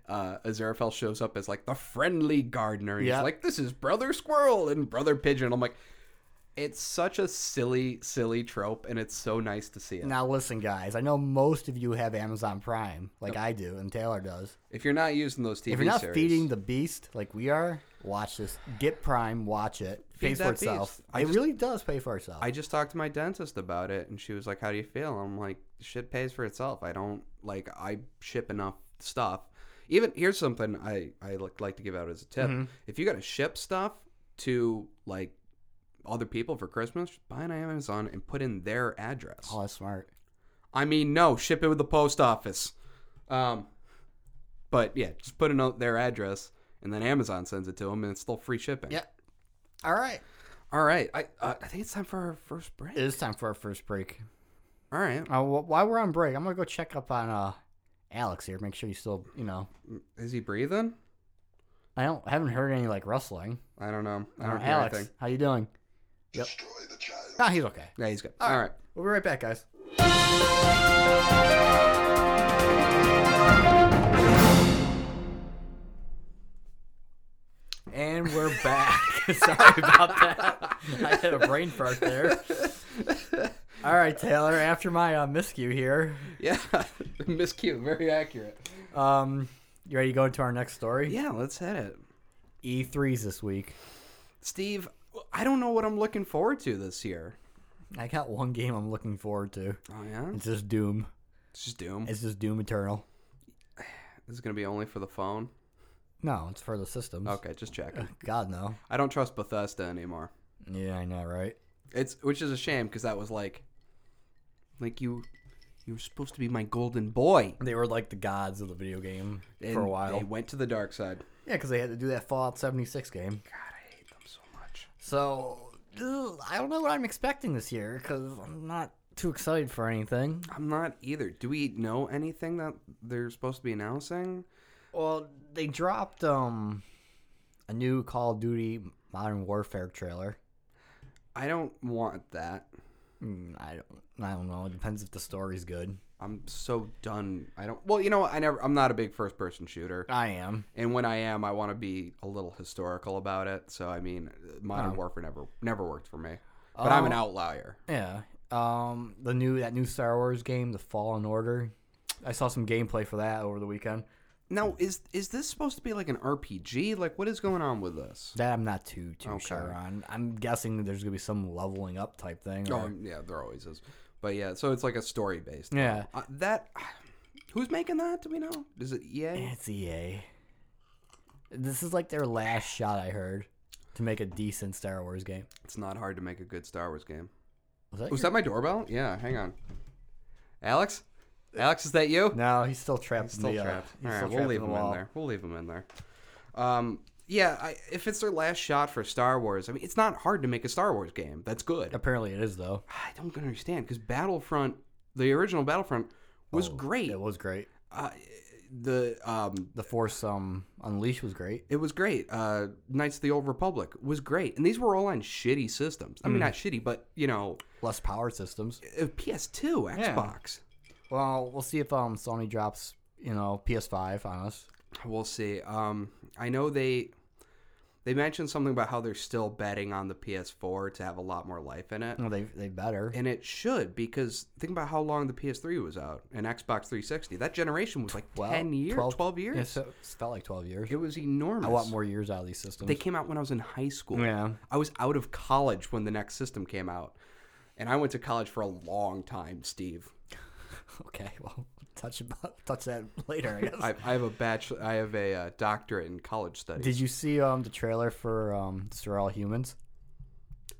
Speaker 2: uh aziraphale shows up as like the friendly gardener and
Speaker 1: Yeah.
Speaker 2: he's like this is brother squirrel and brother pigeon i'm like it's such a silly silly trope and it's so nice to see it
Speaker 1: now listen, guys. I know most of you have Amazon Prime, like I do, and Taylor does.
Speaker 2: if you're not using those tv
Speaker 1: If you're not
Speaker 2: series
Speaker 1: feeding the beast like we are, watch this. Get Prime, watch it.
Speaker 2: Feed
Speaker 1: Pays for
Speaker 2: that
Speaker 1: itself.
Speaker 2: beast. I
Speaker 1: it
Speaker 2: just-
Speaker 1: really does pay for itself.
Speaker 2: I just talked to my dentist about it, and she was like, "How do you feel?" I'm like, "Shit pays for itself. I don't like I ship enough stuff. Even here's something I I like, like to give out as a tip: if you got to ship stuff to like other people for Christmas, buy on Amazon and put in their address.
Speaker 1: oh, that's smart.
Speaker 2: I mean, no, ship it with the post office. Um, but yeah, just put in their address, and then Amazon sends it to them, and it's still free shipping.
Speaker 1: Yeah. All right.
Speaker 2: All right, I uh, I think it's time for our first break.
Speaker 1: It is time for our first break.
Speaker 2: All right.
Speaker 1: Uh, wh- while we're on break, I'm gonna go check up on uh, Alex here. Make sure he's still, you know.
Speaker 2: Is he breathing?
Speaker 1: I don't haven't heard any like rustling.
Speaker 2: I don't know. I
Speaker 1: Uh,
Speaker 2: don't hear
Speaker 1: Alex,
Speaker 2: anything.
Speaker 1: how you doing? Yep.
Speaker 3: Destroy the child.
Speaker 1: Ah, he's okay.
Speaker 2: Yeah, he's good. All right.
Speaker 1: We'll be right back, guys. And we're back. [laughs] Sorry about that. I had a brain fart there. All right, Taylor. After my uh, miscue here,
Speaker 2: [laughs] Yeah. [laughs] Miscue. Very accurate.
Speaker 1: um, you ready to go into our next story?
Speaker 2: Yeah, let's hit it.
Speaker 1: E3s this week.
Speaker 2: Steve, I don't know what I'm looking forward to this year.
Speaker 1: I got one game I'm looking forward to.
Speaker 2: Oh, yeah?
Speaker 1: It's just Doom.
Speaker 2: It's just Doom.
Speaker 1: It's just Doom Eternal.
Speaker 2: This is going to be only for the phone.
Speaker 1: No, it's for the systems.
Speaker 2: Okay, just checking.
Speaker 1: God no.
Speaker 2: I don't trust Bethesda anymore.
Speaker 1: Yeah, I know, right?
Speaker 2: It's which is a shame because that was like, like you, you were supposed to be my golden boy.
Speaker 1: They were like the gods of the video game for a
Speaker 2: And
Speaker 1: while.
Speaker 2: they went to the dark side.
Speaker 1: Yeah, because they had to do that Fallout 76 game.
Speaker 2: God, I hate them so much.
Speaker 1: So ugh, I don't know what I'm expecting this year because I'm not too excited for anything.
Speaker 2: I'm not either. Do we know anything that they're supposed to be announcing?
Speaker 1: Well, they dropped um a new Call of Duty Modern Warfare trailer.
Speaker 2: I don't want that.
Speaker 1: Mm, I don't, I don't know. It depends if the story's good.
Speaker 2: I'm so done. I don't. Well, you know, what? I never. I'm not a big first person shooter,
Speaker 1: I am.
Speaker 2: and when I am, I want to be a little historical about it. So I mean, Modern
Speaker 1: Oh.
Speaker 2: Warfare never never worked for me. But I'm an
Speaker 1: Oh.
Speaker 2: outlier.
Speaker 1: Yeah. Um, the new that new Star Wars game, The Fallen Order. I saw some gameplay for that over the weekend.
Speaker 2: Now, is is this supposed to be like an RPG? Like, what is going on with this?
Speaker 1: That I'm not too too
Speaker 2: Okay.
Speaker 1: sure on. I'm guessing that there's gonna be some leveling up type thing.
Speaker 2: Oh,
Speaker 1: or-
Speaker 2: yeah, there always is. But yeah, so it's like a story based.
Speaker 1: yeah.
Speaker 2: Uh, that [sighs] who's making that? Do we know? Is it E EA?
Speaker 1: It's EA. This is like their last shot I heard to make a decent Star Wars game.
Speaker 2: It's not hard to make a good Star Wars game.
Speaker 1: Was that,
Speaker 2: Was
Speaker 1: your-
Speaker 2: that my doorbell? Yeah, hang on. Alex, Alex, is that you?
Speaker 1: No, he's still trapped.
Speaker 2: Still
Speaker 1: in the, uh,
Speaker 2: trapped.
Speaker 1: he's
Speaker 2: All right,
Speaker 1: still
Speaker 2: we'll
Speaker 1: trapped
Speaker 2: leave
Speaker 1: in
Speaker 2: him
Speaker 1: the
Speaker 2: in
Speaker 1: wall.
Speaker 2: there. We'll leave him in there. Um, yeah, I, if it's their last shot for Star Wars, I mean, it's not hard to make a Star Wars game. That's good.
Speaker 1: Apparently, it is though.
Speaker 2: I don't understand because Battlefront, the original Battlefront, was
Speaker 1: Oh,
Speaker 2: great.
Speaker 1: It was great.
Speaker 2: uh, the um,
Speaker 1: The Force um, Unleashed was great.
Speaker 2: it was great. Uh, Knights of the Old Republic was great, and these were all on shitty systems. I mean,
Speaker 1: Hmm.
Speaker 2: not shitty, but you know,
Speaker 1: Less power systems.
Speaker 2: uh, PS2,
Speaker 1: Yeah.
Speaker 2: Xbox.
Speaker 1: Well, we'll see if um Sony drops you know PS5 on us.
Speaker 2: We'll see. Um, I know they they mentioned something about how they're still betting on the PS4 to have a lot more life in it,
Speaker 1: Well, they they better.
Speaker 2: and it should because think about how long the PS3 was out and Xbox 360. That generation was like
Speaker 1: Well,
Speaker 2: ten years, twelve, years.
Speaker 1: Yeah, so it felt like twelve years.
Speaker 2: It was enormous.
Speaker 1: I want more years out of these systems. [laughs]
Speaker 2: They came out when I was in high school.
Speaker 1: Yeah.
Speaker 2: I was out of college when the next system came out. And I went to college for a long time, Steve.
Speaker 1: Okay, well, [laughs] touch about touch that [laughs] later. I guess.
Speaker 2: I, I have a bachelor, I have a uh, doctorate in college studies.
Speaker 1: Did you see um the trailer for um Sir All Humans?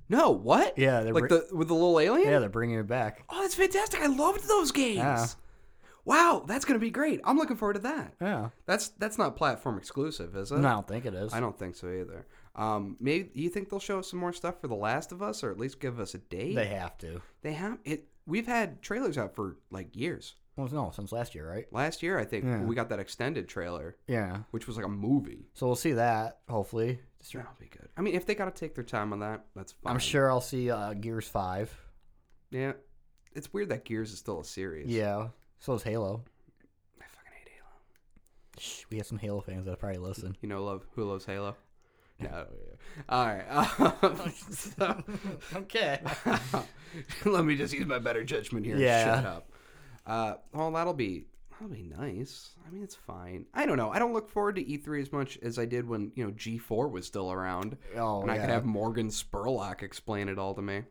Speaker 2: no, what?
Speaker 1: Yeah, they're
Speaker 2: like
Speaker 1: re-
Speaker 2: the with the little alien.
Speaker 1: Yeah, they're bringing it back.
Speaker 2: Oh, that's fantastic! I loved those games.
Speaker 1: Yeah.
Speaker 2: Wow, that's gonna be great. I'm looking forward to that.
Speaker 1: Yeah,
Speaker 2: That's that's not platform exclusive, is it?
Speaker 1: no, I don't think it is.
Speaker 2: I don't think so either. Um, maybe you think they'll show us some more stuff for The Last of Us, or at least give us a date.
Speaker 1: They have to.
Speaker 2: They have it. We've had trailers out for like years.
Speaker 1: Well, no, since last year, right?
Speaker 2: Last year, I think
Speaker 1: Yeah.
Speaker 2: we got that extended trailer,
Speaker 1: Yeah.
Speaker 2: which was like a movie.
Speaker 1: So we'll see that hopefully.
Speaker 2: That'll be good. I mean, if they got to take their time on that, that's fine.
Speaker 1: I'm sure I'll see uh, Gears Five.
Speaker 2: Yeah, it's weird that Gears is still a series.
Speaker 1: Yeah. So is Halo.
Speaker 2: I fucking hate Halo.
Speaker 1: Shh, we have some Halo fans that probably
Speaker 2: [laughs]
Speaker 1: listen. [laughs]
Speaker 2: You know, love who loves Halo. No.
Speaker 1: Oh,
Speaker 2: All right. [laughs] Um, so-
Speaker 1: okay.
Speaker 2: um, [laughs] let me just use my better judgment here.
Speaker 1: Yeah.
Speaker 2: And shut up. Uh, well, that'll be that'll be nice. I mean, it's fine. I don't know. I don't look forward to E3 as much as I did when you know G4 was still around,
Speaker 1: Oh,
Speaker 2: and I could
Speaker 1: yeah.
Speaker 2: have Morgan Spurlock explain it all to me.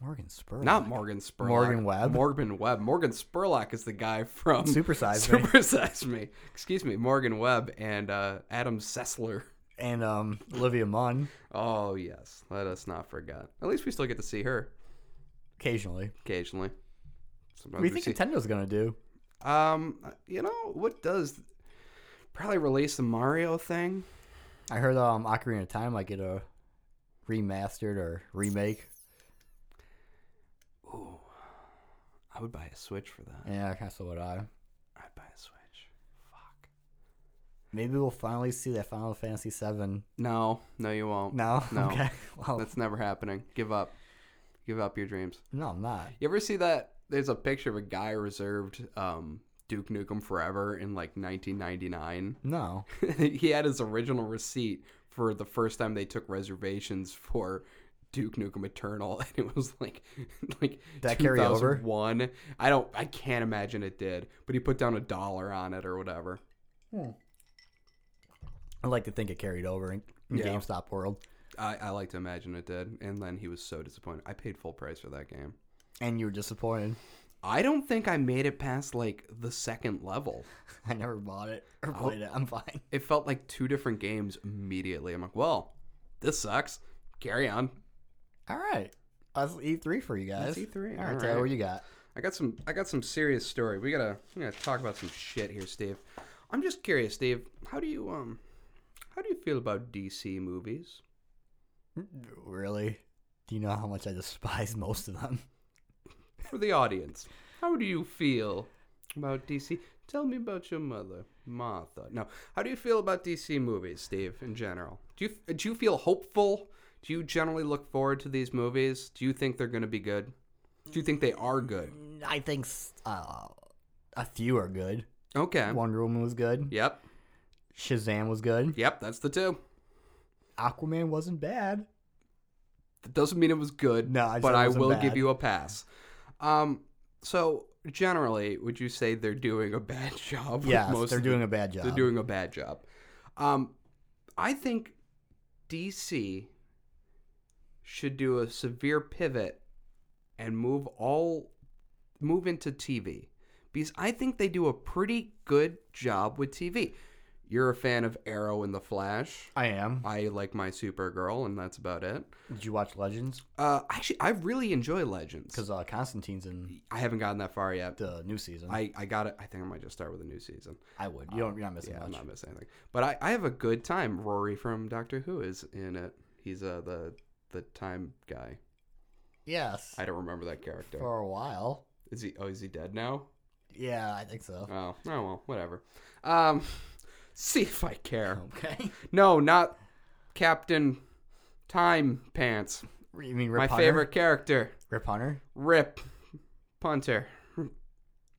Speaker 1: Morgan Spurlock.
Speaker 2: Not Morgan Spurlock.
Speaker 1: Morgan Webb.
Speaker 2: Morgan Webb. Morgan Spurlock is the guy from
Speaker 1: Super Size
Speaker 2: [laughs]
Speaker 1: Me.
Speaker 2: Super Size Me. Excuse me, Morgan Webb and uh, Adam Sessler.
Speaker 1: and um Olivia Munn
Speaker 2: Oh yes, let us not forget. At least we still get to see her
Speaker 1: occasionally.
Speaker 2: occasionally. Sometimes
Speaker 1: What do you think
Speaker 2: see-
Speaker 1: Nintendo's gonna do?
Speaker 2: Um, you know what does probably release the Mario thing?
Speaker 1: I heard um Ocarina of Time might get a remastered or remake.
Speaker 2: I would buy a Switch for that.
Speaker 1: Yeah, I kind of so would I.
Speaker 2: I'd buy a Switch. Fuck.
Speaker 1: Maybe we'll finally see that Final Fantasy VII.
Speaker 2: No, no, you won't.
Speaker 1: No, [laughs]
Speaker 2: No.
Speaker 1: okay. Well,
Speaker 2: That's never happening. Give up. Give up your dreams.
Speaker 1: no, I'm not.
Speaker 2: You ever see that? There's a picture of a guy reserved um, Duke Nukem Forever in like 1999.
Speaker 1: No,
Speaker 2: [laughs] he had his original receipt for the first time they took reservations for Duke Nukem Eternal, [laughs] and it was like like
Speaker 1: That carry over?
Speaker 2: one. I don't. I can't imagine it did, but he put down a dollar on it or whatever.
Speaker 1: I like to think it carried over in, in
Speaker 2: Yeah.
Speaker 1: GameStop world.
Speaker 2: I, I like to imagine it did, and then he was so disappointed. I paid full price for that game.
Speaker 1: And you were disappointed.
Speaker 2: I don't think I made it past like the second level.
Speaker 1: [laughs] I never bought it or played it. I'm fine.
Speaker 2: It felt like two different games immediately. I'm like, well, this sucks. Carry on.
Speaker 1: All right. That's E3 for you guys.
Speaker 2: That's E3,
Speaker 1: All
Speaker 2: all
Speaker 1: right, Taylor,
Speaker 2: right.
Speaker 1: what you got?
Speaker 2: I got some. I got some serious story. We gotta. We gotta talk about some shit here, Steve. I'm just curious, Steve. How do you um, how do you feel about DC movies?
Speaker 1: Really? Do you know how much I despise [laughs] most of them?
Speaker 2: For the audience, how do you feel about DC? Tell me about your mother, Martha. No, how do you feel about DC movies, Steve? In general, do you do you feel hopeful? Do you generally look forward to these movies? Do you think they're gonna be good? Do you think they are good?
Speaker 1: I think s- uh, a few are good.
Speaker 2: Okay.
Speaker 1: Wonder Woman was good.
Speaker 2: Yep.
Speaker 1: Shazam was good.
Speaker 2: Yep. That's the two.
Speaker 1: Aquaman wasn't
Speaker 2: [laughs]
Speaker 1: bad.
Speaker 2: That doesn't mean it was good.
Speaker 1: No, I just
Speaker 2: but
Speaker 1: said it
Speaker 2: I
Speaker 1: wasn't
Speaker 2: will
Speaker 1: bad.
Speaker 2: give you a pass. Um, so generally, would you say they're doing a bad [laughs] job? with
Speaker 1: Yes,
Speaker 2: most
Speaker 1: they're
Speaker 2: of the-
Speaker 1: doing a bad job.
Speaker 2: they're doing a bad job. Um, I think DC should do a severe pivot and move all move into TV because I think they do a pretty good job with TV. You're a fan of Arrow and The Flash.
Speaker 1: I am.
Speaker 2: I like my Supergirl, and that's about it.
Speaker 1: Did you watch Legends?
Speaker 2: Uh, actually, I really enjoy Legends
Speaker 1: Because uh, Constantine's in
Speaker 2: I haven't gotten that far yet.
Speaker 1: the new season. I,
Speaker 2: I, I got it. I think I might just start with a new season.
Speaker 1: would. You don't. You're not missing
Speaker 2: Yeah, I'm
Speaker 1: much.
Speaker 2: not missing anything. But I, I have a good time. Rory from Doctor Who is in it. He's uh the the time guy.
Speaker 1: Yes.
Speaker 2: I don't remember that character.
Speaker 1: for a while.
Speaker 2: Is he? Oh, is he dead now?
Speaker 1: Yeah, I think so.
Speaker 2: Oh, oh well, whatever. Um, [laughs] see if I care.
Speaker 1: Okay. [laughs]
Speaker 2: No, not Captain Time Pants.
Speaker 1: you mean Rip
Speaker 2: My
Speaker 1: Hunter?
Speaker 2: favorite character.
Speaker 1: Rip Hunter?
Speaker 2: Rip Punter.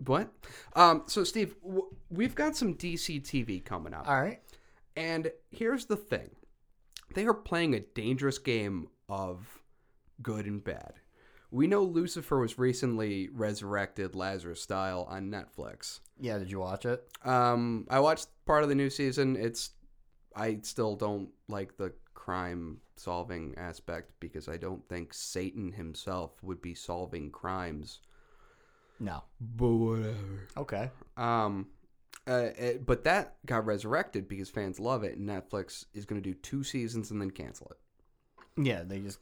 Speaker 2: What? Um, so, Steve, w- we've got some DC TV coming up.
Speaker 1: All right.
Speaker 2: And here's the thing they are playing a dangerous game of good and bad. We know Lucifer was recently resurrected Lazarus style on Netflix.
Speaker 1: Yeah, did you watch it?
Speaker 2: Um, I watched part of the new season. It's I still don't like the crime solving aspect because I don't think Satan himself would be solving crimes.
Speaker 1: No.
Speaker 2: But whatever.
Speaker 1: Okay.
Speaker 2: Um, uh, it- but that got resurrected because fans love it, and Netflix is going to do two seasons and then cancel it.
Speaker 1: Yeah, they just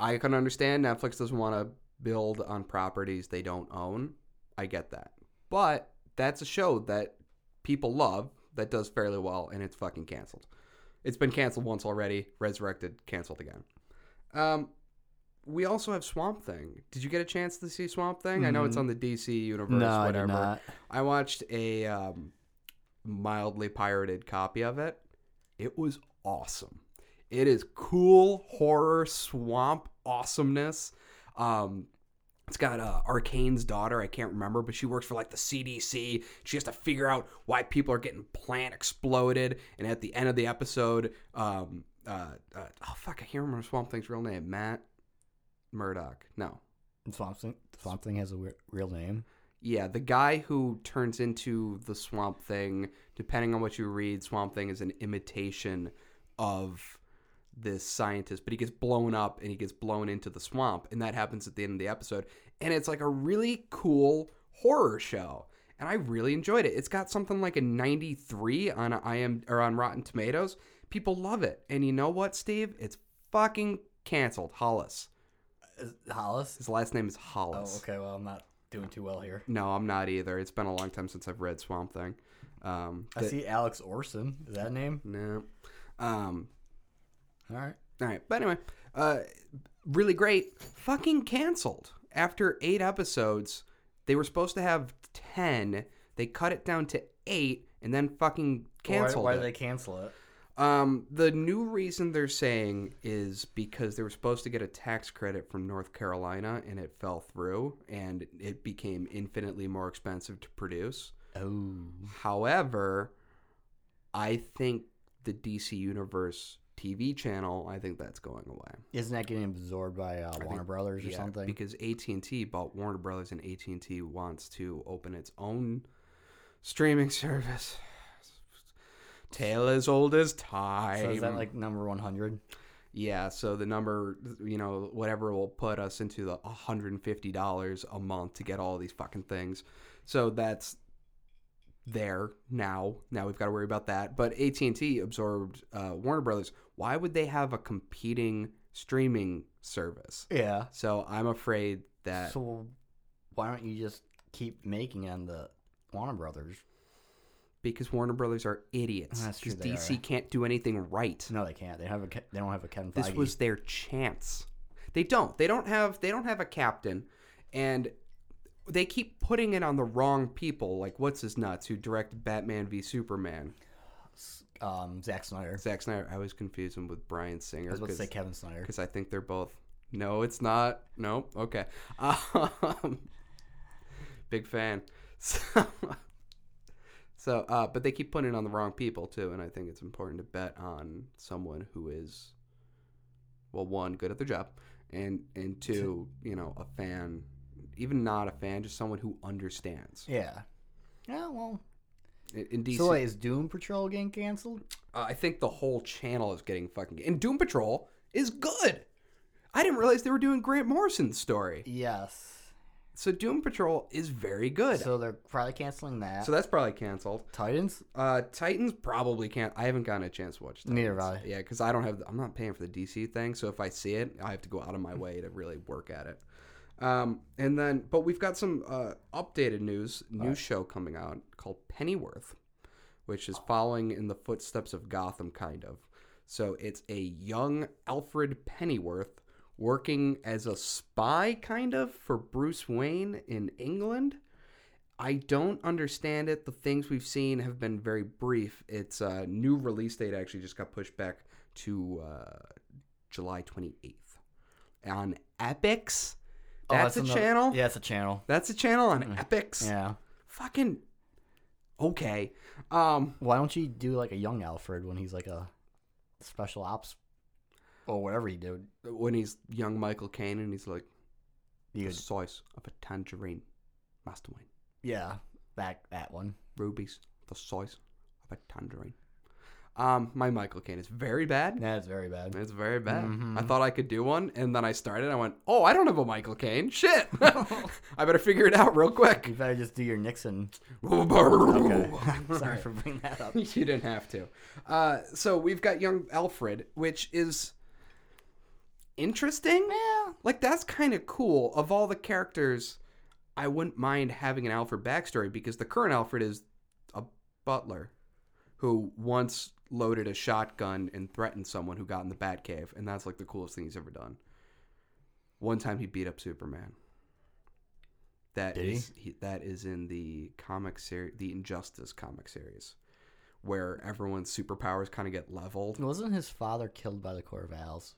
Speaker 2: I can understand Netflix doesn't want to build on properties they don't own. I get that, but that's a show that people love that does fairly well, and it's fucking canceled. It's been canceled once already, resurrected, canceled again. Um, we also have Swamp Thing. Did you get a chance to see Swamp Thing? I know it's on the DC universe.
Speaker 1: Mm-hmm. no, I
Speaker 2: whatever.
Speaker 1: did not.
Speaker 2: I watched a um, mildly pirated copy of it. It was awesome. It is cool horror swamp awesomeness. Um, it's got uh, Arcane's daughter. I can't remember, but she works for like the CDC. She has to figure out why people are getting plant exploded. And at the end of the episode, um, uh, uh, oh fuck, I can't remember Swamp Thing's real name. Matt Murdock. No,
Speaker 1: Swamp Thing. Swamp Thing has a weir- real name.
Speaker 2: yeah, the guy who turns into the Swamp Thing, depending on what you read, Swamp Thing is an imitation of this scientist, but he gets blown up and he gets blown into the swamp, and that happens at the end of the episode. And it's like a really cool horror show. And I really enjoyed it. It's got something like a 93 on a IM or on Rotten Tomatoes. People love it. And you know what, Steve? It's fucking canceled. Hollis.
Speaker 1: Is Hollis?
Speaker 2: His last name is
Speaker 1: Oh,
Speaker 2: Hollis.
Speaker 1: okay. Well, I'm not doing too well here.
Speaker 2: No, I'm not either. It's been a long time since I've read Swamp Thing. Um,
Speaker 1: I
Speaker 2: th-
Speaker 1: see Alex Orson. Is that a name?
Speaker 2: No. Um,
Speaker 1: All right.
Speaker 2: all right. But anyway, uh, really great. Fucking canceled after eight episodes. They were supposed to have 10. They cut it down to 8 and then fucking canceled
Speaker 1: why, why
Speaker 2: it.
Speaker 1: did they cancel it?
Speaker 2: Um, the new reason they're saying is because they were supposed to get a tax credit from North Carolina and it fell through and it became infinitely more expensive to produce.
Speaker 1: Oh.
Speaker 2: However, I think the DC Universe TV channel, I think that's going away.
Speaker 1: Isn't that getting absorbed by uh, Warner Brothers or
Speaker 2: Yeah,
Speaker 1: something?
Speaker 2: Because AT&T bought Warner Brothers and AT&T wants to open its own streaming [laughs] service. [sighs] Tale as old as time.
Speaker 1: so is that like number 100?
Speaker 2: Yeah, so the number, you know, whatever will put us into the $150 a month to get all these fucking things. So that's there now. Now we've got to worry about that. But AT&T absorbed uh, Warner Brothers. Why would they have a competing streaming service?
Speaker 1: Yeah.
Speaker 2: So I'm afraid that
Speaker 1: So why don't you just keep making on the Warner Brothers?
Speaker 2: because Warner Brothers are idiots.
Speaker 1: That's true,
Speaker 2: Because
Speaker 1: they
Speaker 2: DC
Speaker 1: are.
Speaker 2: can't do anything right.
Speaker 1: No, they can't. They have a Ke- they don't have a Ken Feige.
Speaker 2: This was their chance. They don't. They don't have they don't have a captain and they keep putting it on the wrong people, like what's his nuts who directed Batman v Superman.
Speaker 1: um Zack Snyder.
Speaker 2: Zack Snyder, I always confuse him with Brian
Speaker 1: I
Speaker 2: Singer
Speaker 1: was about to say
Speaker 2: because
Speaker 1: Kevin Snyder.
Speaker 2: I think they're both No, it's not. Nope. Okay. Um, [laughs] big fan. [laughs] So, so uh, but they keep putting it on the wrong people too, and I think it's important to bet on someone who is well, one, good at their job, and and two, you know, a fan, even not a fan, just someone who understands.
Speaker 1: Yeah. Yeah, well.
Speaker 2: In, in DC,
Speaker 1: So wait, is Doom Patrol getting canceled?
Speaker 2: Uh, I think the whole channel is getting fucking. And Doom Patrol is good. I didn't realize they were doing Grant Morrison's story.
Speaker 1: Yes.
Speaker 2: So Doom Patrol is very good. So,
Speaker 1: So they're probably canceling that.
Speaker 2: that's probably canceled.
Speaker 1: Titans?
Speaker 2: Uh, Titans probably can't. I haven't gotten a chance to watch. Titans.
Speaker 1: Neither have I.
Speaker 2: Yeah, because I don't have. I'm not paying for the DC thing. So if I see it, I have to go out of my
Speaker 1: Hmm.
Speaker 2: way to really work at it. Um, and then, but we've got some uh, updated news, new show coming out called Pennyworth, which is following in the footsteps of Gotham, kind of. So it's a young Alfred Pennyworth working as a spy, kind of, for Bruce Wayne in England. I don't understand it. The things we've seen have been very brief. Its uh, new release date actually just got pushed back to uh, July 28th on Epix.
Speaker 1: Oh,
Speaker 2: That's, a
Speaker 1: another-
Speaker 2: channel.
Speaker 1: Yeah, it's a channel.
Speaker 2: That's a channel on Epix.
Speaker 1: Yeah.
Speaker 2: Fucking okay. Um,
Speaker 1: Why don't you do like a young Alfred when he's like a special ops or whatever you do?
Speaker 2: when he's young Michael Caine and he's like
Speaker 1: You
Speaker 2: the
Speaker 1: could-
Speaker 2: size of a tangerine, Master Wayne.
Speaker 1: yeah, that that one.
Speaker 2: Rubies the size of a tangerine. Um, my Michael Caine is very bad.
Speaker 1: That's very bad.
Speaker 2: It's very bad. I
Speaker 1: Mhm.
Speaker 2: thought I could do one, and then I started. I went, "Oh, I don't have a Michael Caine. Shit, [laughs] I better figure it out real quick."
Speaker 1: You better just do your Nixon. [laughs] Okay. [laughs] Sorry for bringing that [laughs] up.
Speaker 2: [laughs] you didn't have to. Uh, so we've got young Alfred, which is interesting.
Speaker 1: Yeah.
Speaker 2: Like that's kind of cool. Of all the characters, I wouldn't mind having an Alfred backstory because the current Alfred is a butler who once loaded a shotgun and threatened someone who got in the Batcave, and that's like the coolest thing he's ever done. One time he beat up Superman. That
Speaker 1: Did he?
Speaker 2: is he? that is in the comic series, the Injustice comic series, where everyone's superpowers kind of get leveled.
Speaker 1: Wasn't his father killed by the Corvallis?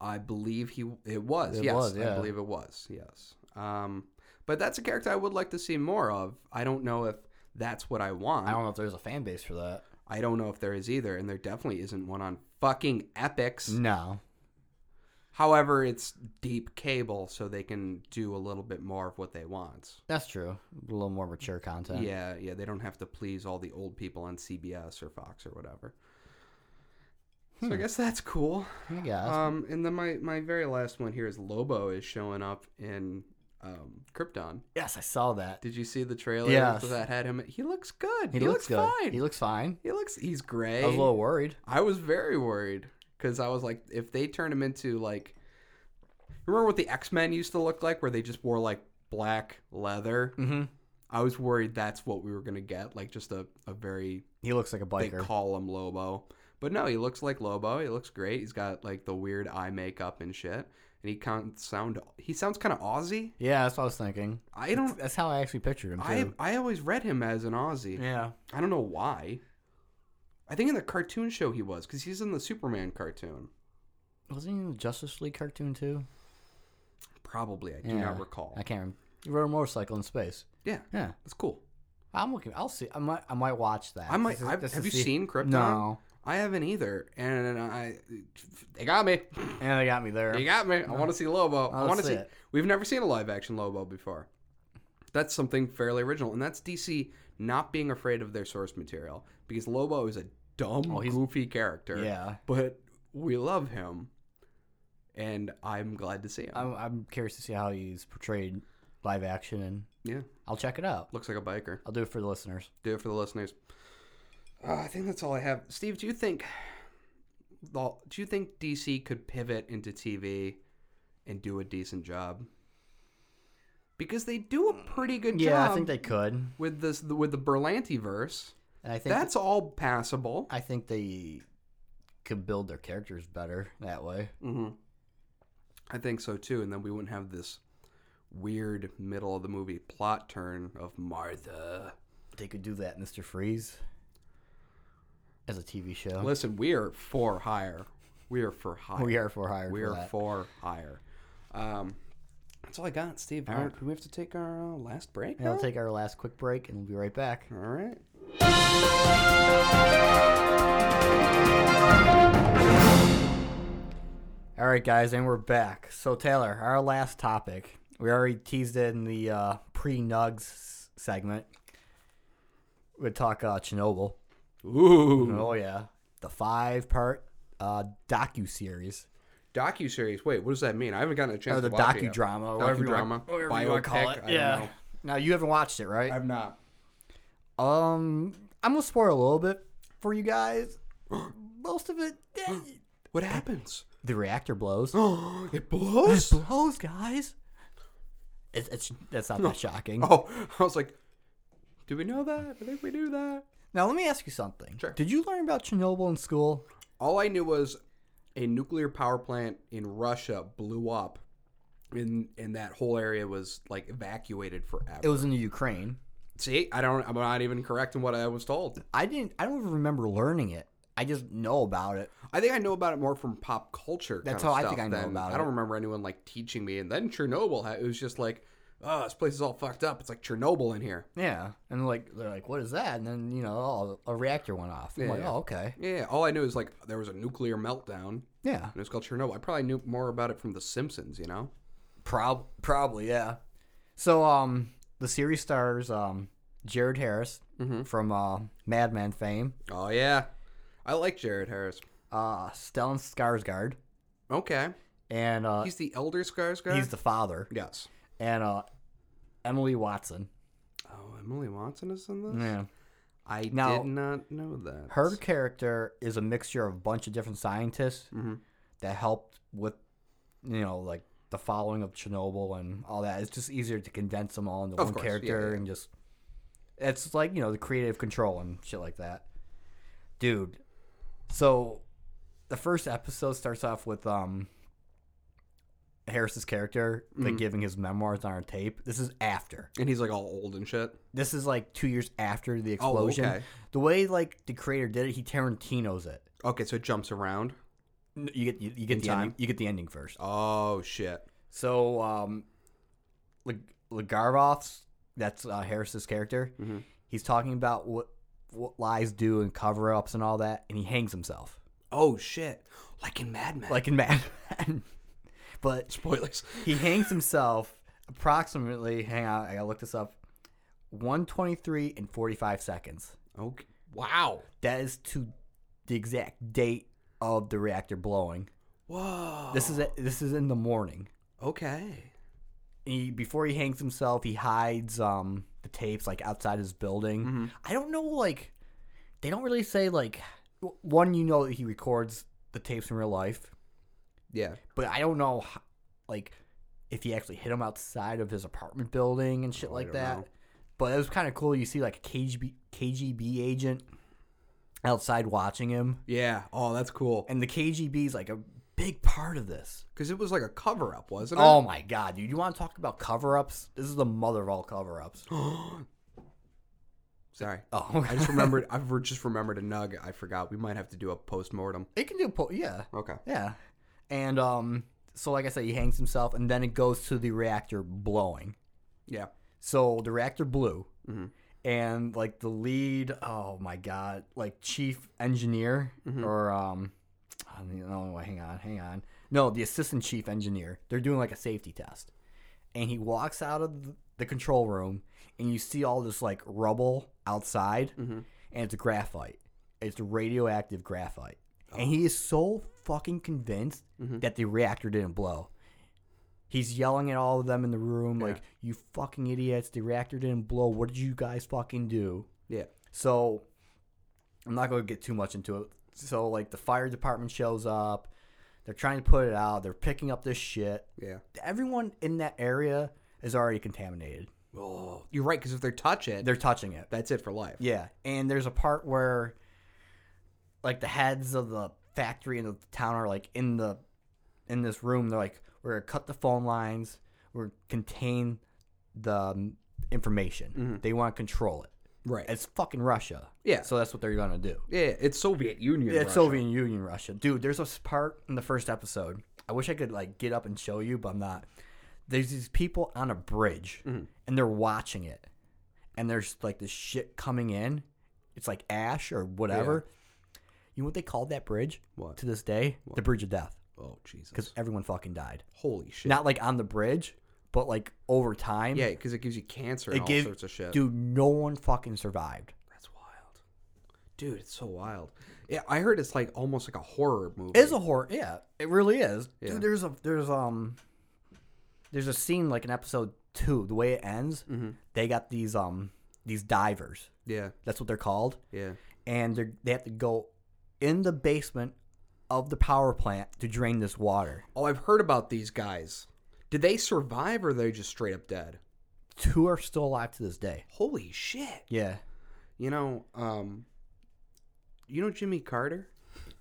Speaker 2: I believe he it was.
Speaker 1: It
Speaker 2: yes,
Speaker 1: was,
Speaker 2: I
Speaker 1: yeah.
Speaker 2: believe it was. Yes. Um, but that's a character I would like to see more of. I don't know if that's what I want.
Speaker 1: I don't know if there's a fan base for that.
Speaker 2: I don't know if there is either, and there definitely isn't one on fucking Epics.
Speaker 1: No.
Speaker 2: However, it's deep cable, so they can do a little bit more of what they want.
Speaker 1: That's true. A little more mature content.
Speaker 2: Yeah, yeah, they don't have to please all the old people on CBS or Fox or whatever. So
Speaker 1: Hmm.
Speaker 2: I guess that's cool.
Speaker 1: I guess.
Speaker 2: Um, and then my, my very last one here is Lobo is showing up in um, Krypton.
Speaker 1: yes, I saw that.
Speaker 2: Did you see the trailer
Speaker 1: Yes.
Speaker 2: that had him? He looks good.
Speaker 1: He,
Speaker 2: He,
Speaker 1: looks,
Speaker 2: looks,
Speaker 1: good.
Speaker 2: fine.
Speaker 1: He looks fine.
Speaker 2: he looks. He's gray.
Speaker 1: I was a little worried.
Speaker 2: I was very worried because I was like, if they turn him into like, remember what the X Men used to look like, where they just wore like black leather.
Speaker 1: Mm-hmm.
Speaker 2: I was worried that's what we were gonna get, like just a a very
Speaker 1: He looks like a
Speaker 2: they
Speaker 1: biker.
Speaker 2: call him Lobo, but no, he looks like Lobo. He looks great. He's got like the weird eye makeup and shit. and he can't sound. He sounds kind of Aussie.
Speaker 1: Yeah, that's what I was thinking.
Speaker 2: I don't.
Speaker 1: That's how I actually pictured him
Speaker 2: I
Speaker 1: too.
Speaker 2: I always read him as an Aussie.
Speaker 1: yeah.
Speaker 2: I don't know why. I think in the cartoon show he was because he's in the Superman cartoon.
Speaker 1: Wasn't he in the Justice League cartoon too?
Speaker 2: Probably I do
Speaker 1: Yeah.
Speaker 2: not recall.
Speaker 1: I can't. Remember. He rode a motorcycle in space.
Speaker 2: Yeah,
Speaker 1: Yeah.
Speaker 2: that's cool.
Speaker 1: I'm looking. I'll see. I might. I might watch that.
Speaker 2: I might.
Speaker 1: This is-
Speaker 2: I've-
Speaker 1: this
Speaker 2: have you
Speaker 1: is the-
Speaker 2: seen Krypton?
Speaker 1: No.
Speaker 2: I haven't either. And I, they got me.
Speaker 1: And they got me there.
Speaker 2: They got me. I want to see Lobo. I
Speaker 1: I'll
Speaker 2: want to
Speaker 1: see
Speaker 2: see.
Speaker 1: it.
Speaker 2: We've never seen a live action Lobo before. That's something fairly original, and that's DC not being afraid of their source material because Lobo is a dumb,
Speaker 1: Oh, he's-
Speaker 2: goofy character.
Speaker 1: yeah.
Speaker 2: but we love him, and I'm glad to see him.
Speaker 1: I'm, I'm curious to see how he's portrayed live action, and
Speaker 2: yeah,
Speaker 1: I'll check it out.
Speaker 2: looks like a biker.
Speaker 1: I'll do it for the listeners.
Speaker 2: do it for the listeners. Uh, I think that's all I have. Steve, do you think well, do you think DC could pivot into TV and do a decent job? Because they do a pretty good
Speaker 1: Yeah,
Speaker 2: job
Speaker 1: I think they could, and
Speaker 2: with this with the Berlanti verse.
Speaker 1: I think
Speaker 2: That's all passable.
Speaker 1: I think they could build their characters better that way.
Speaker 2: hmm I think so too, and then we wouldn't have this weird middle of the movie plot turn of Martha.
Speaker 1: They could do that, Mister Freeze, as a TV show.
Speaker 2: Listen, we are for hire. We are for
Speaker 1: [laughs]
Speaker 2: hire.
Speaker 1: we are for hire.
Speaker 2: We
Speaker 1: for
Speaker 2: are
Speaker 1: that.
Speaker 2: for hire. Um, that's all I got, Steve.
Speaker 1: right.
Speaker 2: All right. Do we have to take our uh, last break?
Speaker 1: And we'll
Speaker 2: now?
Speaker 1: take our last quick break, and we'll be right back.
Speaker 2: all right.
Speaker 1: All right, guys, and we're back. So, Taylor, our last topic. We already teased it in the uh, pre Nugs segment. We talk uh, Chernobyl.
Speaker 2: Ooh.
Speaker 1: Oh yeah, the five part uh, docu series
Speaker 2: Docu series. Wait, what does that mean? I haven't gotten a chance
Speaker 1: or the
Speaker 2: to watch it yet.
Speaker 1: docudrama, or whatever you want,
Speaker 2: Oh, Docudrama,
Speaker 1: whatever you wanna call it.
Speaker 2: biopic, I don't
Speaker 1: Yeah.
Speaker 2: know.
Speaker 1: Now you haven't watched it, right?
Speaker 2: I've not.
Speaker 1: um, I'm gonna spoil a little bit for you
Speaker 2: [gasps]
Speaker 1: guys. Most of it, eh,
Speaker 2: What [gasps] happens?
Speaker 1: the reactor blows.
Speaker 2: [gasps] it blows.
Speaker 1: blows, guys. It's, it's that's not
Speaker 2: [laughs]
Speaker 1: that shocking.
Speaker 2: [laughs] oh, I was like, do we know that? I think we knew that.
Speaker 1: Now let me ask you something.
Speaker 2: Sure.
Speaker 1: Did you learn about Chernobyl in school?
Speaker 2: All I knew was a nuclear power plant in Russia blew up, and and that whole area was like evacuated forever.
Speaker 1: It was in the Ukraine.
Speaker 2: See, I don't. I'm not even correct in what I was told.
Speaker 1: I didn't. I don't even remember learning it. I just know about it.
Speaker 2: I think I know about it more from pop culture.
Speaker 1: That's
Speaker 2: kind of
Speaker 1: how I
Speaker 2: stuff
Speaker 1: think I know
Speaker 2: than-
Speaker 1: about
Speaker 2: I don't
Speaker 1: it.
Speaker 2: remember anyone like teaching me. And then Chernobyl, ha- it was just like, oh, this place is all fucked up. It's like Chernobyl in here.
Speaker 1: Yeah, and like they're like, "What is that?" And then you know, oh, a reactor went off. I'm
Speaker 2: Yeah,
Speaker 1: like,
Speaker 2: yeah.
Speaker 1: "Oh, okay."
Speaker 2: Yeah, all I knew is like there was a nuclear meltdown, and
Speaker 1: Yeah,
Speaker 2: it was called Chernobyl. I probably knew more about it from The Simpsons. You know,
Speaker 1: prob probably yeah. So um, the series stars um Jared Harris
Speaker 2: Mm-hmm.
Speaker 1: from uh, Mad Men fame,
Speaker 2: oh yeah, I like Jared Harris.
Speaker 1: uh Stellan Skarsgård,
Speaker 2: Okay,
Speaker 1: and uh, he's,
Speaker 2: he's the elder Skarsgård.
Speaker 1: the father,
Speaker 2: yes.
Speaker 1: and uh Emily Watson.
Speaker 2: Oh, Emily Watson is in this.
Speaker 1: Yeah.
Speaker 2: I
Speaker 1: Now-
Speaker 2: did not know that.
Speaker 1: Her character is a mixture of a bunch of different scientists
Speaker 2: Mhm.
Speaker 1: that helped with, you know, like the following of Chernobyl and all that. It's just easier to condense them all into
Speaker 2: Of
Speaker 1: one
Speaker 2: course, yeah,
Speaker 1: character
Speaker 2: yeah.
Speaker 1: and just. It's like, you know, the creative control and shit like that. Dude. So the first episode starts off with um Harris's character
Speaker 2: Mm-hmm.
Speaker 1: like giving his memoirs on our tape. This is after
Speaker 2: and he's like all old and shit.
Speaker 1: this is like two years after the
Speaker 2: Oh,
Speaker 1: explosion.
Speaker 2: okay.
Speaker 1: The way like the creator did it, he Tarantino's it.
Speaker 2: Okay, so it jumps around.
Speaker 1: N- You get you, you get the
Speaker 2: time?
Speaker 1: ending, you get the ending first.
Speaker 2: Oh shit.
Speaker 1: So um, Lig- Ligarov's that's uh, Harris's character.
Speaker 2: Mhm.
Speaker 1: He's talking about what what lies do and cover ups and all that, and he hangs himself
Speaker 2: Oh shit! Like in Mad Men.
Speaker 1: like in [laughs] Mad Men. but
Speaker 2: [laughs] spoilers.
Speaker 1: he hangs himself approximately. Hang on, I gotta look this up. One twenty three and forty five seconds.
Speaker 2: Okay. Wow.
Speaker 1: That is to the exact date of the reactor blowing.
Speaker 2: Whoa.
Speaker 1: This is this is in the morning.
Speaker 2: okay.
Speaker 1: He before he hangs himself, he hides um the tapes like outside his building.
Speaker 2: Mm-hmm.
Speaker 1: I don't know like they don't really say like w- one you know that he records the tapes in real life,
Speaker 2: Yeah.
Speaker 1: but I don't know h- like if he actually hit him outside of his apartment building and shit
Speaker 2: Oh, I
Speaker 1: like
Speaker 2: don't
Speaker 1: that.
Speaker 2: know.
Speaker 1: But it was kind of cool. You see like a KGB, KGB agent outside watching him.
Speaker 2: Yeah. Oh, that's cool.
Speaker 1: and the KGB's like a big part of this.
Speaker 2: Because it was like a cover up, wasn't it?
Speaker 1: Oh my god, dude! You want to talk about cover-ups? This is the mother of all
Speaker 2: [gasps]
Speaker 1: cover-ups.
Speaker 2: Sorry.
Speaker 1: Oh, [laughs]
Speaker 2: I just remembered. [laughs] I've re- just remembered a nug. I forgot. We might have to do a post mortem.
Speaker 1: it can do po- yeah,
Speaker 2: Okay.
Speaker 1: yeah, and um, so like I said, he hangs himself, and then it goes to the reactor blowing.
Speaker 2: Yeah.
Speaker 1: So the reactor blew,
Speaker 2: Mhm.
Speaker 1: and like the lead, oh my god, like chief engineer or um, I don't know. Hang on, hang on. No, the assistant chief engineer. They're doing like a safety test, and he walks out of th- the control room, and you see all this like rubble outside, and it's graphite. It's radioactive graphite, and he is so fucking convinced that the reactor didn't blow. He's yelling at all of them in the room, like, you fucking idiots, the reactor didn't blow. What did you guys fucking do?
Speaker 2: Yeah.
Speaker 1: So I'm not going to get too much into it. So, like, the fire department shows up. They're trying to put it out. They're picking up this shit.
Speaker 2: Yeah.
Speaker 1: Everyone in that area is already contaminated.
Speaker 2: Oh, you're right. Because if they touch it,
Speaker 1: They're touching it.
Speaker 2: that's it for life.
Speaker 1: Yeah, and there's a part where, like, the heads of the factory and the town are like in the, in this room. They're like, we're gonna cut the phone lines. We're gonna contain the um, information. They want to control it.
Speaker 2: Right.
Speaker 1: It's fucking Russia.
Speaker 2: Yeah.
Speaker 1: So that's what they're gonna do.
Speaker 2: yeah. It's Soviet Union.
Speaker 1: It's
Speaker 2: Russia.
Speaker 1: Soviet Union Russia, dude. There's a part in the first episode. I wish I could like get up and show you, but I'm not. There's these people on a bridge,
Speaker 2: Mm-hmm.
Speaker 1: and they're watching it, and there's like this shit coming in. It's like ash or whatever. You know what they called that bridge?
Speaker 2: What?
Speaker 1: to this day, the Bridge of Death,
Speaker 2: Oh Jesus.
Speaker 1: because everyone fucking died.
Speaker 2: Holy shit.
Speaker 1: Not like on the bridge, but like over time.
Speaker 2: yeah, because it gives you cancer and
Speaker 1: it
Speaker 2: all
Speaker 1: gave
Speaker 2: sorts of shit.
Speaker 1: dude. No one fucking survived.
Speaker 2: That's wild. Dude, it's so wild. Yeah, I heard it's like almost like a horror movie.
Speaker 1: It is a horror. Yeah, it really is.
Speaker 2: Yeah.
Speaker 1: Dude, there's a there's um there's a scene like in episode two, the way it ends. They got these um these divers.
Speaker 2: yeah,
Speaker 1: That's what they're called,
Speaker 2: yeah.
Speaker 1: and they they have to go in the basement of the power plant to drain this water.
Speaker 2: Oh, I've heard about these guys. Did they survive or are they just straight up dead?
Speaker 1: Two are still alive to this day.
Speaker 2: Holy shit.
Speaker 1: Yeah.
Speaker 2: You know, um you know Jimmy Carter?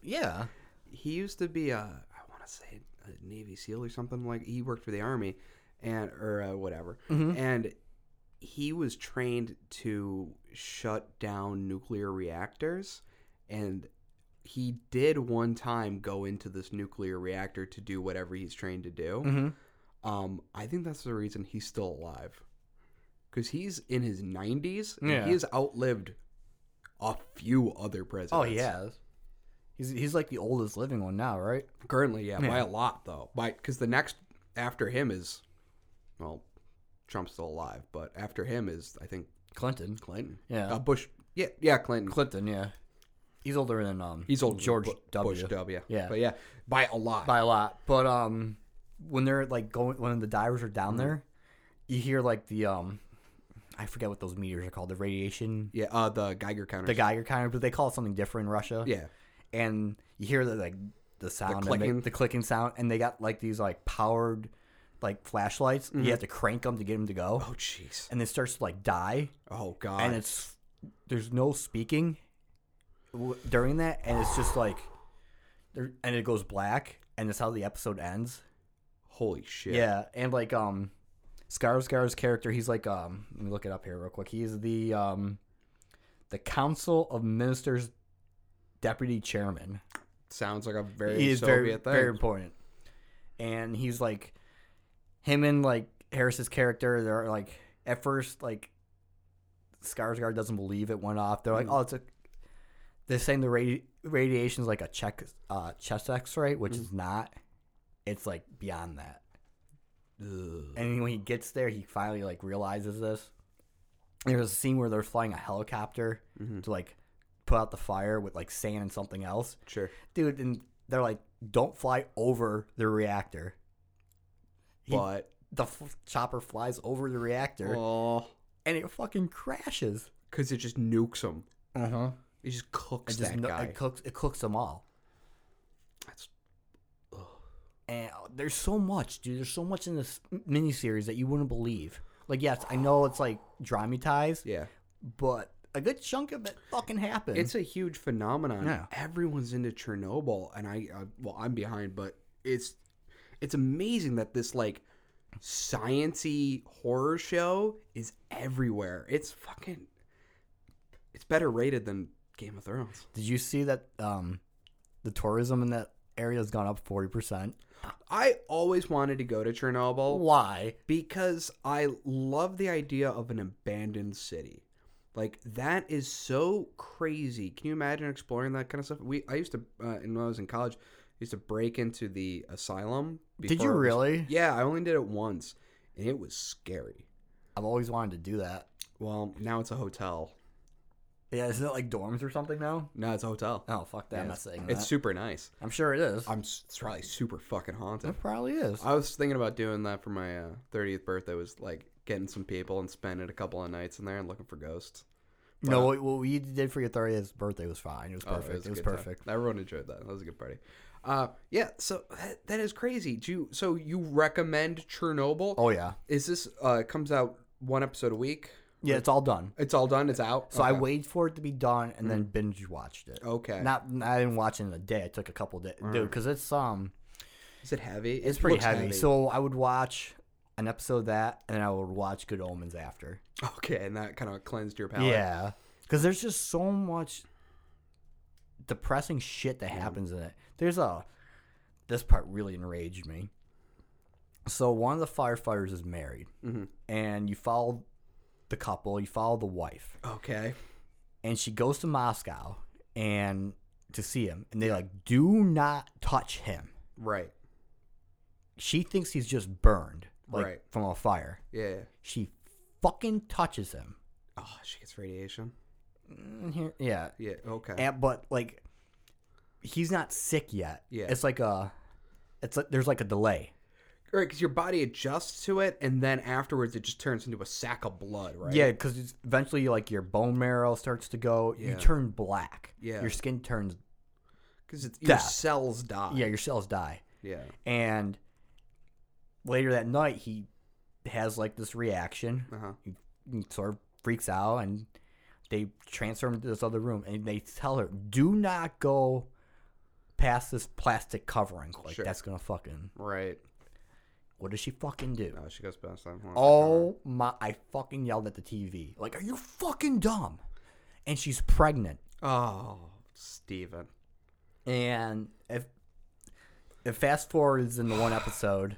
Speaker 1: Yeah.
Speaker 2: He used to be a I want to say a Navy SEAL or something like he worked for the army and or uh, whatever.
Speaker 1: Mm-hmm.
Speaker 2: And he was trained to shut down nuclear reactors and he did one time go into this nuclear reactor to do whatever he's trained to do.
Speaker 1: hmm
Speaker 2: Um, I think that's the reason he's still alive. Because he's in his 90s. and
Speaker 1: Yeah.
Speaker 2: He has outlived a few other presidents.
Speaker 1: Oh, he has. He's he's like the oldest living one now, right?
Speaker 2: Currently, yeah, by
Speaker 1: Yeah.
Speaker 2: a lot, though. by Because the next after him is, well, Trump's still alive, but after him is, I think,
Speaker 1: Clinton.
Speaker 2: Clinton.
Speaker 1: Yeah.
Speaker 2: Uh, Bush. Yeah, yeah, Clinton.
Speaker 1: Clinton. Yeah. He's older than um.
Speaker 2: He's old
Speaker 1: George W.
Speaker 2: Bush W.
Speaker 1: Yeah.
Speaker 2: But yeah, by a lot.
Speaker 1: by a lot. But um, when they're like going, when the divers are
Speaker 2: Mm-hmm.
Speaker 1: down there, you hear like the um, I forget what those meters are called, the radiation,
Speaker 2: yeah, uh, the Geiger counter.
Speaker 1: the Geiger counter, but they call it something different in Russia.
Speaker 2: Yeah.
Speaker 1: and you hear the like the sound, and they-
Speaker 2: clicking.
Speaker 1: the clicking sound, and they got like these like powered like flashlights. You have to crank them to get them to go,
Speaker 2: Mm-hmm. Oh, jeez.
Speaker 1: and it starts to like die,
Speaker 2: Oh, God.
Speaker 1: and it's there's no speaking w- during that, and it's just like there, and it goes black, and that's how the episode ends.
Speaker 2: Holy shit.
Speaker 1: Yeah, and like um, Skarsgård's character, he's like um, let me look it up here real quick. He is the um, the Council of Ministers deputy chairman.
Speaker 2: Sounds like a very
Speaker 1: he is very
Speaker 2: Soviet thing.
Speaker 1: very important, and he's like him and like Harris's character. They're like at first like Skarsgård doesn't believe it went off. They're like,
Speaker 2: Hmm.
Speaker 1: oh, it's a they're saying the radi- radiation is like a check uh, chest X-ray,
Speaker 2: Hmm.
Speaker 1: which is not. It's like beyond that.
Speaker 2: Ugh.
Speaker 1: And when he gets there, he finally like realizes this. There's a scene where they're flying a helicopter
Speaker 2: Mm-hmm.
Speaker 1: to like put out the fire with like sand and something else,
Speaker 2: Sure.
Speaker 1: dude. And they're like, "Don't fly over the reactor." He-
Speaker 2: but
Speaker 1: The f- chopper flies over the reactor
Speaker 2: oh,
Speaker 1: and it fucking crashes.
Speaker 2: because it just nukes him.
Speaker 1: Uh huh.
Speaker 2: It just cooks
Speaker 1: It just
Speaker 2: Uh-huh. that
Speaker 1: no-
Speaker 2: guy.
Speaker 1: it cooks it cooks them all.
Speaker 2: That's-
Speaker 1: And uh, there's so much, dude. There's so much in this miniseries that you wouldn't believe. Like, yes, I know it's like dramatized,
Speaker 2: yeah,
Speaker 1: but a good chunk of it fucking happened.
Speaker 2: it's a huge phenomenon.
Speaker 1: Yeah.
Speaker 2: Everyone's into Chernobyl, and I uh, well, I'm behind, but it's it's amazing that this like sciency horror show is everywhere. It's fucking it's better rated than Game of Thrones.
Speaker 1: Did you see that um, the tourism in that area has gone up 40%?
Speaker 2: I always wanted to go to Chernobyl
Speaker 1: Why?
Speaker 2: because I love the idea of an abandoned city. Like that is so crazy. Can you imagine exploring that kind of stuff? We I used to uh, and when I was in college, I used to break into the asylum.
Speaker 1: Did you
Speaker 2: before it was-
Speaker 1: really?
Speaker 2: yeah, I only did it once, and it was scary.
Speaker 1: I've always wanted to do that.
Speaker 2: Well, now it's a hotel.
Speaker 1: Yeah, isn't it like dorms or something now?
Speaker 2: No, it's a hotel.
Speaker 1: Oh, fuck that.
Speaker 2: Yeah,
Speaker 1: I'm not
Speaker 2: it's-
Speaker 1: saying
Speaker 2: It's
Speaker 1: that.
Speaker 2: super nice.
Speaker 1: I'm sure it is.
Speaker 2: I'm. s- It's probably super fucking
Speaker 1: [laughs]
Speaker 2: haunted.
Speaker 1: It probably is.
Speaker 2: I was thinking about doing that for my uh, 30th birthday. Was like getting some people and spending a couple of nights in there and looking for ghosts.
Speaker 1: no, what, what we did for your 30th birthday was fine. It was
Speaker 2: Oh,
Speaker 1: perfect. it was,
Speaker 2: a good time.
Speaker 1: perfect.
Speaker 2: Everyone enjoyed that. That was a good party. Uh, yeah. So that, that is crazy. Do you, so you recommend Chernobyl?
Speaker 1: Oh, yeah.
Speaker 2: Is this uh it comes out one episode a week?
Speaker 1: Yeah, it's all done.
Speaker 2: It's all done. It's out.
Speaker 1: So I
Speaker 2: Okay. Mm.
Speaker 1: waited for it to be done and then binge watched it.
Speaker 2: Okay.
Speaker 1: Not, I didn't watch it in a day. I took a couple days, dude, because it's um,
Speaker 2: is it heavy?
Speaker 1: it's pretty heavy. So I would watch an episode of that, and then I would watch Good Omens after.
Speaker 2: okay, and that kind of cleansed your palate.
Speaker 1: Yeah, because there's just so much depressing shit that happens in it. There's a this part really enraged me. So one of the firefighters is married,
Speaker 2: Mhm.
Speaker 1: and you follow the couple. You follow the wife,
Speaker 2: Okay.
Speaker 1: and she goes to Moscow and to see him, and they like do not touch him.
Speaker 2: Right.
Speaker 1: She thinks he's just burned, like
Speaker 2: Right.
Speaker 1: from a fire.
Speaker 2: Yeah.
Speaker 1: She fucking touches him.
Speaker 2: Oh, she gets radiation.
Speaker 1: Mm, here- Yeah,
Speaker 2: Yeah. Okay.
Speaker 1: and, but like he's not sick yet.
Speaker 2: Yeah.
Speaker 1: it's like a, it's like there's like a delay.
Speaker 2: Right, because your body adjusts to it, and then afterwards it just turns into a sack of blood, right?
Speaker 1: Yeah, because eventually like your bone marrow starts to go. You
Speaker 2: Yeah.
Speaker 1: turn black.
Speaker 2: Yeah.
Speaker 1: your skin turns.
Speaker 2: Because your
Speaker 1: Death.
Speaker 2: cells die.
Speaker 1: Yeah, your cells die.
Speaker 2: Yeah.
Speaker 1: And later that night, he has like this reaction.
Speaker 2: Uh huh.
Speaker 1: He sort of freaks out, and they transfer him to this other room, and they tell her, "Do not go." Past this plastic covering, like
Speaker 2: Sure.
Speaker 1: that's gonna fucking.
Speaker 2: Right.
Speaker 1: What does she fucking do?
Speaker 2: No, she goes past that. one.
Speaker 1: Oh my! I fucking yelled at the TV. Like, are you fucking dumb? And she's pregnant.
Speaker 2: Oh, Steven.
Speaker 1: And if if fast forwards in the one episode,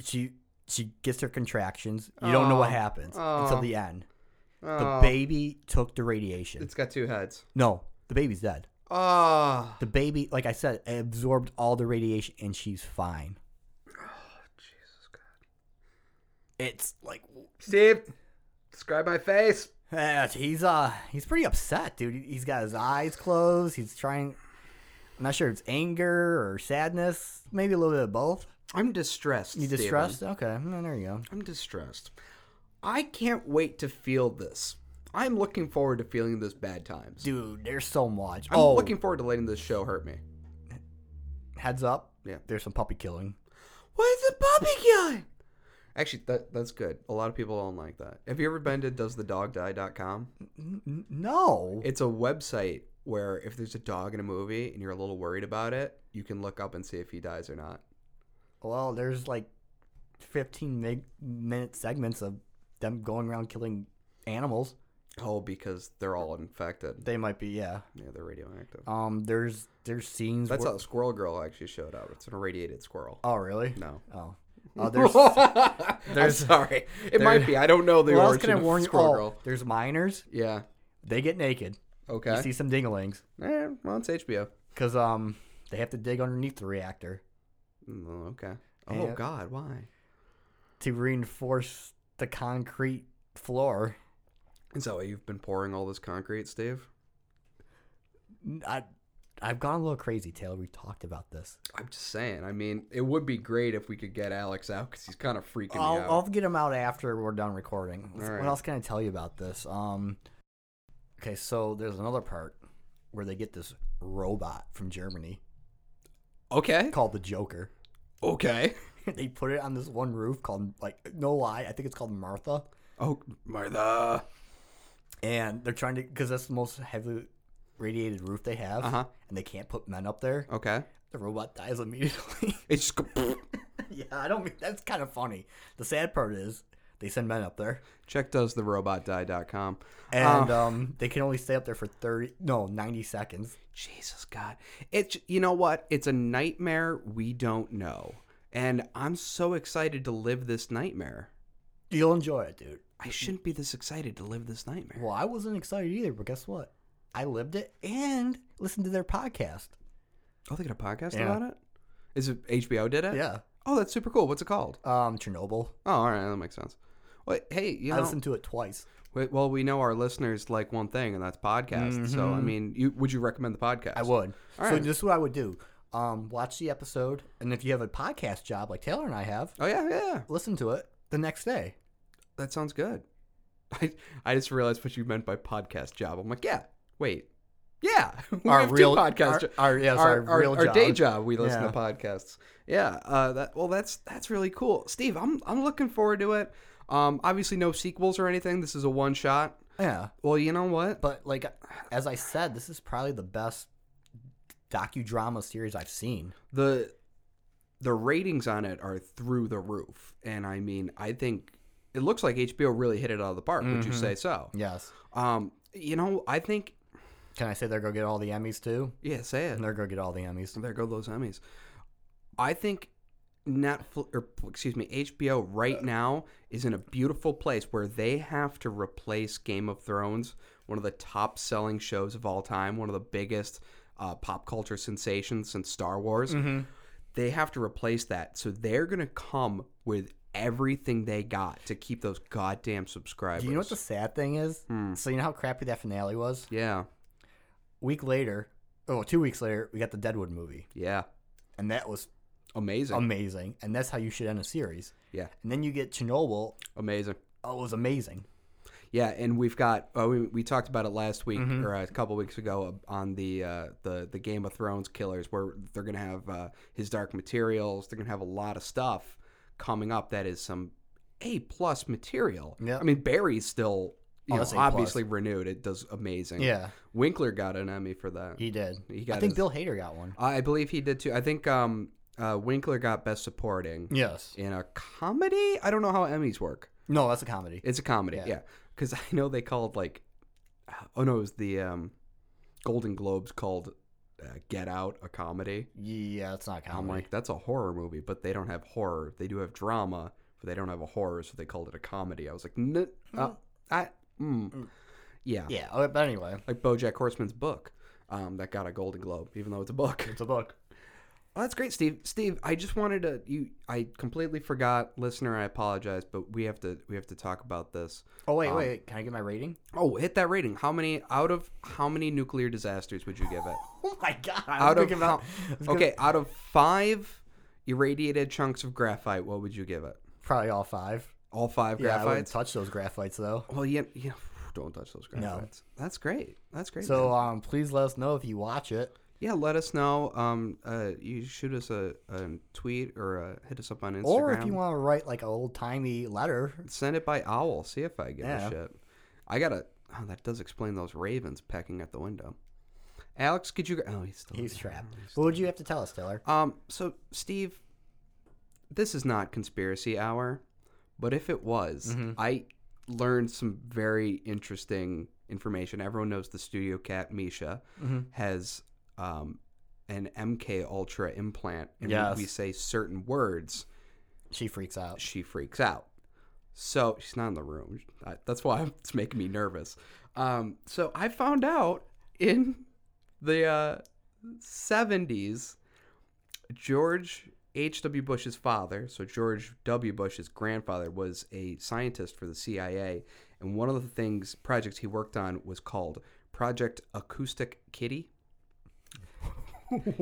Speaker 1: she she gets her contractions. You don't know what
Speaker 2: Oh.
Speaker 1: happens
Speaker 2: Oh.
Speaker 1: until the end. The
Speaker 2: Oh,
Speaker 1: baby took the radiation.
Speaker 2: It's got two heads.
Speaker 1: no, the baby's dead.
Speaker 2: Oh.
Speaker 1: The baby, like I said, absorbed all the radiation, and she's fine.
Speaker 2: Oh, Jesus God.
Speaker 1: It's like
Speaker 2: Steve, describe my face.
Speaker 1: Yeah, he's uh he's pretty upset, dude. He- He's got his eyes closed. He's trying. I'm not sure if it's anger or sadness, maybe a little bit of both.
Speaker 2: I'm distressed.
Speaker 1: You
Speaker 2: Steven.
Speaker 1: distressed? Okay, well, there you go.
Speaker 2: I'm distressed. I can't wait to feel this. I'm looking forward to feeling this bad times.
Speaker 1: Dude, there's so much.
Speaker 2: I'm
Speaker 1: oh,
Speaker 2: looking forward to letting this show hurt me.
Speaker 1: heads up.
Speaker 2: Yeah.
Speaker 1: There's some puppy killing.
Speaker 2: Why is the puppy killing? Actually, that that's good. A lot of people don't like that. Have you ever been to doesthedogdie.com?
Speaker 1: N- n- No.
Speaker 2: It's a website where if there's a dog in a movie and you're a little worried about it, you can look up and see if he dies or not.
Speaker 1: well, there's like 15 mig- minute segments of them going around killing animals.
Speaker 2: Oh, because they're all infected.
Speaker 1: They might be, yeah.
Speaker 2: Yeah, they're radioactive.
Speaker 1: Um, there's there's scenes.
Speaker 2: That's
Speaker 1: where-
Speaker 2: how Squirrel Girl actually showed up. It's an irradiated squirrel.
Speaker 1: Oh, really? [laughs]
Speaker 2: No.
Speaker 1: Oh.
Speaker 2: [laughs]
Speaker 1: Oh, there's
Speaker 2: I'm sorry. It might be. I don't know the
Speaker 1: Well, I was
Speaker 2: origin
Speaker 1: gonna
Speaker 2: of
Speaker 1: warn you.
Speaker 2: Squirrel
Speaker 1: Oh,
Speaker 2: Girl.
Speaker 1: there's minors.
Speaker 2: Yeah.
Speaker 1: They get naked.
Speaker 2: Okay.
Speaker 1: You see some dinglings
Speaker 2: Eh, well, it's HBO.
Speaker 1: because um they have to dig underneath the reactor
Speaker 2: Mm, okay. Oh,
Speaker 1: Yeah.
Speaker 2: God. Why?
Speaker 1: to reinforce the concrete floor.
Speaker 2: Is that why you've been pouring all this concrete, Steve?
Speaker 1: N- I, I've gone a little crazy, Taylor. We talked about this.
Speaker 2: I'm just saying. I mean, it would be great if we could get Alex out because he's kind of freaking
Speaker 1: I'll,
Speaker 2: me out.
Speaker 1: I'll get him out after we're done recording.
Speaker 2: All right.
Speaker 1: What else can I tell you about this? Um, okay, so there's another part where they get this robot from Germany
Speaker 2: Okay.
Speaker 1: called the Joker. [laughs]
Speaker 2: Okay.
Speaker 1: they put it on this one roof called like no lie, I think it's called Martha.
Speaker 2: Oh, Martha.
Speaker 1: and they're trying to because that's the most heavily radiated roof they have,
Speaker 2: Uh-huh.
Speaker 1: and they can't put men up there,
Speaker 2: Okay.
Speaker 1: the robot dies immediately. [laughs]
Speaker 2: It's just go-
Speaker 1: yeah, I don't mean that's kind of funny. The sad part is they send men up there,
Speaker 2: check does the robot die.com.
Speaker 1: and
Speaker 2: Uh.
Speaker 1: um, they can only stay up there for thirty, no, ninety seconds.
Speaker 2: Jesus God. It you know what? It's a nightmare we don't know. And I'm so excited to live this nightmare.
Speaker 1: You'll enjoy it, dude.
Speaker 2: I shouldn't be this excited to live this nightmare.
Speaker 1: Well, I wasn't excited either, but guess what? I lived it and listened to their podcast.
Speaker 2: Oh, they got a podcast
Speaker 1: Yeah.
Speaker 2: about it? Is it HBO did it?
Speaker 1: Yeah,
Speaker 2: Oh, that's super cool. What's it called?
Speaker 1: um, Chernobyl.
Speaker 2: Oh, all right, that makes sense. Well, hey, you
Speaker 1: I
Speaker 2: know,
Speaker 1: listened to it twice.
Speaker 2: we- well, we know our listeners like one thing, and that's podcasts. So, I mean, you, would you recommend the podcast?
Speaker 1: I would.
Speaker 2: All
Speaker 1: so
Speaker 2: right.
Speaker 1: this is what I would do: um, watch the episode, and if you have a podcast job like Taylor and I have,
Speaker 2: Oh yeah, yeah.
Speaker 1: listen to it the next day.
Speaker 2: That sounds good. [laughs] I I just realized what you meant by podcast job. I'm like, yeah. Wait. Yeah. [laughs] we
Speaker 1: Our
Speaker 2: have two
Speaker 1: real-
Speaker 2: podcast
Speaker 1: our-
Speaker 2: jo-
Speaker 1: our- yes, our real
Speaker 2: day
Speaker 1: jobs.
Speaker 2: job we listen
Speaker 1: Yeah.
Speaker 2: to podcasts. Yeah. Uh that well that's that's really cool. Steve, I'm I'm looking forward to it. Um obviously no sequels or anything. This is a one shot.
Speaker 1: Yeah,
Speaker 2: Well, you know what?
Speaker 1: but like as I said, this is probably the best docudrama series I've seen.
Speaker 2: the the ratings on it are through the roof. And I mean, I think it looks like HBO really hit it out of the park. Would you
Speaker 1: Mm-hmm.
Speaker 2: say so?
Speaker 1: Yes.
Speaker 2: Um, you know, I think
Speaker 1: Can I say they're gonna get all the Emmys too?
Speaker 2: yeah, say it.
Speaker 1: And they're gonna get all the Emmys.
Speaker 2: There go those Emmys. I think Netflix, or excuse me, HBO right now is in a beautiful place where they have to replace Game of Thrones, one of the top selling shows of all time, one of the biggest uh, pop culture sensations since Star Wars.
Speaker 1: Mm-hmm.
Speaker 2: They have to replace that. So they're going to come with everything they got to keep those goddamn subscribers. Hmm.
Speaker 1: Do you know what the sad thing is? So you know how crappy that finale was.
Speaker 2: Yeah.
Speaker 1: Week later, oh, two weeks later, we got the Deadwood movie,
Speaker 2: Yeah.
Speaker 1: and that was
Speaker 2: Amazing.
Speaker 1: amazing. And that's how you should end a series.
Speaker 2: yeah.
Speaker 1: And then you get Chernobyl.
Speaker 2: Amazing.
Speaker 1: Oh, it was amazing.
Speaker 2: Yeah, and we've got uh, we, we talked about it last week
Speaker 1: Mm-hmm.
Speaker 2: or a couple weeks ago on the uh, the the Game of Thrones killers, where they're gonna have uh, his Dark Materials. They're gonna have a lot of stuff coming up that is some A plus material.
Speaker 1: Yeah.
Speaker 2: I mean Barry's still you
Speaker 1: Oh,
Speaker 2: know,
Speaker 1: that's A plus.
Speaker 2: obviously renewed. It does amazing.
Speaker 1: Yeah,
Speaker 2: Winkler got an Emmy for that.
Speaker 1: he did.
Speaker 2: He got
Speaker 1: I think
Speaker 2: his-
Speaker 1: Bill Hader got one.
Speaker 2: I believe he did too. I think um, uh, Winkler got Best Supporting
Speaker 1: Yes.
Speaker 2: in a comedy. I don't know how Emmys work.
Speaker 1: No, that's a comedy.
Speaker 2: It's a comedy, yeah. Because [laughs] I know they called like, oh no, it was the um, Golden Globes called uh, Get Out a comedy.
Speaker 1: Yeah, it's not a
Speaker 2: I'm
Speaker 1: comedy.
Speaker 2: like, that's a horror movie, but they don't have horror. They do have drama, but they don't have a horror, so they called it a comedy. I was like, no, uh, I, mm. yeah.
Speaker 1: yeah, oh, but anyway,
Speaker 2: like BoJack Horseman's book. Um, that got a Golden Globe, even though it's a book.
Speaker 1: it's a book.
Speaker 2: Oh, that's great, Steve. Steve, I just wanted to you. I completely forgot, listener. I apologize, but we have to we have to talk about this.
Speaker 1: Oh wait, wait, can I get my rating?
Speaker 2: Oh, hit that rating. How many out of how many nuclear disasters would you give it?
Speaker 1: [laughs] Oh my god! I was
Speaker 2: Out of
Speaker 1: thinking about-
Speaker 2: how-
Speaker 1: [laughs] I was gonna-
Speaker 2: okay, out of five irradiated chunks of graphite, what would you give it?
Speaker 1: probably all five.
Speaker 2: All five
Speaker 1: Yeah, I wouldn't
Speaker 2: graphites.
Speaker 1: touch those graphites [laughs] though.
Speaker 2: well, yeah, yeah. [sighs] Don't touch those graphites.
Speaker 1: No.
Speaker 2: That's great. That's great. man.
Speaker 1: So um, please let us know if you watch it.
Speaker 2: yeah, let us know. Um, uh, you shoot us a, a tweet or uh, hit us up on Instagram.
Speaker 1: Or if you want to write like an old timey letter,
Speaker 2: send it by owl. See if I give
Speaker 1: Yeah.
Speaker 2: a shit. I gotta. Oh, that does explain those ravens pecking at the window. Alex, could you? Oh, he's still.
Speaker 1: he's trapped. What would you have to tell us, Taylor?
Speaker 2: Um, so Steve, this is not conspiracy hour, but if it was, I learned some very interesting information. Everyone knows the studio cat Misha
Speaker 1: Mm-hmm.
Speaker 2: has um, an MK Ultra implant, and when
Speaker 1: Yes.
Speaker 2: we say certain words,
Speaker 1: She freaks out.
Speaker 2: she freaks out. So she's not in the room. I- That's why [laughs] it's making me nervous. Um, so I found out in the uh, 70s, George H.W. Bush's father, so George W. Bush's grandfather, was a scientist for the CIA. And one of the things, projects he worked on was called Project Acoustic Kitty.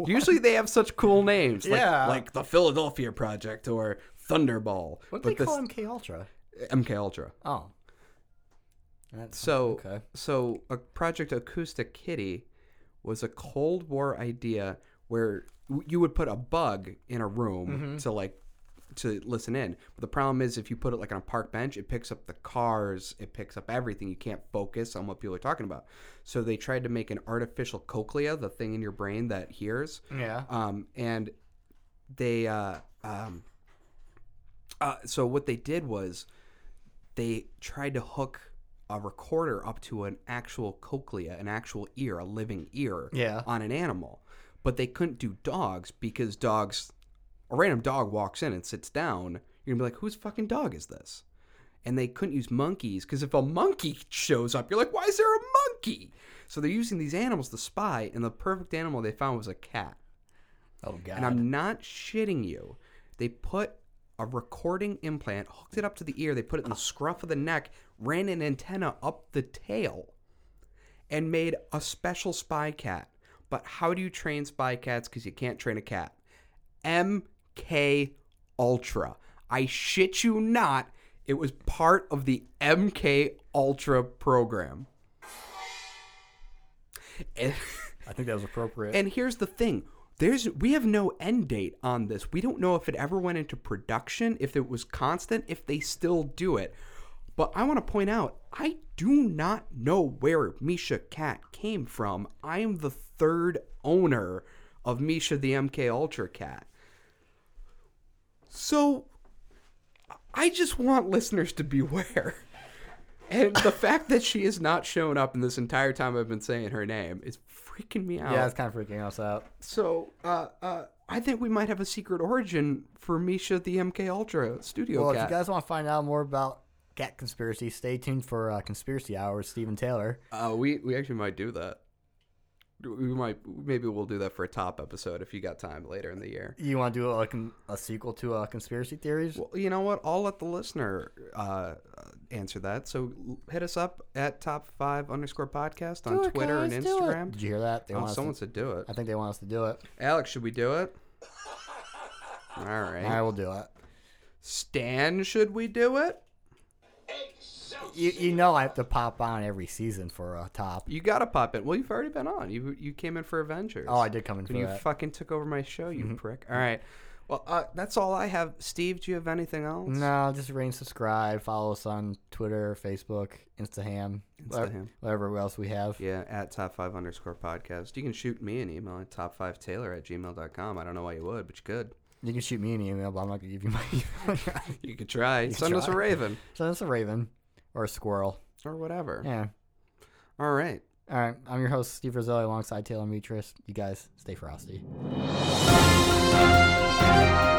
Speaker 2: Usually they have such cool names, like,
Speaker 1: Yeah.
Speaker 2: like the Philadelphia Project or Thunderball.
Speaker 1: What
Speaker 2: but
Speaker 1: do they call
Speaker 2: this-
Speaker 1: MK Ultra?
Speaker 2: MK Ultra.
Speaker 1: Oh, that's
Speaker 2: So,
Speaker 1: okay.
Speaker 2: so a Project Acoustic Kitty was a
Speaker 1: Mm-hmm.
Speaker 2: Cold War idea where w- you would put a bug in a room to like to listen in. But the problem is if you put it like on a park bench, it picks up the cars, it picks up everything. You can't focus on what people are talking about. So they tried to make an artificial cochlea, the thing in your brain that hears.
Speaker 1: Yeah.
Speaker 2: Um, and they uh, um, uh, so what they did was they tried to hook a recorder up to an actual cochlea, an actual ear, a living ear
Speaker 1: Yeah.
Speaker 2: on an animal. But they couldn't do dogs because dogs a random dog walks in and sits down, you're gonna be like, whose fucking dog is this? And they couldn't use monkeys because if a monkey [laughs] shows up, you're like, why is there a monkey? So they're using these animals to spy, and the perfect animal they found was a cat.
Speaker 1: Oh god.
Speaker 2: And I'm not shitting you. They put a recording implant, hooked it up to the ear, they put it in the scruff of the neck, ran an antenna up the tail, and made a special spy cat. But how do you train spy cats? Because you can't train a cat. MK Ultra. I shit you not. It was part of the MK Ultra program. And- [laughs]
Speaker 1: I think that was appropriate.
Speaker 2: and here's the thing. There's we have no end date on this. We don't know if it ever went into production, if it was constant, if they still do it. But I want to point out, I do not know where Misha Cat came from. I am the third owner of Misha the MK Ultra Cat. So I just want listeners to beware. [laughs] And the fact that she has not shown up in this entire time I've been saying her name is freaking me out.
Speaker 1: yeah, it's kind of freaking us out.
Speaker 2: So, uh, uh, I think we might have a secret origin for Misha the MK Ultra Studio
Speaker 1: Well,
Speaker 2: Cat.
Speaker 1: if you guys want to find out more about cat conspiracy, stay tuned for uh, Conspiracy Hour with Steven Taylor.
Speaker 2: uh, we we actually might do that. We might maybe we'll do that for a top episode if you got time later in the year.
Speaker 1: You want to do like a sequel to uh, Conspiracy Theories?
Speaker 2: Well, you know what? I'll let the listener uh, answer that. So l- hit us up at top five underscore podcast on Twitter and Instagram.
Speaker 1: Did you hear that? They
Speaker 2: Oh,
Speaker 1: want us to-
Speaker 2: someone said do it.
Speaker 1: I think they want us to do it.
Speaker 2: Alex, should we do
Speaker 1: [laughs]
Speaker 2: it? All right.
Speaker 1: I will do it.
Speaker 2: Stan, should we do it?
Speaker 1: You, you know I have to pop on every season for a top.
Speaker 2: You gotta pop in. Well, you've already been on. You you came in for Avengers.
Speaker 1: Oh, I did come in for
Speaker 2: When you
Speaker 1: that. Mm-hmm.
Speaker 2: fucking took over my show, you prick. All right. Well, uh, that's all I have. Steve, do you have anything else?
Speaker 1: no, just ring subscribe, follow us on Twitter, Facebook, Instaham, wha-
Speaker 2: Instaham.
Speaker 1: whatever else we have.
Speaker 2: Yeah, at top five underscore podcast. You can shoot me an email at top five Taylor at gmail.com. I don't know why you would, but you could.
Speaker 1: You can shoot me an email, but I'm not gonna give you my [laughs] email.
Speaker 2: [laughs] You could try. Send us a
Speaker 1: try. [laughs]
Speaker 2: raven
Speaker 1: so that's a raven or a squirrel.
Speaker 2: or whatever.
Speaker 1: Yeah.
Speaker 2: All right.
Speaker 1: All right, I'm your host Steve Roselli alongside Taylor Metris. You guys stay frosty.
Speaker 2: Bye.